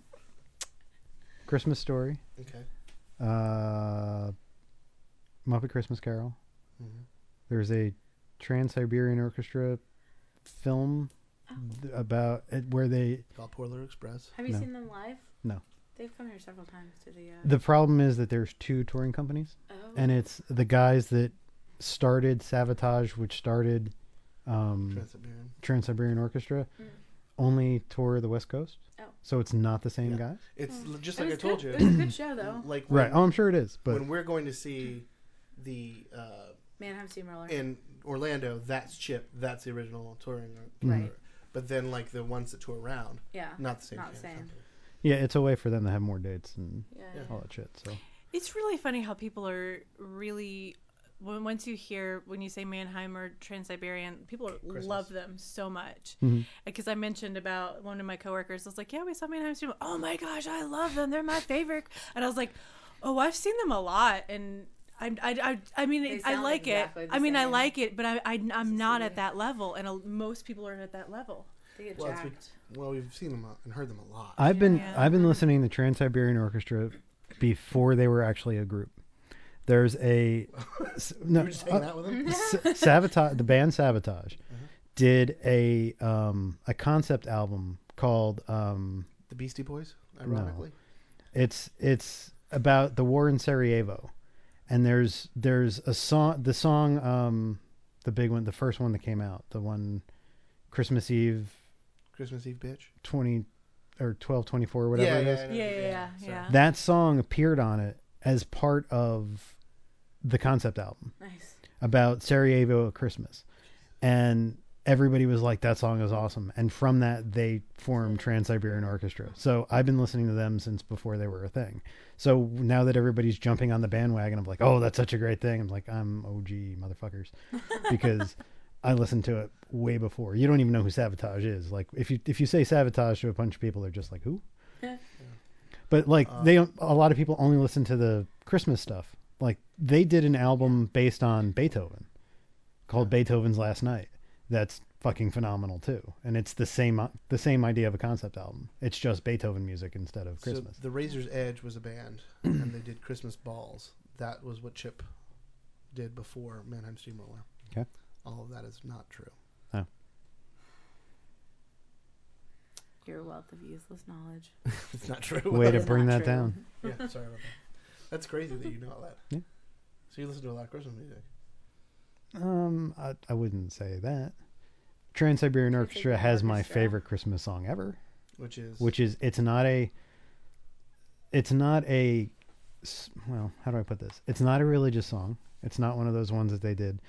[SPEAKER 4] Christmas Story,
[SPEAKER 1] Okay.
[SPEAKER 4] uh, Muppet Christmas Carol.
[SPEAKER 1] Mhm.
[SPEAKER 4] Mm-hmm. There's a Trans Siberian Orchestra film th- about it, where they.
[SPEAKER 1] Called Polar Express.
[SPEAKER 2] Have you
[SPEAKER 4] No.
[SPEAKER 2] seen them live?
[SPEAKER 4] No.
[SPEAKER 2] They've come here several times to the. Uh,
[SPEAKER 4] The problem is that there's two touring companies,
[SPEAKER 2] oh,
[SPEAKER 4] and it's the guys that started Sabotage, which started um,
[SPEAKER 1] Trans Siberian.
[SPEAKER 4] Trans Siberian Orchestra, only tour the West Coast.
[SPEAKER 2] Oh.
[SPEAKER 4] So it's not the same
[SPEAKER 1] Yeah.
[SPEAKER 4] guys.
[SPEAKER 1] It's l- just
[SPEAKER 2] Mm. it
[SPEAKER 1] like I
[SPEAKER 2] was
[SPEAKER 1] told
[SPEAKER 2] good. It was
[SPEAKER 1] you.
[SPEAKER 2] a good show though.
[SPEAKER 1] <laughs> Like when,
[SPEAKER 4] Right. Oh, I'm sure it is, but
[SPEAKER 1] when we're going to see the uh,
[SPEAKER 2] Manheim Steamroller.
[SPEAKER 1] in Orlando, that's Chip. That's the original touring.
[SPEAKER 4] Mm-hmm.
[SPEAKER 2] Right.
[SPEAKER 1] But then like the ones that tour around,
[SPEAKER 2] yeah.
[SPEAKER 1] not the same.
[SPEAKER 2] Not
[SPEAKER 1] kind of
[SPEAKER 2] same.
[SPEAKER 1] company.
[SPEAKER 4] yeah, it's a way for them to have more dates and
[SPEAKER 2] Yeah.
[SPEAKER 1] Yeah.
[SPEAKER 4] all that shit. So
[SPEAKER 5] It's really funny how people are really when once you hear when you say Mannheim or Trans Siberian, people are, love them so much. Because I mentioned about one of my coworkers, I was like, "Yeah, we saw Mannheim Steam. Oh my gosh, I love them. They're my favorite." And I was like, "Oh, I've seen them a lot." And I, I, I, I mean, it, I
[SPEAKER 2] sound
[SPEAKER 5] like
[SPEAKER 2] exactly
[SPEAKER 5] it.
[SPEAKER 2] the
[SPEAKER 5] I mean, I
[SPEAKER 2] same.
[SPEAKER 5] like it, but I, I am not at that level, and uh, most people aren't at that level.
[SPEAKER 2] They get
[SPEAKER 1] Well, it's
[SPEAKER 2] jacked.
[SPEAKER 1] be- well, we've seen them a- and heard them a lot.
[SPEAKER 4] I've been
[SPEAKER 5] Yeah.
[SPEAKER 4] I've been listening to Trans Siberian Orchestra before they were actually a group. There's a
[SPEAKER 1] <laughs>
[SPEAKER 4] s-
[SPEAKER 1] you
[SPEAKER 4] no uh,
[SPEAKER 1] were just Uh-huh. hanging out with
[SPEAKER 2] <laughs>
[SPEAKER 1] them.
[SPEAKER 4] sabotage. The band Sabotage did a um, a concept album called um,
[SPEAKER 1] The Beastie Boys, ironically.
[SPEAKER 4] it's it's about the war in Sarajevo, and there's there's a song the song um, the big one the first one that came out the one Christmas Eve
[SPEAKER 1] Christmas Eve, bitch.
[SPEAKER 4] twenty or twelve twenty four whatever it is.
[SPEAKER 1] I know.
[SPEAKER 5] Yeah, yeah, yeah,
[SPEAKER 1] so-
[SPEAKER 5] yeah.
[SPEAKER 4] that song appeared on it as part of the concept album
[SPEAKER 2] Nice.
[SPEAKER 4] about Sarajevo at Christmas. And everybody was like, that song is awesome. And from that, they formed Trans Siberian Orchestra. So I've been listening to them since before they were a thing. So now that everybody's jumping on the bandwagon, I'm like, oh, that's such a great thing. I'm like, I'm OG motherfuckers because. I listened to it way before. You don't even know who Sabotage is. Like if you if you say Sabotage to a bunch of people, they're just like who? But like they a lot of people only listen to the Christmas stuff. Like they did an album based on Beethoven called Beethoven's Last Night. That's fucking phenomenal too. And it's the same uh, the same idea of a concept album. It's just Beethoven music instead of
[SPEAKER 1] So
[SPEAKER 4] Christmas.
[SPEAKER 1] the Razor's Edge was a
[SPEAKER 4] <clears throat>
[SPEAKER 1] band, and they did Christmas balls. That was what Chip did before Mannheim Steamroller.
[SPEAKER 4] Okay.
[SPEAKER 1] All of that is not true.
[SPEAKER 4] Oh.
[SPEAKER 2] your wealth of useless knowledge.
[SPEAKER 1] <laughs> it's not true.
[SPEAKER 4] Way to
[SPEAKER 2] It's
[SPEAKER 4] bring that
[SPEAKER 2] not true.
[SPEAKER 4] down.
[SPEAKER 1] <laughs> yeah, sorry about that. That's crazy that you know all that.
[SPEAKER 4] Yeah.
[SPEAKER 1] So you listen to a lot of Christmas music.
[SPEAKER 4] Um, I, I wouldn't say that. Trans Siberian
[SPEAKER 2] Trans-Siberian
[SPEAKER 4] Orchestra has my
[SPEAKER 2] Orchestra.
[SPEAKER 4] favorite Christmas song ever,
[SPEAKER 1] Which is
[SPEAKER 4] which is it's not a, it's not a, s- well, how do I put this? It's not a religious song. It's not one of those ones that they did.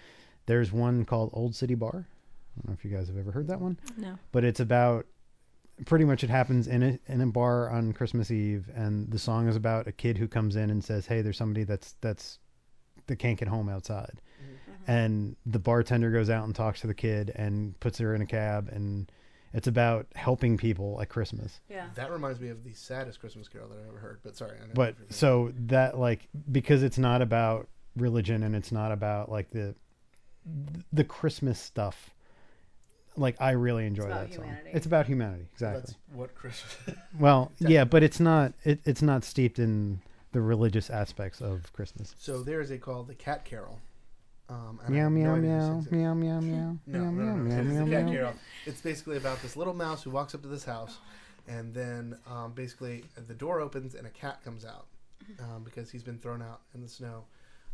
[SPEAKER 4] There's one called Old City Bar. I don't know if you guys have ever heard that one.
[SPEAKER 5] No.
[SPEAKER 4] but it's about pretty much it happens in a in a bar on Christmas Eve, and the song is about a kid who comes in and says, "Hey, there's somebody that's that's that can't get home outside," and the bartender goes out and talks to the kid and puts her in a cab, and it's about helping people at Christmas.
[SPEAKER 2] Yeah.
[SPEAKER 1] that reminds me of the saddest Christmas carol that I ever heard. But sorry, I know
[SPEAKER 4] But
[SPEAKER 1] if you're gonna-
[SPEAKER 4] so that like because it's not about religion and it's not about like the the Christmas stuff. Like I really enjoy
[SPEAKER 2] about
[SPEAKER 4] that song.
[SPEAKER 2] humanity.
[SPEAKER 4] It's about humanity, exactly.
[SPEAKER 1] that's what Christmas. <laughs>
[SPEAKER 4] Well,
[SPEAKER 1] Exactly.
[SPEAKER 4] yeah, but it's not it, it's not steeped in the religious aspects of Christmas.
[SPEAKER 1] so there is a called the Cat Carol. Um, and I
[SPEAKER 4] Meow
[SPEAKER 1] have
[SPEAKER 4] meow
[SPEAKER 1] no idea who
[SPEAKER 4] meow
[SPEAKER 1] sings it.
[SPEAKER 4] meow meow meow
[SPEAKER 1] <laughs> No,
[SPEAKER 4] meow
[SPEAKER 1] no, no, no.
[SPEAKER 4] meow meow
[SPEAKER 1] It is
[SPEAKER 4] meow
[SPEAKER 1] the cat
[SPEAKER 4] meow.
[SPEAKER 1] carol. It's basically about this little mouse who walks up to this house, and then um, basically the door opens and a cat comes out
[SPEAKER 2] Mm-hmm.
[SPEAKER 1] um, because he's been thrown out in the snow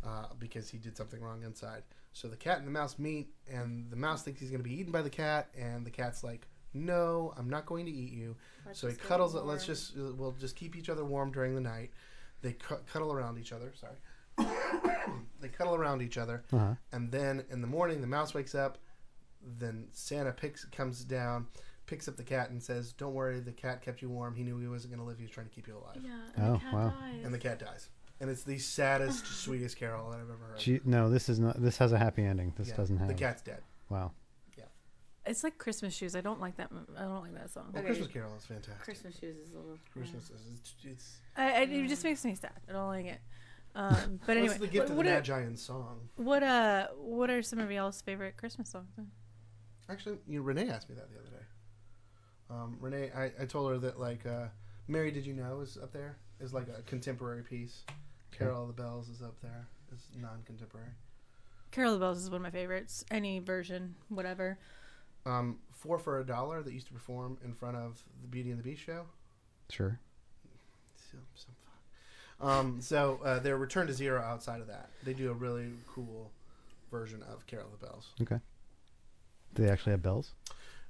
[SPEAKER 1] uh, because he did something wrong inside. So the cat and the mouse meet, and the mouse thinks he's going to be eaten by the cat, and the cat's like, "No, I'm not going to eat you."
[SPEAKER 2] Let's
[SPEAKER 1] so he
[SPEAKER 2] just get
[SPEAKER 1] cuddles.
[SPEAKER 2] warm.
[SPEAKER 1] Let's just uh, we'll just keep each other warm during the night. They cu- cuddle around each other. Sorry. <coughs> they cuddle around each other,
[SPEAKER 4] Uh-huh.
[SPEAKER 1] and then in the morning, the mouse wakes up. Then Santa picks comes down, picks up the cat, and says, "Don't worry, the cat kept you warm. He knew he wasn't going to live. He was trying to keep you alive."
[SPEAKER 2] Yeah.
[SPEAKER 4] Oh,
[SPEAKER 2] the cat
[SPEAKER 4] wow.
[SPEAKER 2] dies.
[SPEAKER 1] And the cat dies. And it's the
[SPEAKER 5] <laughs>
[SPEAKER 1] saddest, sweetest carol that I've ever heard.
[SPEAKER 4] Gee, no, this is not. This has a happy ending. This
[SPEAKER 1] Yeah,
[SPEAKER 4] doesn't have.
[SPEAKER 1] The cat's dead.
[SPEAKER 4] Wow.
[SPEAKER 5] It's like Christmas shoes. I don't like that. mo- I don't like that song.
[SPEAKER 1] Well, Oh,
[SPEAKER 2] Okay.
[SPEAKER 1] Christmas Carol is fantastic.
[SPEAKER 2] Christmas shoes is a little.
[SPEAKER 1] Christmas is it's. it's
[SPEAKER 5] I, I, it just makes me sad. I don't like it.
[SPEAKER 1] <laughs>
[SPEAKER 5] Um, but
[SPEAKER 1] what's
[SPEAKER 5] anyway,
[SPEAKER 1] the gift
[SPEAKER 5] what,
[SPEAKER 1] of the
[SPEAKER 5] what are,
[SPEAKER 1] Magi in song?
[SPEAKER 5] what uh what are some of y'all's favorite Christmas songs? then?
[SPEAKER 1] Actually, you know, Renee asked me that the other day. Um, Renee, I, I told her that like uh, "Mary Did You Know" is up there is like a contemporary piece. "Carol of the Bells" is up there. It's non-contemporary.
[SPEAKER 5] Carol of the Bells is one of my favorites. Any version, whatever.
[SPEAKER 1] Um, Four for a Dollar that used to perform in front of the Beauty and the Beast show.
[SPEAKER 4] Sure.
[SPEAKER 1] Some, some fuck. Um, so uh, their Return to Zero outside of that, they do a really cool version of "Carol of the Bells."
[SPEAKER 4] Okay. Do they actually have bells?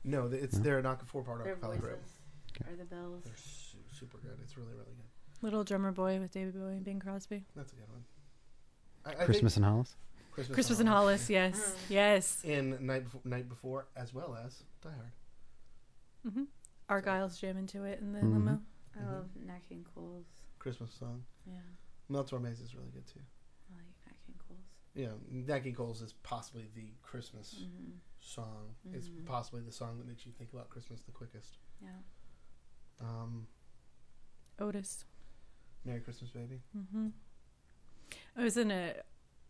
[SPEAKER 1] No, th- it's
[SPEAKER 4] Yeah.
[SPEAKER 1] they're not a four-part
[SPEAKER 2] Their
[SPEAKER 1] acapella
[SPEAKER 2] voices
[SPEAKER 1] group.
[SPEAKER 2] are the bells.
[SPEAKER 1] They're su- super good. It's really really good.
[SPEAKER 5] Little Drummer Boy with David Bowie and Bing Crosby.
[SPEAKER 1] That's a good one. I, I
[SPEAKER 4] Christmas and Hollis.
[SPEAKER 1] Think Christmas,
[SPEAKER 5] Christmas and Hollis. Yes, yes.
[SPEAKER 1] in night before, night before as well as Die Hard.
[SPEAKER 5] hmm Argyle's jamming to it in the
[SPEAKER 4] Mhm.
[SPEAKER 5] limo.
[SPEAKER 2] I
[SPEAKER 1] Mhm.
[SPEAKER 2] love Knacking Coals.
[SPEAKER 1] Christmas song.
[SPEAKER 2] Yeah.
[SPEAKER 1] Meltzer Maze is really good too.
[SPEAKER 2] I like Knacking Coals.
[SPEAKER 1] Yeah, Nacking Coles is possibly the Christmas
[SPEAKER 5] Mm-hmm.
[SPEAKER 2] hmm
[SPEAKER 1] song. It's
[SPEAKER 2] Mhm.
[SPEAKER 1] possibly the song that makes you think about Christmas the quickest.
[SPEAKER 2] Yeah.
[SPEAKER 1] Um,
[SPEAKER 5] Otis.
[SPEAKER 1] Merry Christmas, <laughs> baby.
[SPEAKER 5] hmm I was in a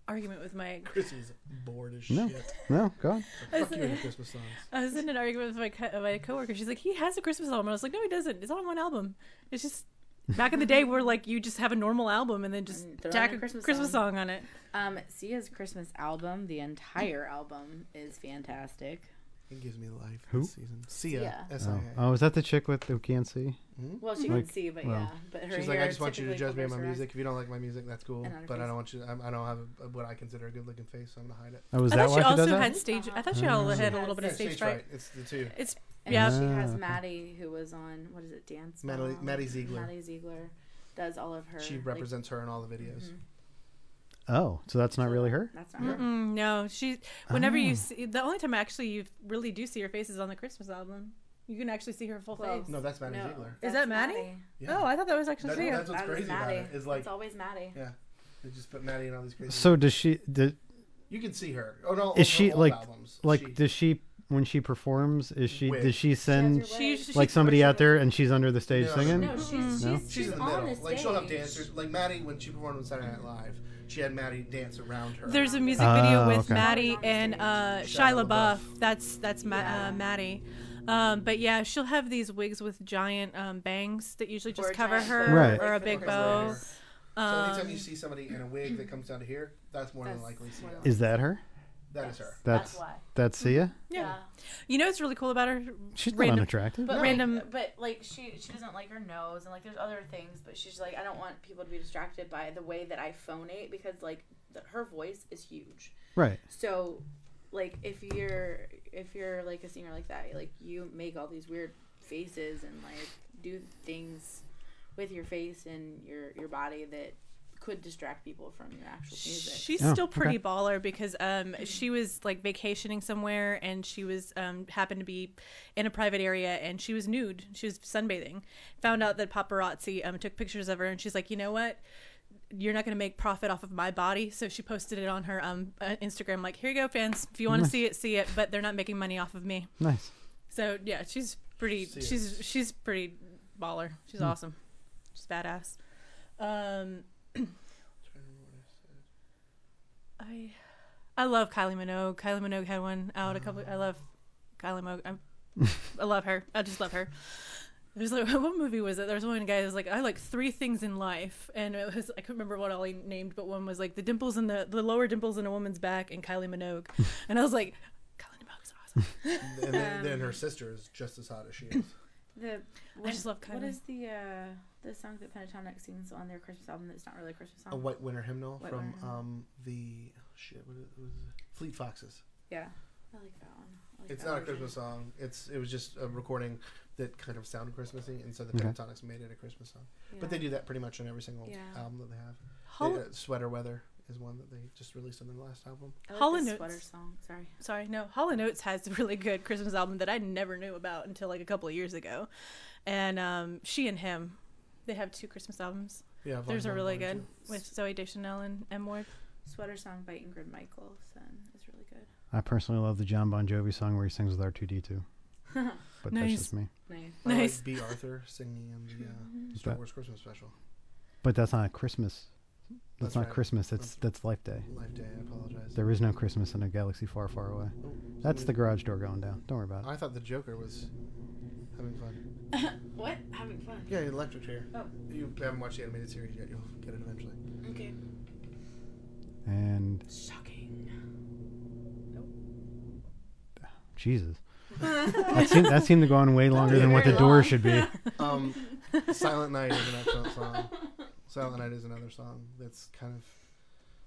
[SPEAKER 5] argument with my
[SPEAKER 1] Chris is bored as
[SPEAKER 4] No.
[SPEAKER 1] shit.
[SPEAKER 4] No, go on.
[SPEAKER 1] Fuck
[SPEAKER 5] Isn't
[SPEAKER 1] you and
[SPEAKER 5] it?
[SPEAKER 1] Christmas songs.
[SPEAKER 5] I was in an argument with my co- my coworker. She's like, he has a Christmas album. I was like, no, he doesn't. It's on one album. It's just back in the day where like you just have a normal album and then just
[SPEAKER 2] And Mm, throw
[SPEAKER 5] tack
[SPEAKER 2] in
[SPEAKER 5] a
[SPEAKER 2] a
[SPEAKER 5] Christmas,
[SPEAKER 2] Christmas
[SPEAKER 5] song. on it.
[SPEAKER 2] Um, Sia's Christmas album, the entire album, is fantastic.
[SPEAKER 1] It gives me life
[SPEAKER 4] Who?
[SPEAKER 1] this season. Sia.
[SPEAKER 2] Sia.
[SPEAKER 1] S I A.
[SPEAKER 4] Oh, oh, is that the chick with who can't see?
[SPEAKER 1] Hmm?
[SPEAKER 2] Well, she
[SPEAKER 4] Like,
[SPEAKER 2] can see, but
[SPEAKER 4] well.
[SPEAKER 2] yeah. But her
[SPEAKER 1] She's like,
[SPEAKER 2] hair
[SPEAKER 1] I just want you to
[SPEAKER 2] typically
[SPEAKER 1] judge me on my
[SPEAKER 2] covers her eyes.
[SPEAKER 1] music. If you don't like my music, that's cool.
[SPEAKER 2] And on her
[SPEAKER 1] But I
[SPEAKER 2] face.
[SPEAKER 1] don't want you. I'm, I don't have a, what I consider a good looking face, so I'm gonna hide it.
[SPEAKER 4] Oh, is
[SPEAKER 5] I
[SPEAKER 4] that
[SPEAKER 5] thought
[SPEAKER 4] why
[SPEAKER 5] she
[SPEAKER 4] she does
[SPEAKER 5] also
[SPEAKER 4] that?
[SPEAKER 5] had stage. I thought she
[SPEAKER 4] Oh.
[SPEAKER 5] also had a
[SPEAKER 2] She
[SPEAKER 5] little bit of
[SPEAKER 2] has
[SPEAKER 5] stage
[SPEAKER 1] stage
[SPEAKER 5] fright.
[SPEAKER 1] It's the two.
[SPEAKER 5] It's
[SPEAKER 2] And
[SPEAKER 5] Yeah.
[SPEAKER 2] she
[SPEAKER 4] Ah,
[SPEAKER 2] has
[SPEAKER 4] okay.
[SPEAKER 2] Maddie, who was on what is it, Dance?
[SPEAKER 1] Madeline-
[SPEAKER 2] Mom?
[SPEAKER 1] Maddie Ziegler.
[SPEAKER 2] Maddie Ziegler does all of her.
[SPEAKER 1] She
[SPEAKER 2] like-
[SPEAKER 1] represents her mm-hmm. in all the videos.
[SPEAKER 2] Mhm.
[SPEAKER 4] Oh, so that's not really her.
[SPEAKER 2] That's not her.
[SPEAKER 5] mm-mm, no. She whenever
[SPEAKER 4] Oh.
[SPEAKER 5] you see the only time actually you really do see her face is on the Christmas album. You can actually see her full
[SPEAKER 2] Well,
[SPEAKER 5] face.
[SPEAKER 1] No, that's Maddie
[SPEAKER 2] No,
[SPEAKER 1] Ziegler.
[SPEAKER 5] Is
[SPEAKER 2] that's
[SPEAKER 5] that Maddie?
[SPEAKER 1] Yeah.
[SPEAKER 5] Oh, I thought that was actually
[SPEAKER 1] That-
[SPEAKER 5] Sia.
[SPEAKER 1] that's what's
[SPEAKER 2] That was
[SPEAKER 1] crazy about
[SPEAKER 2] Maddie.
[SPEAKER 1] it. Is like
[SPEAKER 2] it's always Maddie.
[SPEAKER 1] Yeah, they just put Maddie in all these crazy.
[SPEAKER 4] So does she? Does,
[SPEAKER 1] you can see her. Oh no,
[SPEAKER 4] Is she, like-
[SPEAKER 1] albums.
[SPEAKER 4] like,
[SPEAKER 1] She-
[SPEAKER 4] does she when she performs? Is she?
[SPEAKER 1] Wig.
[SPEAKER 4] Does she send?
[SPEAKER 2] She has her
[SPEAKER 5] She,
[SPEAKER 2] wig.
[SPEAKER 5] she,
[SPEAKER 4] like
[SPEAKER 5] she-
[SPEAKER 4] somebody
[SPEAKER 2] or
[SPEAKER 4] out
[SPEAKER 2] she-
[SPEAKER 4] there and she's under the stage
[SPEAKER 1] No,
[SPEAKER 4] singing?
[SPEAKER 2] No, she's
[SPEAKER 5] Mm-hmm.
[SPEAKER 2] she's,
[SPEAKER 4] No?
[SPEAKER 2] she's,
[SPEAKER 1] She's in the
[SPEAKER 2] on
[SPEAKER 1] middle.
[SPEAKER 2] the
[SPEAKER 1] Like she'll have
[SPEAKER 2] stage.
[SPEAKER 1] dancers. Like Maddie, when she performed on Saturday Night Live, she had Maddie dance around her.
[SPEAKER 5] There's a music video
[SPEAKER 4] Oh,
[SPEAKER 5] with
[SPEAKER 4] okay.
[SPEAKER 5] Maddie and uh,
[SPEAKER 1] Shia
[SPEAKER 5] Shia LaBeouf.
[SPEAKER 1] LaBeouf.
[SPEAKER 5] That's that's Ma- uh, Maddie. Um, but yeah, she'll have these wigs with giant um, bangs that usually just
[SPEAKER 2] Or a
[SPEAKER 5] cover
[SPEAKER 2] giant
[SPEAKER 5] her
[SPEAKER 2] bow,
[SPEAKER 4] Right.
[SPEAKER 5] or a
[SPEAKER 2] like,
[SPEAKER 5] big
[SPEAKER 2] for
[SPEAKER 5] bow.
[SPEAKER 1] her so anytime
[SPEAKER 5] Um,
[SPEAKER 1] you see somebody in a wig that comes down to here, that's more than
[SPEAKER 2] That's
[SPEAKER 1] likely Sia.
[SPEAKER 2] one of
[SPEAKER 4] Is that her?
[SPEAKER 1] That is her.
[SPEAKER 4] That's
[SPEAKER 2] why.
[SPEAKER 4] That's Sia.
[SPEAKER 5] Yeah. You know what's really cool about her?
[SPEAKER 4] She's not
[SPEAKER 5] Random-
[SPEAKER 4] unattractive.
[SPEAKER 2] But
[SPEAKER 5] Random-
[SPEAKER 2] like, but like she she doesn't like her nose and like there's other things, but she's like I don't want people to be distracted by the way that I phonate because like the, her voice is huge.
[SPEAKER 4] Right.
[SPEAKER 2] So like if you're if you're like a singer like that, like you make all these weird faces and like do things with your face and your your body that could distract people from your actual music.
[SPEAKER 5] She's
[SPEAKER 4] Oh,
[SPEAKER 5] still pretty
[SPEAKER 4] okay.
[SPEAKER 5] baller because um, she was like vacationing somewhere and she was um, happened to be in a private area and she was nude. She was sunbathing. Found out that paparazzi um, took pictures of her and she's like, you know what? You're not going to make profit off of my body. So she posted it on her um, uh, Instagram, like, here you go, fans. If you want to see it, see it. But they're not making money off of me.
[SPEAKER 4] Nice.
[SPEAKER 5] So yeah, she's pretty.
[SPEAKER 1] See it.
[SPEAKER 5] she's she's pretty baller.
[SPEAKER 4] Hmm.
[SPEAKER 5] She's awesome. She's badass. Um, I I love Kylie Minogue. Kylie Minogue had one out a couple. I love Kylie Minogue. I'm, I love her. I just love her. There's like <laughs> what movie was it? There was one guy who was like, I like three things in life, and it was I couldn't remember what all he named, but one was like the dimples in the the lower dimples in a woman's back and Kylie
[SPEAKER 2] <laughs>
[SPEAKER 5] Minogue, and I was like, Kylie Minogue's awesome.
[SPEAKER 1] And then, then her sister is just as hot as she is.
[SPEAKER 2] The
[SPEAKER 5] I just love Kylie.
[SPEAKER 2] What is the uh, the song that Pentatonic sings on their Christmas album? That's not really a Christmas song.
[SPEAKER 1] A white winter hymnal
[SPEAKER 2] White
[SPEAKER 1] from
[SPEAKER 2] Winter Hymnal.
[SPEAKER 1] um the oh, shit. What is, what is it? Fleet Foxes.
[SPEAKER 2] Yeah, I like that one. I like
[SPEAKER 1] It's
[SPEAKER 2] that
[SPEAKER 1] not a
[SPEAKER 2] version.
[SPEAKER 1] Christmas song. It's it was just a recording that kind of sounded Christmassy, and so the
[SPEAKER 4] Okay.
[SPEAKER 1] Pentatonics made it a Christmas song. But they
[SPEAKER 2] Yeah.
[SPEAKER 1] do that pretty much on every single
[SPEAKER 2] Yeah.
[SPEAKER 1] album that they have.
[SPEAKER 5] Hol-
[SPEAKER 1] They, uh, Sweater Weather is one that they just released on their last album.
[SPEAKER 2] I
[SPEAKER 5] Hall
[SPEAKER 2] like
[SPEAKER 5] and
[SPEAKER 2] the
[SPEAKER 5] Oates.
[SPEAKER 2] sweater song. Sorry.
[SPEAKER 5] sorry, no. Hall and Oates has a really good Christmas album that I never knew about until like a couple of years ago, and um, she and him, they have two Christmas albums.
[SPEAKER 1] Yeah,
[SPEAKER 5] Theirs are
[SPEAKER 1] Volume
[SPEAKER 5] really
[SPEAKER 1] One and
[SPEAKER 5] good with Zoe Deschanel and M Ward.
[SPEAKER 2] Sweater song by Ingrid Michaelson is really good.
[SPEAKER 4] I personally love the John Bon Jovi song where he sings with R2D2. But that's
[SPEAKER 5] Nice.
[SPEAKER 4] just me.
[SPEAKER 2] <laughs>
[SPEAKER 1] two.
[SPEAKER 2] Nice.
[SPEAKER 1] I like
[SPEAKER 5] Nice.
[SPEAKER 1] B. Arthur singing in the
[SPEAKER 2] <laughs>
[SPEAKER 1] uh, Star
[SPEAKER 4] That-
[SPEAKER 1] Wars Christmas special.
[SPEAKER 4] But that's not Christmas. That's,
[SPEAKER 1] That's
[SPEAKER 4] not
[SPEAKER 1] right.
[SPEAKER 4] Christmas. That's that's Life Day.
[SPEAKER 1] Life Day. I apologize.
[SPEAKER 4] There is no Christmas in a galaxy far, far away.
[SPEAKER 1] Oh,
[SPEAKER 4] That's the
[SPEAKER 1] somebody-
[SPEAKER 4] garage door going down. Don't worry about it.
[SPEAKER 1] I thought the Joker was having fun.
[SPEAKER 2] What? Having fun.
[SPEAKER 1] Yeah, the electric chair.
[SPEAKER 2] Oh.
[SPEAKER 1] You haven't watched the animated series yet. You'll get it eventually.
[SPEAKER 5] <laughs>
[SPEAKER 2] Okay.
[SPEAKER 4] And
[SPEAKER 2] <laughs> Shocking.
[SPEAKER 4] Jesus, that seemed, that seemed to go on way longer than what the
[SPEAKER 2] Very
[SPEAKER 4] door
[SPEAKER 2] long.
[SPEAKER 4] should be.
[SPEAKER 1] Um, Silent Night is an excellent song. Silent Night is another song that's kind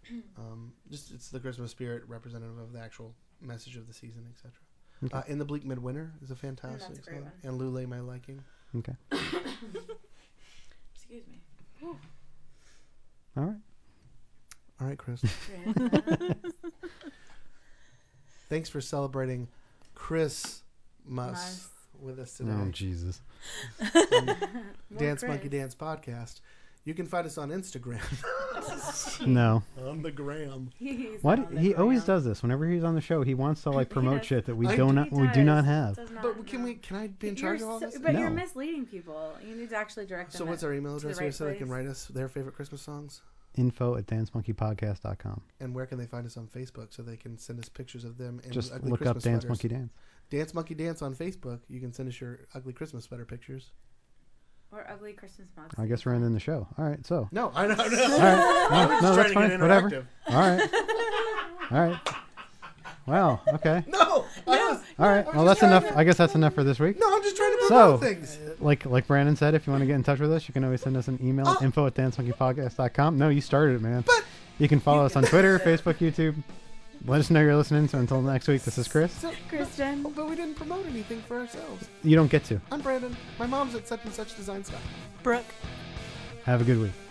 [SPEAKER 1] of um, just it's the Christmas spirit representative of the actual message of the season, etc. Uh, In the Bleak Midwinter is a fantastic
[SPEAKER 2] Mm, a great
[SPEAKER 1] song, and
[SPEAKER 2] one.
[SPEAKER 1] Lule My Liking.
[SPEAKER 4] Okay.
[SPEAKER 2] Excuse
[SPEAKER 1] <laughs>
[SPEAKER 2] me.
[SPEAKER 4] All right.
[SPEAKER 1] All right, Chris. <laughs> Thanks for celebrating Christmas
[SPEAKER 2] Mas.
[SPEAKER 1] with us today.
[SPEAKER 4] Oh
[SPEAKER 1] <laughs>
[SPEAKER 4] <laughs> Jesus.
[SPEAKER 2] <laughs> More
[SPEAKER 1] Dance
[SPEAKER 2] Chris.
[SPEAKER 1] Monkey Dance Podcast. You can find us on Instagram. <laughs>
[SPEAKER 4] No.
[SPEAKER 1] on the gram.
[SPEAKER 2] <laughs> He's
[SPEAKER 4] Why
[SPEAKER 2] on
[SPEAKER 4] do,
[SPEAKER 2] the
[SPEAKER 4] he always
[SPEAKER 2] ground.
[SPEAKER 4] does this. Whenever he's on the show, he wants to like
[SPEAKER 2] He
[SPEAKER 4] promote
[SPEAKER 2] does.
[SPEAKER 4] shit that we
[SPEAKER 1] I-
[SPEAKER 4] do
[SPEAKER 1] He
[SPEAKER 4] not
[SPEAKER 2] He
[SPEAKER 4] we do not
[SPEAKER 2] does.
[SPEAKER 4] have.
[SPEAKER 2] Does not,
[SPEAKER 1] But can
[SPEAKER 2] no.
[SPEAKER 1] we? Can I be in charge
[SPEAKER 2] you're
[SPEAKER 1] of all
[SPEAKER 2] so-
[SPEAKER 1] this?
[SPEAKER 2] But
[SPEAKER 4] No.
[SPEAKER 2] you're misleading people. You need to actually direct them.
[SPEAKER 1] So what's
[SPEAKER 2] at-
[SPEAKER 1] our email
[SPEAKER 2] to the
[SPEAKER 1] address
[SPEAKER 2] right
[SPEAKER 1] here so they can
[SPEAKER 2] place?
[SPEAKER 1] write us their favorite Christmas songs?
[SPEAKER 4] Info at dancemonkeypodcast.com.
[SPEAKER 1] And where can they find us on Facebook so they can send us pictures of them and
[SPEAKER 4] Just
[SPEAKER 1] ugly
[SPEAKER 4] look
[SPEAKER 1] Christmas
[SPEAKER 4] up Dance
[SPEAKER 1] sweaters?
[SPEAKER 4] Monkey Dance.
[SPEAKER 1] Dance Monkey Dance on Facebook. You can send us your ugly Christmas sweater pictures.
[SPEAKER 2] Or ugly Christmas mugs.
[SPEAKER 4] I guess we're ending the show. All
[SPEAKER 1] <laughs>
[SPEAKER 4] right. So.
[SPEAKER 1] No, I don't
[SPEAKER 2] <laughs>
[SPEAKER 1] know.
[SPEAKER 4] All right. No, no,
[SPEAKER 1] Just trying
[SPEAKER 4] that's
[SPEAKER 1] to
[SPEAKER 4] fine.
[SPEAKER 1] get
[SPEAKER 4] Whatever.
[SPEAKER 1] interactive.
[SPEAKER 4] All right. All right. Wow. Okay.
[SPEAKER 1] No, I was- <laughs>
[SPEAKER 4] All right. Well, that's enough. I guess that's enough for this week.
[SPEAKER 1] no, I'm just trying to
[SPEAKER 4] So-
[SPEAKER 1] promote things.
[SPEAKER 4] Like like Brandon said, if you want to get in touch with us, you can always send us an email at info at dancemonkeypodcast.com. No, you started it, man.
[SPEAKER 1] But-
[SPEAKER 4] you can follow us on Twitter, Facebook, YouTube. Let us know you're listening. So until next week, this is Chris.
[SPEAKER 1] So,
[SPEAKER 2] Kristen.
[SPEAKER 1] but we didn't promote anything for ourselves.
[SPEAKER 4] You don't get to.
[SPEAKER 1] I'm Brandon. My mom's at such and such design stuff.
[SPEAKER 5] Brooke.
[SPEAKER 4] Have a good week.